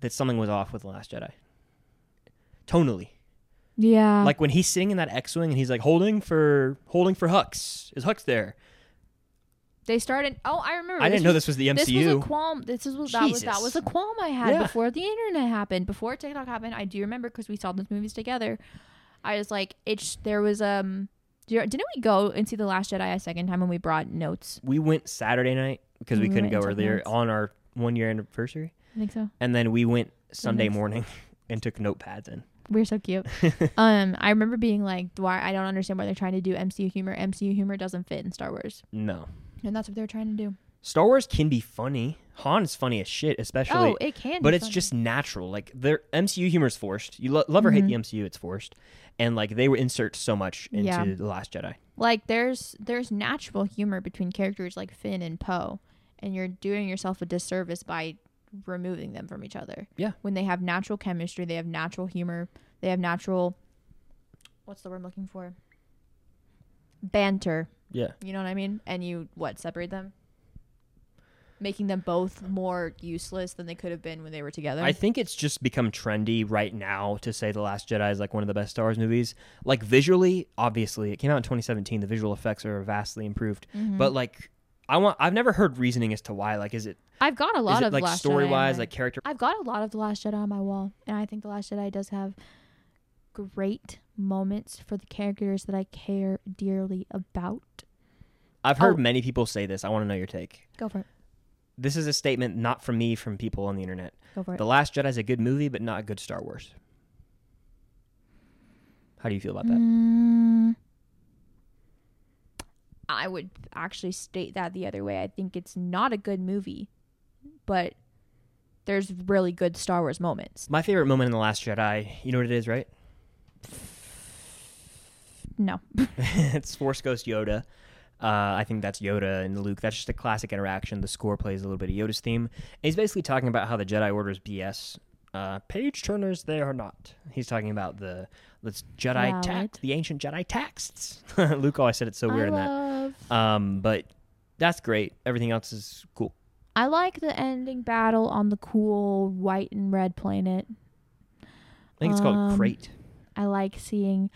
Speaker 2: that something was off with the Last Jedi. Tonally,
Speaker 1: yeah.
Speaker 2: like when he's sitting in that X-wing and he's like holding for holding for Hux. Is Hux there?
Speaker 1: They started. Oh, I remember.
Speaker 2: I didn't know
Speaker 1: was-
Speaker 2: this was the MCU.
Speaker 1: This was a qualm. This is what that was. That
Speaker 2: Jesus.
Speaker 1: was a qualm I had
Speaker 2: Yeah.
Speaker 1: before the internet happened, before TikTok happened. I do remember because we saw those movies together. I was like, it's there was um. do you- Didn't we go and see the Last Jedi a second time when we brought notes?
Speaker 2: we went Saturday night because we
Speaker 1: We
Speaker 2: couldn't
Speaker 1: went
Speaker 2: go
Speaker 1: and Mm, took
Speaker 2: earlier
Speaker 1: notes.
Speaker 2: on our one year anniversary,
Speaker 1: I think so.
Speaker 2: and then we went Sunday
Speaker 1: makes-
Speaker 2: morning <laughs> and took notepads in.
Speaker 1: We were so <laughs> cute. um, I remember being like, why? I don't understand why they're trying to do MCU humor. MCU humor doesn't fit in Star Wars,
Speaker 2: No,
Speaker 1: and that's what they're trying to do.
Speaker 2: Star Wars can be funny. Han is funny as shit, especially.
Speaker 1: oh, it can.
Speaker 2: but
Speaker 1: be
Speaker 2: it's
Speaker 1: funny.
Speaker 2: just natural. Like their MCU humor is forced. You lo- love or
Speaker 1: Mm-hmm.
Speaker 2: hate the MCU, it's forced, and like they were insert so much into
Speaker 1: Yeah.
Speaker 2: the Last Jedi.
Speaker 1: like there's there's natural humor between characters like Finn and Poe, and you're doing yourself a disservice by removing them from each other.
Speaker 2: Yeah.
Speaker 1: When they have natural chemistry, they have natural humor, they have natural what's the word I'm looking for? Banter.
Speaker 2: Yeah,
Speaker 1: You know what I mean? And you what, separate them? Making them both more useless than they could have been when they were together.
Speaker 2: I think it's just become trendy right now to say the Last Jedi is like one of the best Star Wars movies. Like visually, obviously, it came out in 2017. The visual effects are vastly improved,
Speaker 1: Mm-hmm.
Speaker 2: but like. I want. I've never heard reasoning as to why. Like, is it
Speaker 1: I've got a
Speaker 2: is
Speaker 1: lot
Speaker 2: it
Speaker 1: of
Speaker 2: like
Speaker 1: Last Jedi on
Speaker 2: story wise,
Speaker 1: my-
Speaker 2: like character?
Speaker 1: I've got a lot of The Last Jedi on my wall, and I think The Last Jedi does have great moments for the characters that I care dearly about.
Speaker 2: I've heard
Speaker 1: Oh.
Speaker 2: many people say this. I want to know your take.
Speaker 1: Go for it.
Speaker 2: this is a statement not from me, from people on the internet.
Speaker 4: Go for it.
Speaker 2: The Last Jedi is a good movie, but not a good Star Wars. How do you feel about that?
Speaker 4: Mm,
Speaker 1: I would actually state that the other way. I think it's not a good movie, but there's really good Star Wars moments.
Speaker 2: My favorite moment in The Last Jedi, you know what it is, right? <laughs>
Speaker 1: No.
Speaker 2: it's Force Ghost Yoda. Uh, I think that's Yoda and Luke. That's just a classic interaction. The score plays a little bit of Yoda's theme. And he's basically talking about how the Jedi Order is BS. Uh, page turners, they are not. He's talking about the let's Jedi
Speaker 4: Valid.
Speaker 2: tax, the ancient Jedi texts. <laughs> Luke always said it so
Speaker 4: I
Speaker 2: weird in that.
Speaker 4: love.
Speaker 2: Um, but that's great. Everything else is cool.
Speaker 1: I like the ending battle on the cool white and red planet.
Speaker 2: I think it's called
Speaker 1: Um,
Speaker 2: Crate.
Speaker 1: I like seeing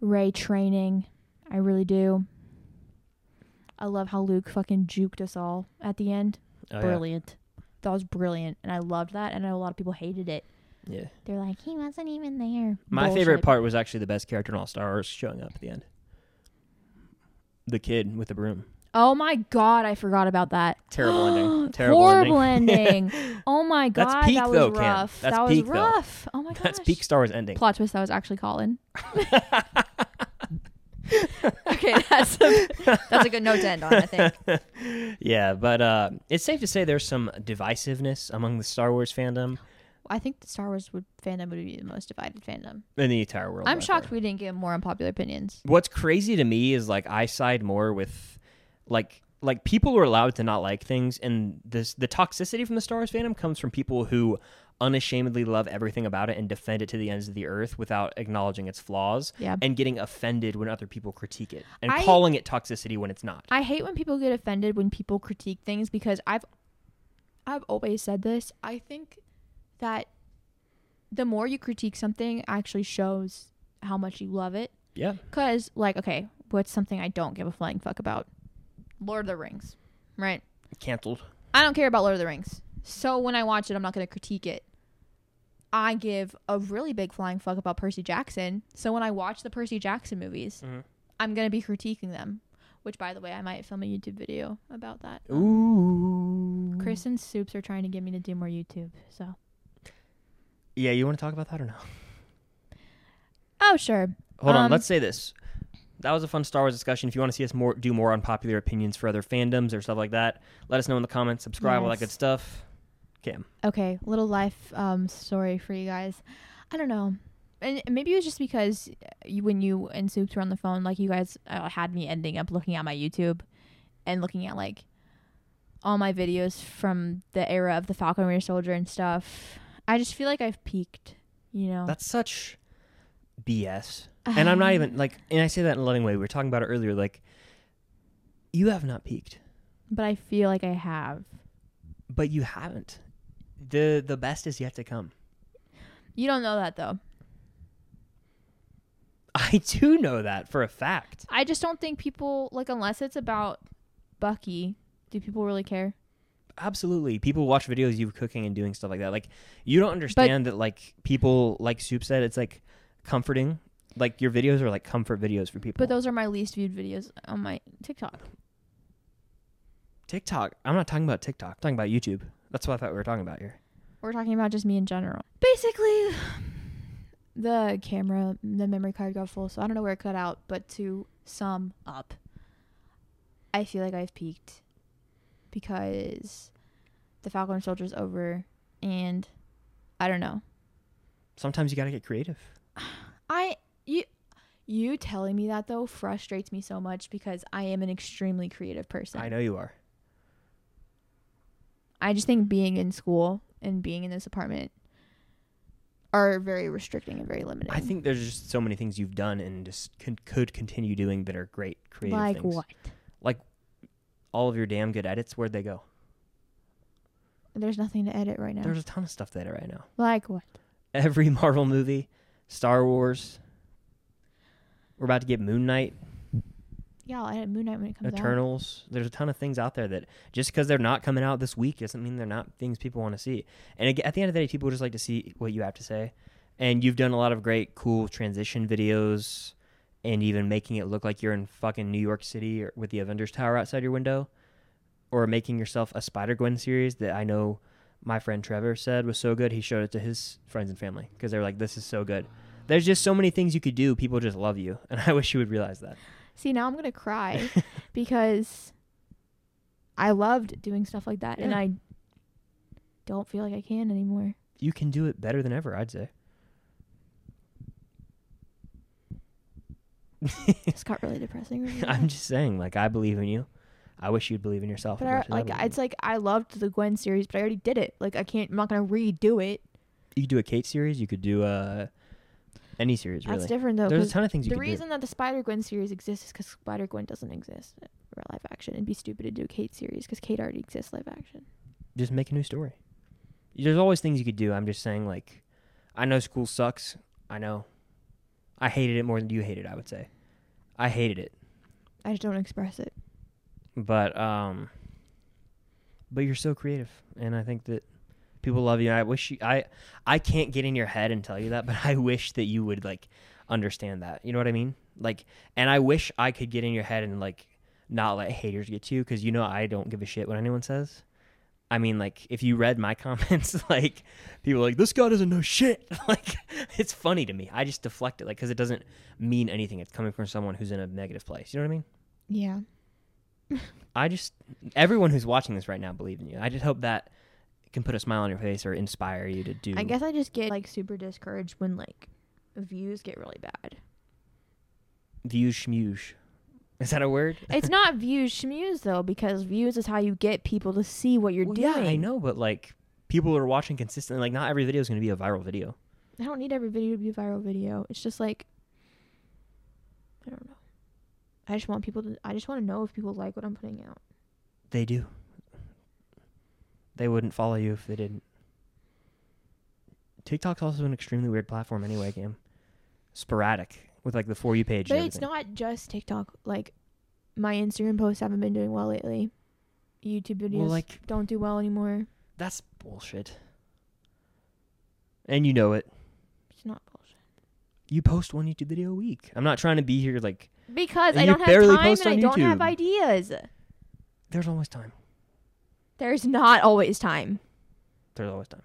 Speaker 1: Ray training. I really do. I love how Luke fucking juked us all at the end.
Speaker 2: Oh, yeah.
Speaker 4: Brilliant.
Speaker 1: That was brilliant, and I loved that. And I know a lot of people hated it.
Speaker 2: Yeah.
Speaker 1: They're like, he wasn't even there.
Speaker 2: My
Speaker 1: Bullshit.
Speaker 2: favorite part was actually the best character in all Star Wars showing up at the end. The kid with the broom.
Speaker 1: Oh my god, I forgot about that. <gasps>
Speaker 2: Terrible ending. Terrible
Speaker 1: Horrible
Speaker 2: ending.
Speaker 1: ending. oh my god,
Speaker 2: That's peak
Speaker 1: that was
Speaker 2: though, Cam.
Speaker 1: rough.
Speaker 2: That's
Speaker 1: that
Speaker 2: peak
Speaker 1: was
Speaker 2: though.
Speaker 1: rough. Oh my gosh.
Speaker 2: <laughs> That's peak Star Wars ending.
Speaker 4: Plot twist. That was actually
Speaker 2: <laughs>
Speaker 4: Colin.
Speaker 1: <laughs> Okay, that's a, that's a good note to end on. I think.
Speaker 2: yeah, but uh, it's safe to say there's some divisiveness among the Star Wars fandom
Speaker 4: I think the Star Wars would, fandom would be the most divided fandom.
Speaker 2: in the entire world.
Speaker 4: I'm
Speaker 2: by
Speaker 4: shocked
Speaker 2: far.
Speaker 4: we didn't get more unpopular opinions.
Speaker 2: What's crazy to me is like I side more with like like people are allowed to not like things, and this the toxicity from the Star Wars fandom comes from people who unashamedly love everything about it and defend it to the ends of the earth without acknowledging its flaws
Speaker 4: Yeah.
Speaker 2: and getting offended when other people critique it and
Speaker 1: I-
Speaker 2: calling it toxicity when it's not.
Speaker 1: I hate when people get offended when people critique things because I've I've always said this. I think that the more you critique something actually shows how much you love it.
Speaker 2: yeah.
Speaker 1: Cause like, okay, what's something I don't give a flying fuck about? Lord of the Rings. Right?
Speaker 2: Canceled.
Speaker 1: I don't care about Lord of the Rings. So when I watch it, I'm not going to critique it. I give a really big flying fuck about Percy Jackson. So when I watch the Percy Jackson movies,
Speaker 2: Mhm.
Speaker 1: I'm going to be critiquing them. Which, by the way, I might film a YouTube video about that.
Speaker 2: Ooh.
Speaker 1: Chris and Soups are trying to get me to do more YouTube. So.
Speaker 2: Yeah, you want to talk about that or no?
Speaker 1: Oh, sure.
Speaker 2: Hold on,
Speaker 1: Um,
Speaker 2: let's say this. That was a fun Star Wars discussion. If you want to see us more do more unpopular opinions for other fandoms or stuff like that, let us know in the comments, subscribe, all that
Speaker 1: Yes.
Speaker 2: good stuff. Kim.
Speaker 1: Okay, little life um, story for you guys. I don't know. And maybe it was just because uh, you, when you and Soups were on the phone, like you guys uh, had me ending up looking at my YouTube and looking at like all my videos from the era of the Falcon Winter Soldier and stuff. I just feel like I've peaked, you know.
Speaker 2: That's such
Speaker 1: <sighs>
Speaker 2: BS. And I'm not even like and I say that in a loving way. We were talking about it earlier, like you have not peaked.
Speaker 1: but I feel like I have.
Speaker 2: But you haven't. The the best is yet to come. <laughs>
Speaker 1: You don't know that though.
Speaker 2: I do know that for a fact.
Speaker 1: I just don't think people like unless it's about Bucky. Do people really care?
Speaker 2: Absolutely. People watch videos of you cooking and doing stuff like that. Like you don't understand that like people like Soup said it's like comforting. Like your videos are like comfort videos for people.
Speaker 1: But those are my least viewed videos on my TikTok.
Speaker 2: TikTok. I'm not talking about TikTok. I'm talking about YouTube. That's what I thought we were talking about here.
Speaker 1: We're talking about just me in general. Basically, <sighs> the camera, the memory card got full, so I don't know where it cut out. But to sum up, I feel like I've peaked because the Falcon and Soldier's over, and I don't know.
Speaker 2: Sometimes you got to get creative.
Speaker 1: I you you telling me that though frustrates me so much because I am an extremely creative person.
Speaker 2: I know you are.
Speaker 1: I just think being in school and being in this apartment are very restricting and very limiting.
Speaker 2: I think there's just so many things you've done and just con- could continue doing that are great creative
Speaker 1: like
Speaker 2: things.
Speaker 1: what?
Speaker 2: All of your damn good edits, where'd they go?
Speaker 1: There's nothing to edit right now.
Speaker 2: There's a ton of stuff that are right now.
Speaker 1: like what?
Speaker 2: Every <laughs> Marvel movie, Star Wars. We're about to get Moon Knight.
Speaker 1: Yeah, I'll edit Moon Knight when it comes out.
Speaker 2: Eternals. There's a ton of things out there that just because they're not coming out this week doesn't mean they're not things people want to see. And ag- at the end of the day, people just like to see what you have to say. And you've done a lot of great, cool transition videos, and even making it look like you're in fucking New York City or with the Avengers Tower outside your window. or making yourself a Spider Gwen series that I know my friend Trevor said was so good. He showed it to his friends and family because they were like, "This is so good." There's just so many things you could do. People just love you, <laughs> and I wish you would realize that.
Speaker 1: See, now I'm gonna
Speaker 2: <laughs>
Speaker 1: cry because I loved doing stuff like that, and
Speaker 2: Yeah.
Speaker 1: I don't feel like I can
Speaker 2: <laughs>
Speaker 1: anymore.
Speaker 2: You can do it better than ever, I'd say. <laughs>
Speaker 1: This got really depressing. really
Speaker 2: I'm
Speaker 1: bad.
Speaker 2: just saying, like, I believe in you. I wish you'd believe in yourself.
Speaker 1: but
Speaker 2: as
Speaker 1: I,
Speaker 2: much as I
Speaker 1: like,
Speaker 2: believe in
Speaker 1: it's like I loved the Gwen series, but I already did it. Like, I can't. I'm not gonna redo it.
Speaker 2: you. You could do a Kate series. You could do uh, any series, really.
Speaker 1: That's different though.
Speaker 2: There's
Speaker 1: 'cause
Speaker 2: a ton of things you
Speaker 1: the
Speaker 2: could
Speaker 1: reason that the Spider Gwen series exists is because Spider Gwen doesn't exist in real life action. It'd be stupid to do a Kate series because Kate already exists live action.
Speaker 2: do. Just make a new story. There's always things you could do. I'm just saying, like, I know school sucks. I know. I hated it more than you hated. I would say, I hated it.
Speaker 1: I just don't express it.
Speaker 2: but um but you're so creative and i think that people love you and i wish you i i can't get in your head and tell you that <laughs> but i wish that you would like understand that you know what i mean like and i wish i could get in your head and like not let haters get to you because you know i don't give a shit what anyone says i mean like if you read my <laughs> comments like people are like this guy doesn't know shit <laughs> like it's funny to me i just deflect it like because it doesn't mean anything it's coming from someone who's in a negative place you know what i mean
Speaker 1: Yeah.
Speaker 2: I just everyone who's watching this right now believe in you. I just hope that can put a smile on your face or inspire you to do.
Speaker 1: I guess I just get like super discouraged when like views get really bad.
Speaker 2: views schmooze. Is that a word?
Speaker 1: It's not views schmooze though, because views is how you get people to see what you're
Speaker 2: Well,
Speaker 1: doing.
Speaker 2: yeah, I know, but like people are watching consistently. Like not every video is going to be a viral video.
Speaker 1: I don't need every video to be a viral video. It's just like I don't know. I just want people to I just want to know if people like what I'm putting out.
Speaker 2: They do. They wouldn't follow you if they didn't. TikTok's also an extremely weird platform anyway, Cam. Sporadic with like the for you page.
Speaker 1: But
Speaker 2: and
Speaker 1: it's
Speaker 2: everything.
Speaker 1: not just TikTok. Like my Instagram posts haven't been doing well lately. YouTube videos
Speaker 2: Well, like
Speaker 1: don't do well anymore.
Speaker 2: that's bullshit. And you know it.
Speaker 1: It's not bullshit.
Speaker 2: you post one YouTube video a week. I'm not trying to be here like
Speaker 1: Because
Speaker 2: And
Speaker 1: I
Speaker 2: you
Speaker 1: don't have
Speaker 2: barely
Speaker 1: time
Speaker 2: post
Speaker 1: and I
Speaker 2: on
Speaker 1: don't have
Speaker 2: YouTube.
Speaker 1: ideas.
Speaker 2: there's always time.
Speaker 1: There's not always time.
Speaker 2: There's always time.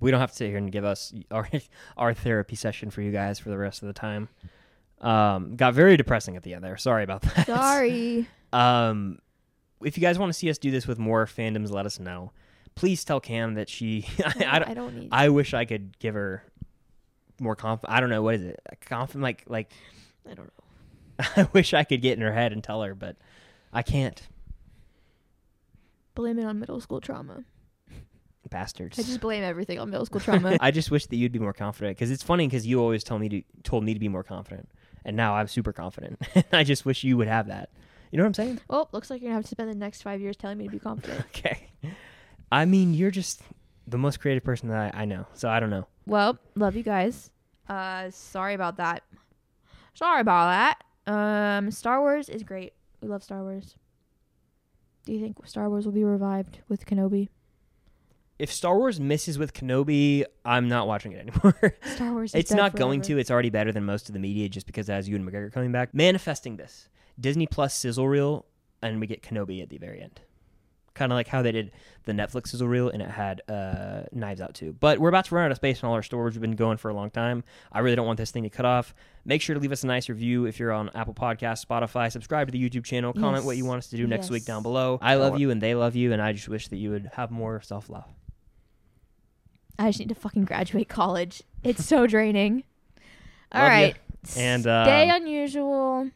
Speaker 2: We don't have to sit here and give us our <laughs> our therapy session for you guys for the rest of the time. Um, got very depressing at the end there. Sorry about <laughs> that. <laughs>
Speaker 1: Sorry.
Speaker 2: Um, if you guys want to see us do this with more fandoms, let us know. Please tell Cam that she. <laughs> I, I, don't,
Speaker 1: need.
Speaker 2: I wish I could give her more conf. I don't know what is it. Confident like like <laughs>
Speaker 1: I don't know.
Speaker 2: I wish I could get in her head and tell her, but I can't.
Speaker 1: Blame it on middle school trauma.
Speaker 2: Bastards.
Speaker 1: I just blame everything on middle school trauma.
Speaker 2: <laughs> I just wish that you'd be more confident because it's funny because you always told me to told me to be more confident, and now I'm super confident. <laughs> I just wish you would have that. You know what
Speaker 1: <laughs>
Speaker 2: I'm saying?
Speaker 1: well, Oh, looks like you're gonna have to spend the next five years telling me to be confident.
Speaker 2: Okay. I mean, you're just the most creative person that I, I know, so I don't know.
Speaker 1: well, love you guys. Uh, sorry about that. Sorry about that. Um, Star Wars is great. We love Star Wars. Do you think Star Wars will be revived with Kenobi?
Speaker 2: If Star Wars misses with Kenobi, I'm not watching it anymore. <laughs>
Speaker 1: Star Wars. Is
Speaker 2: it's
Speaker 1: dead
Speaker 2: not going
Speaker 1: forever.
Speaker 2: to. It's already better than most of the media just because it has Ewan McGregor coming back. Manifesting this Disney Plus sizzle reel, and we get Kenobi at the very end. Kind of like how they did the Netflix sizzle reel, and it had uh, Knives Out too. But we're about to run out of space in all our storage. We've been going for a long time. I really don't want this thing to cut off. Make sure to leave us a nice review if you're on Apple Podcasts, Spotify. Subscribe to the YouTube channel. Comment what
Speaker 1: Yes.
Speaker 2: you want us to do next week
Speaker 1: Yes.
Speaker 2: down below. I love you, and they love you, and I just wish that you would have more self love.
Speaker 1: I just need to fucking graduate college. It's so
Speaker 2: <laughs>
Speaker 1: draining. All
Speaker 2: Love ya.
Speaker 1: right.
Speaker 2: And, uh,
Speaker 1: stay unusual.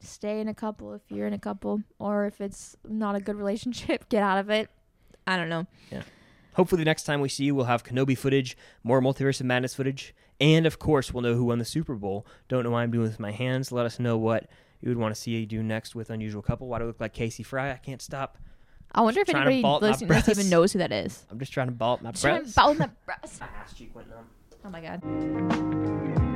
Speaker 1: Stay in a couple if you're in a couple, or if it's not a good relationship, <laughs> get out of it. I don't know.
Speaker 2: Hopefully, the next time we see you, we'll have Kenobi footage, more Multiverse of Madness footage, and of course, we'll know who won the Super Bowl. Don't know why I'm doing this with my hands. Let us know what you would want to see you do next with Unusual Couple. Why do I look like Casey Fry? I can't stop.
Speaker 1: I wonder if
Speaker 2: Trying to
Speaker 1: anybody
Speaker 2: fault my
Speaker 1: listening to this
Speaker 2: breasts.
Speaker 1: even knows who that is.
Speaker 2: I'm just trying to ball up my <laughs>
Speaker 1: Trying to
Speaker 2: breath.
Speaker 1: fault Oh my breasts.
Speaker 2: My ass cheek went numb.
Speaker 1: Oh my god.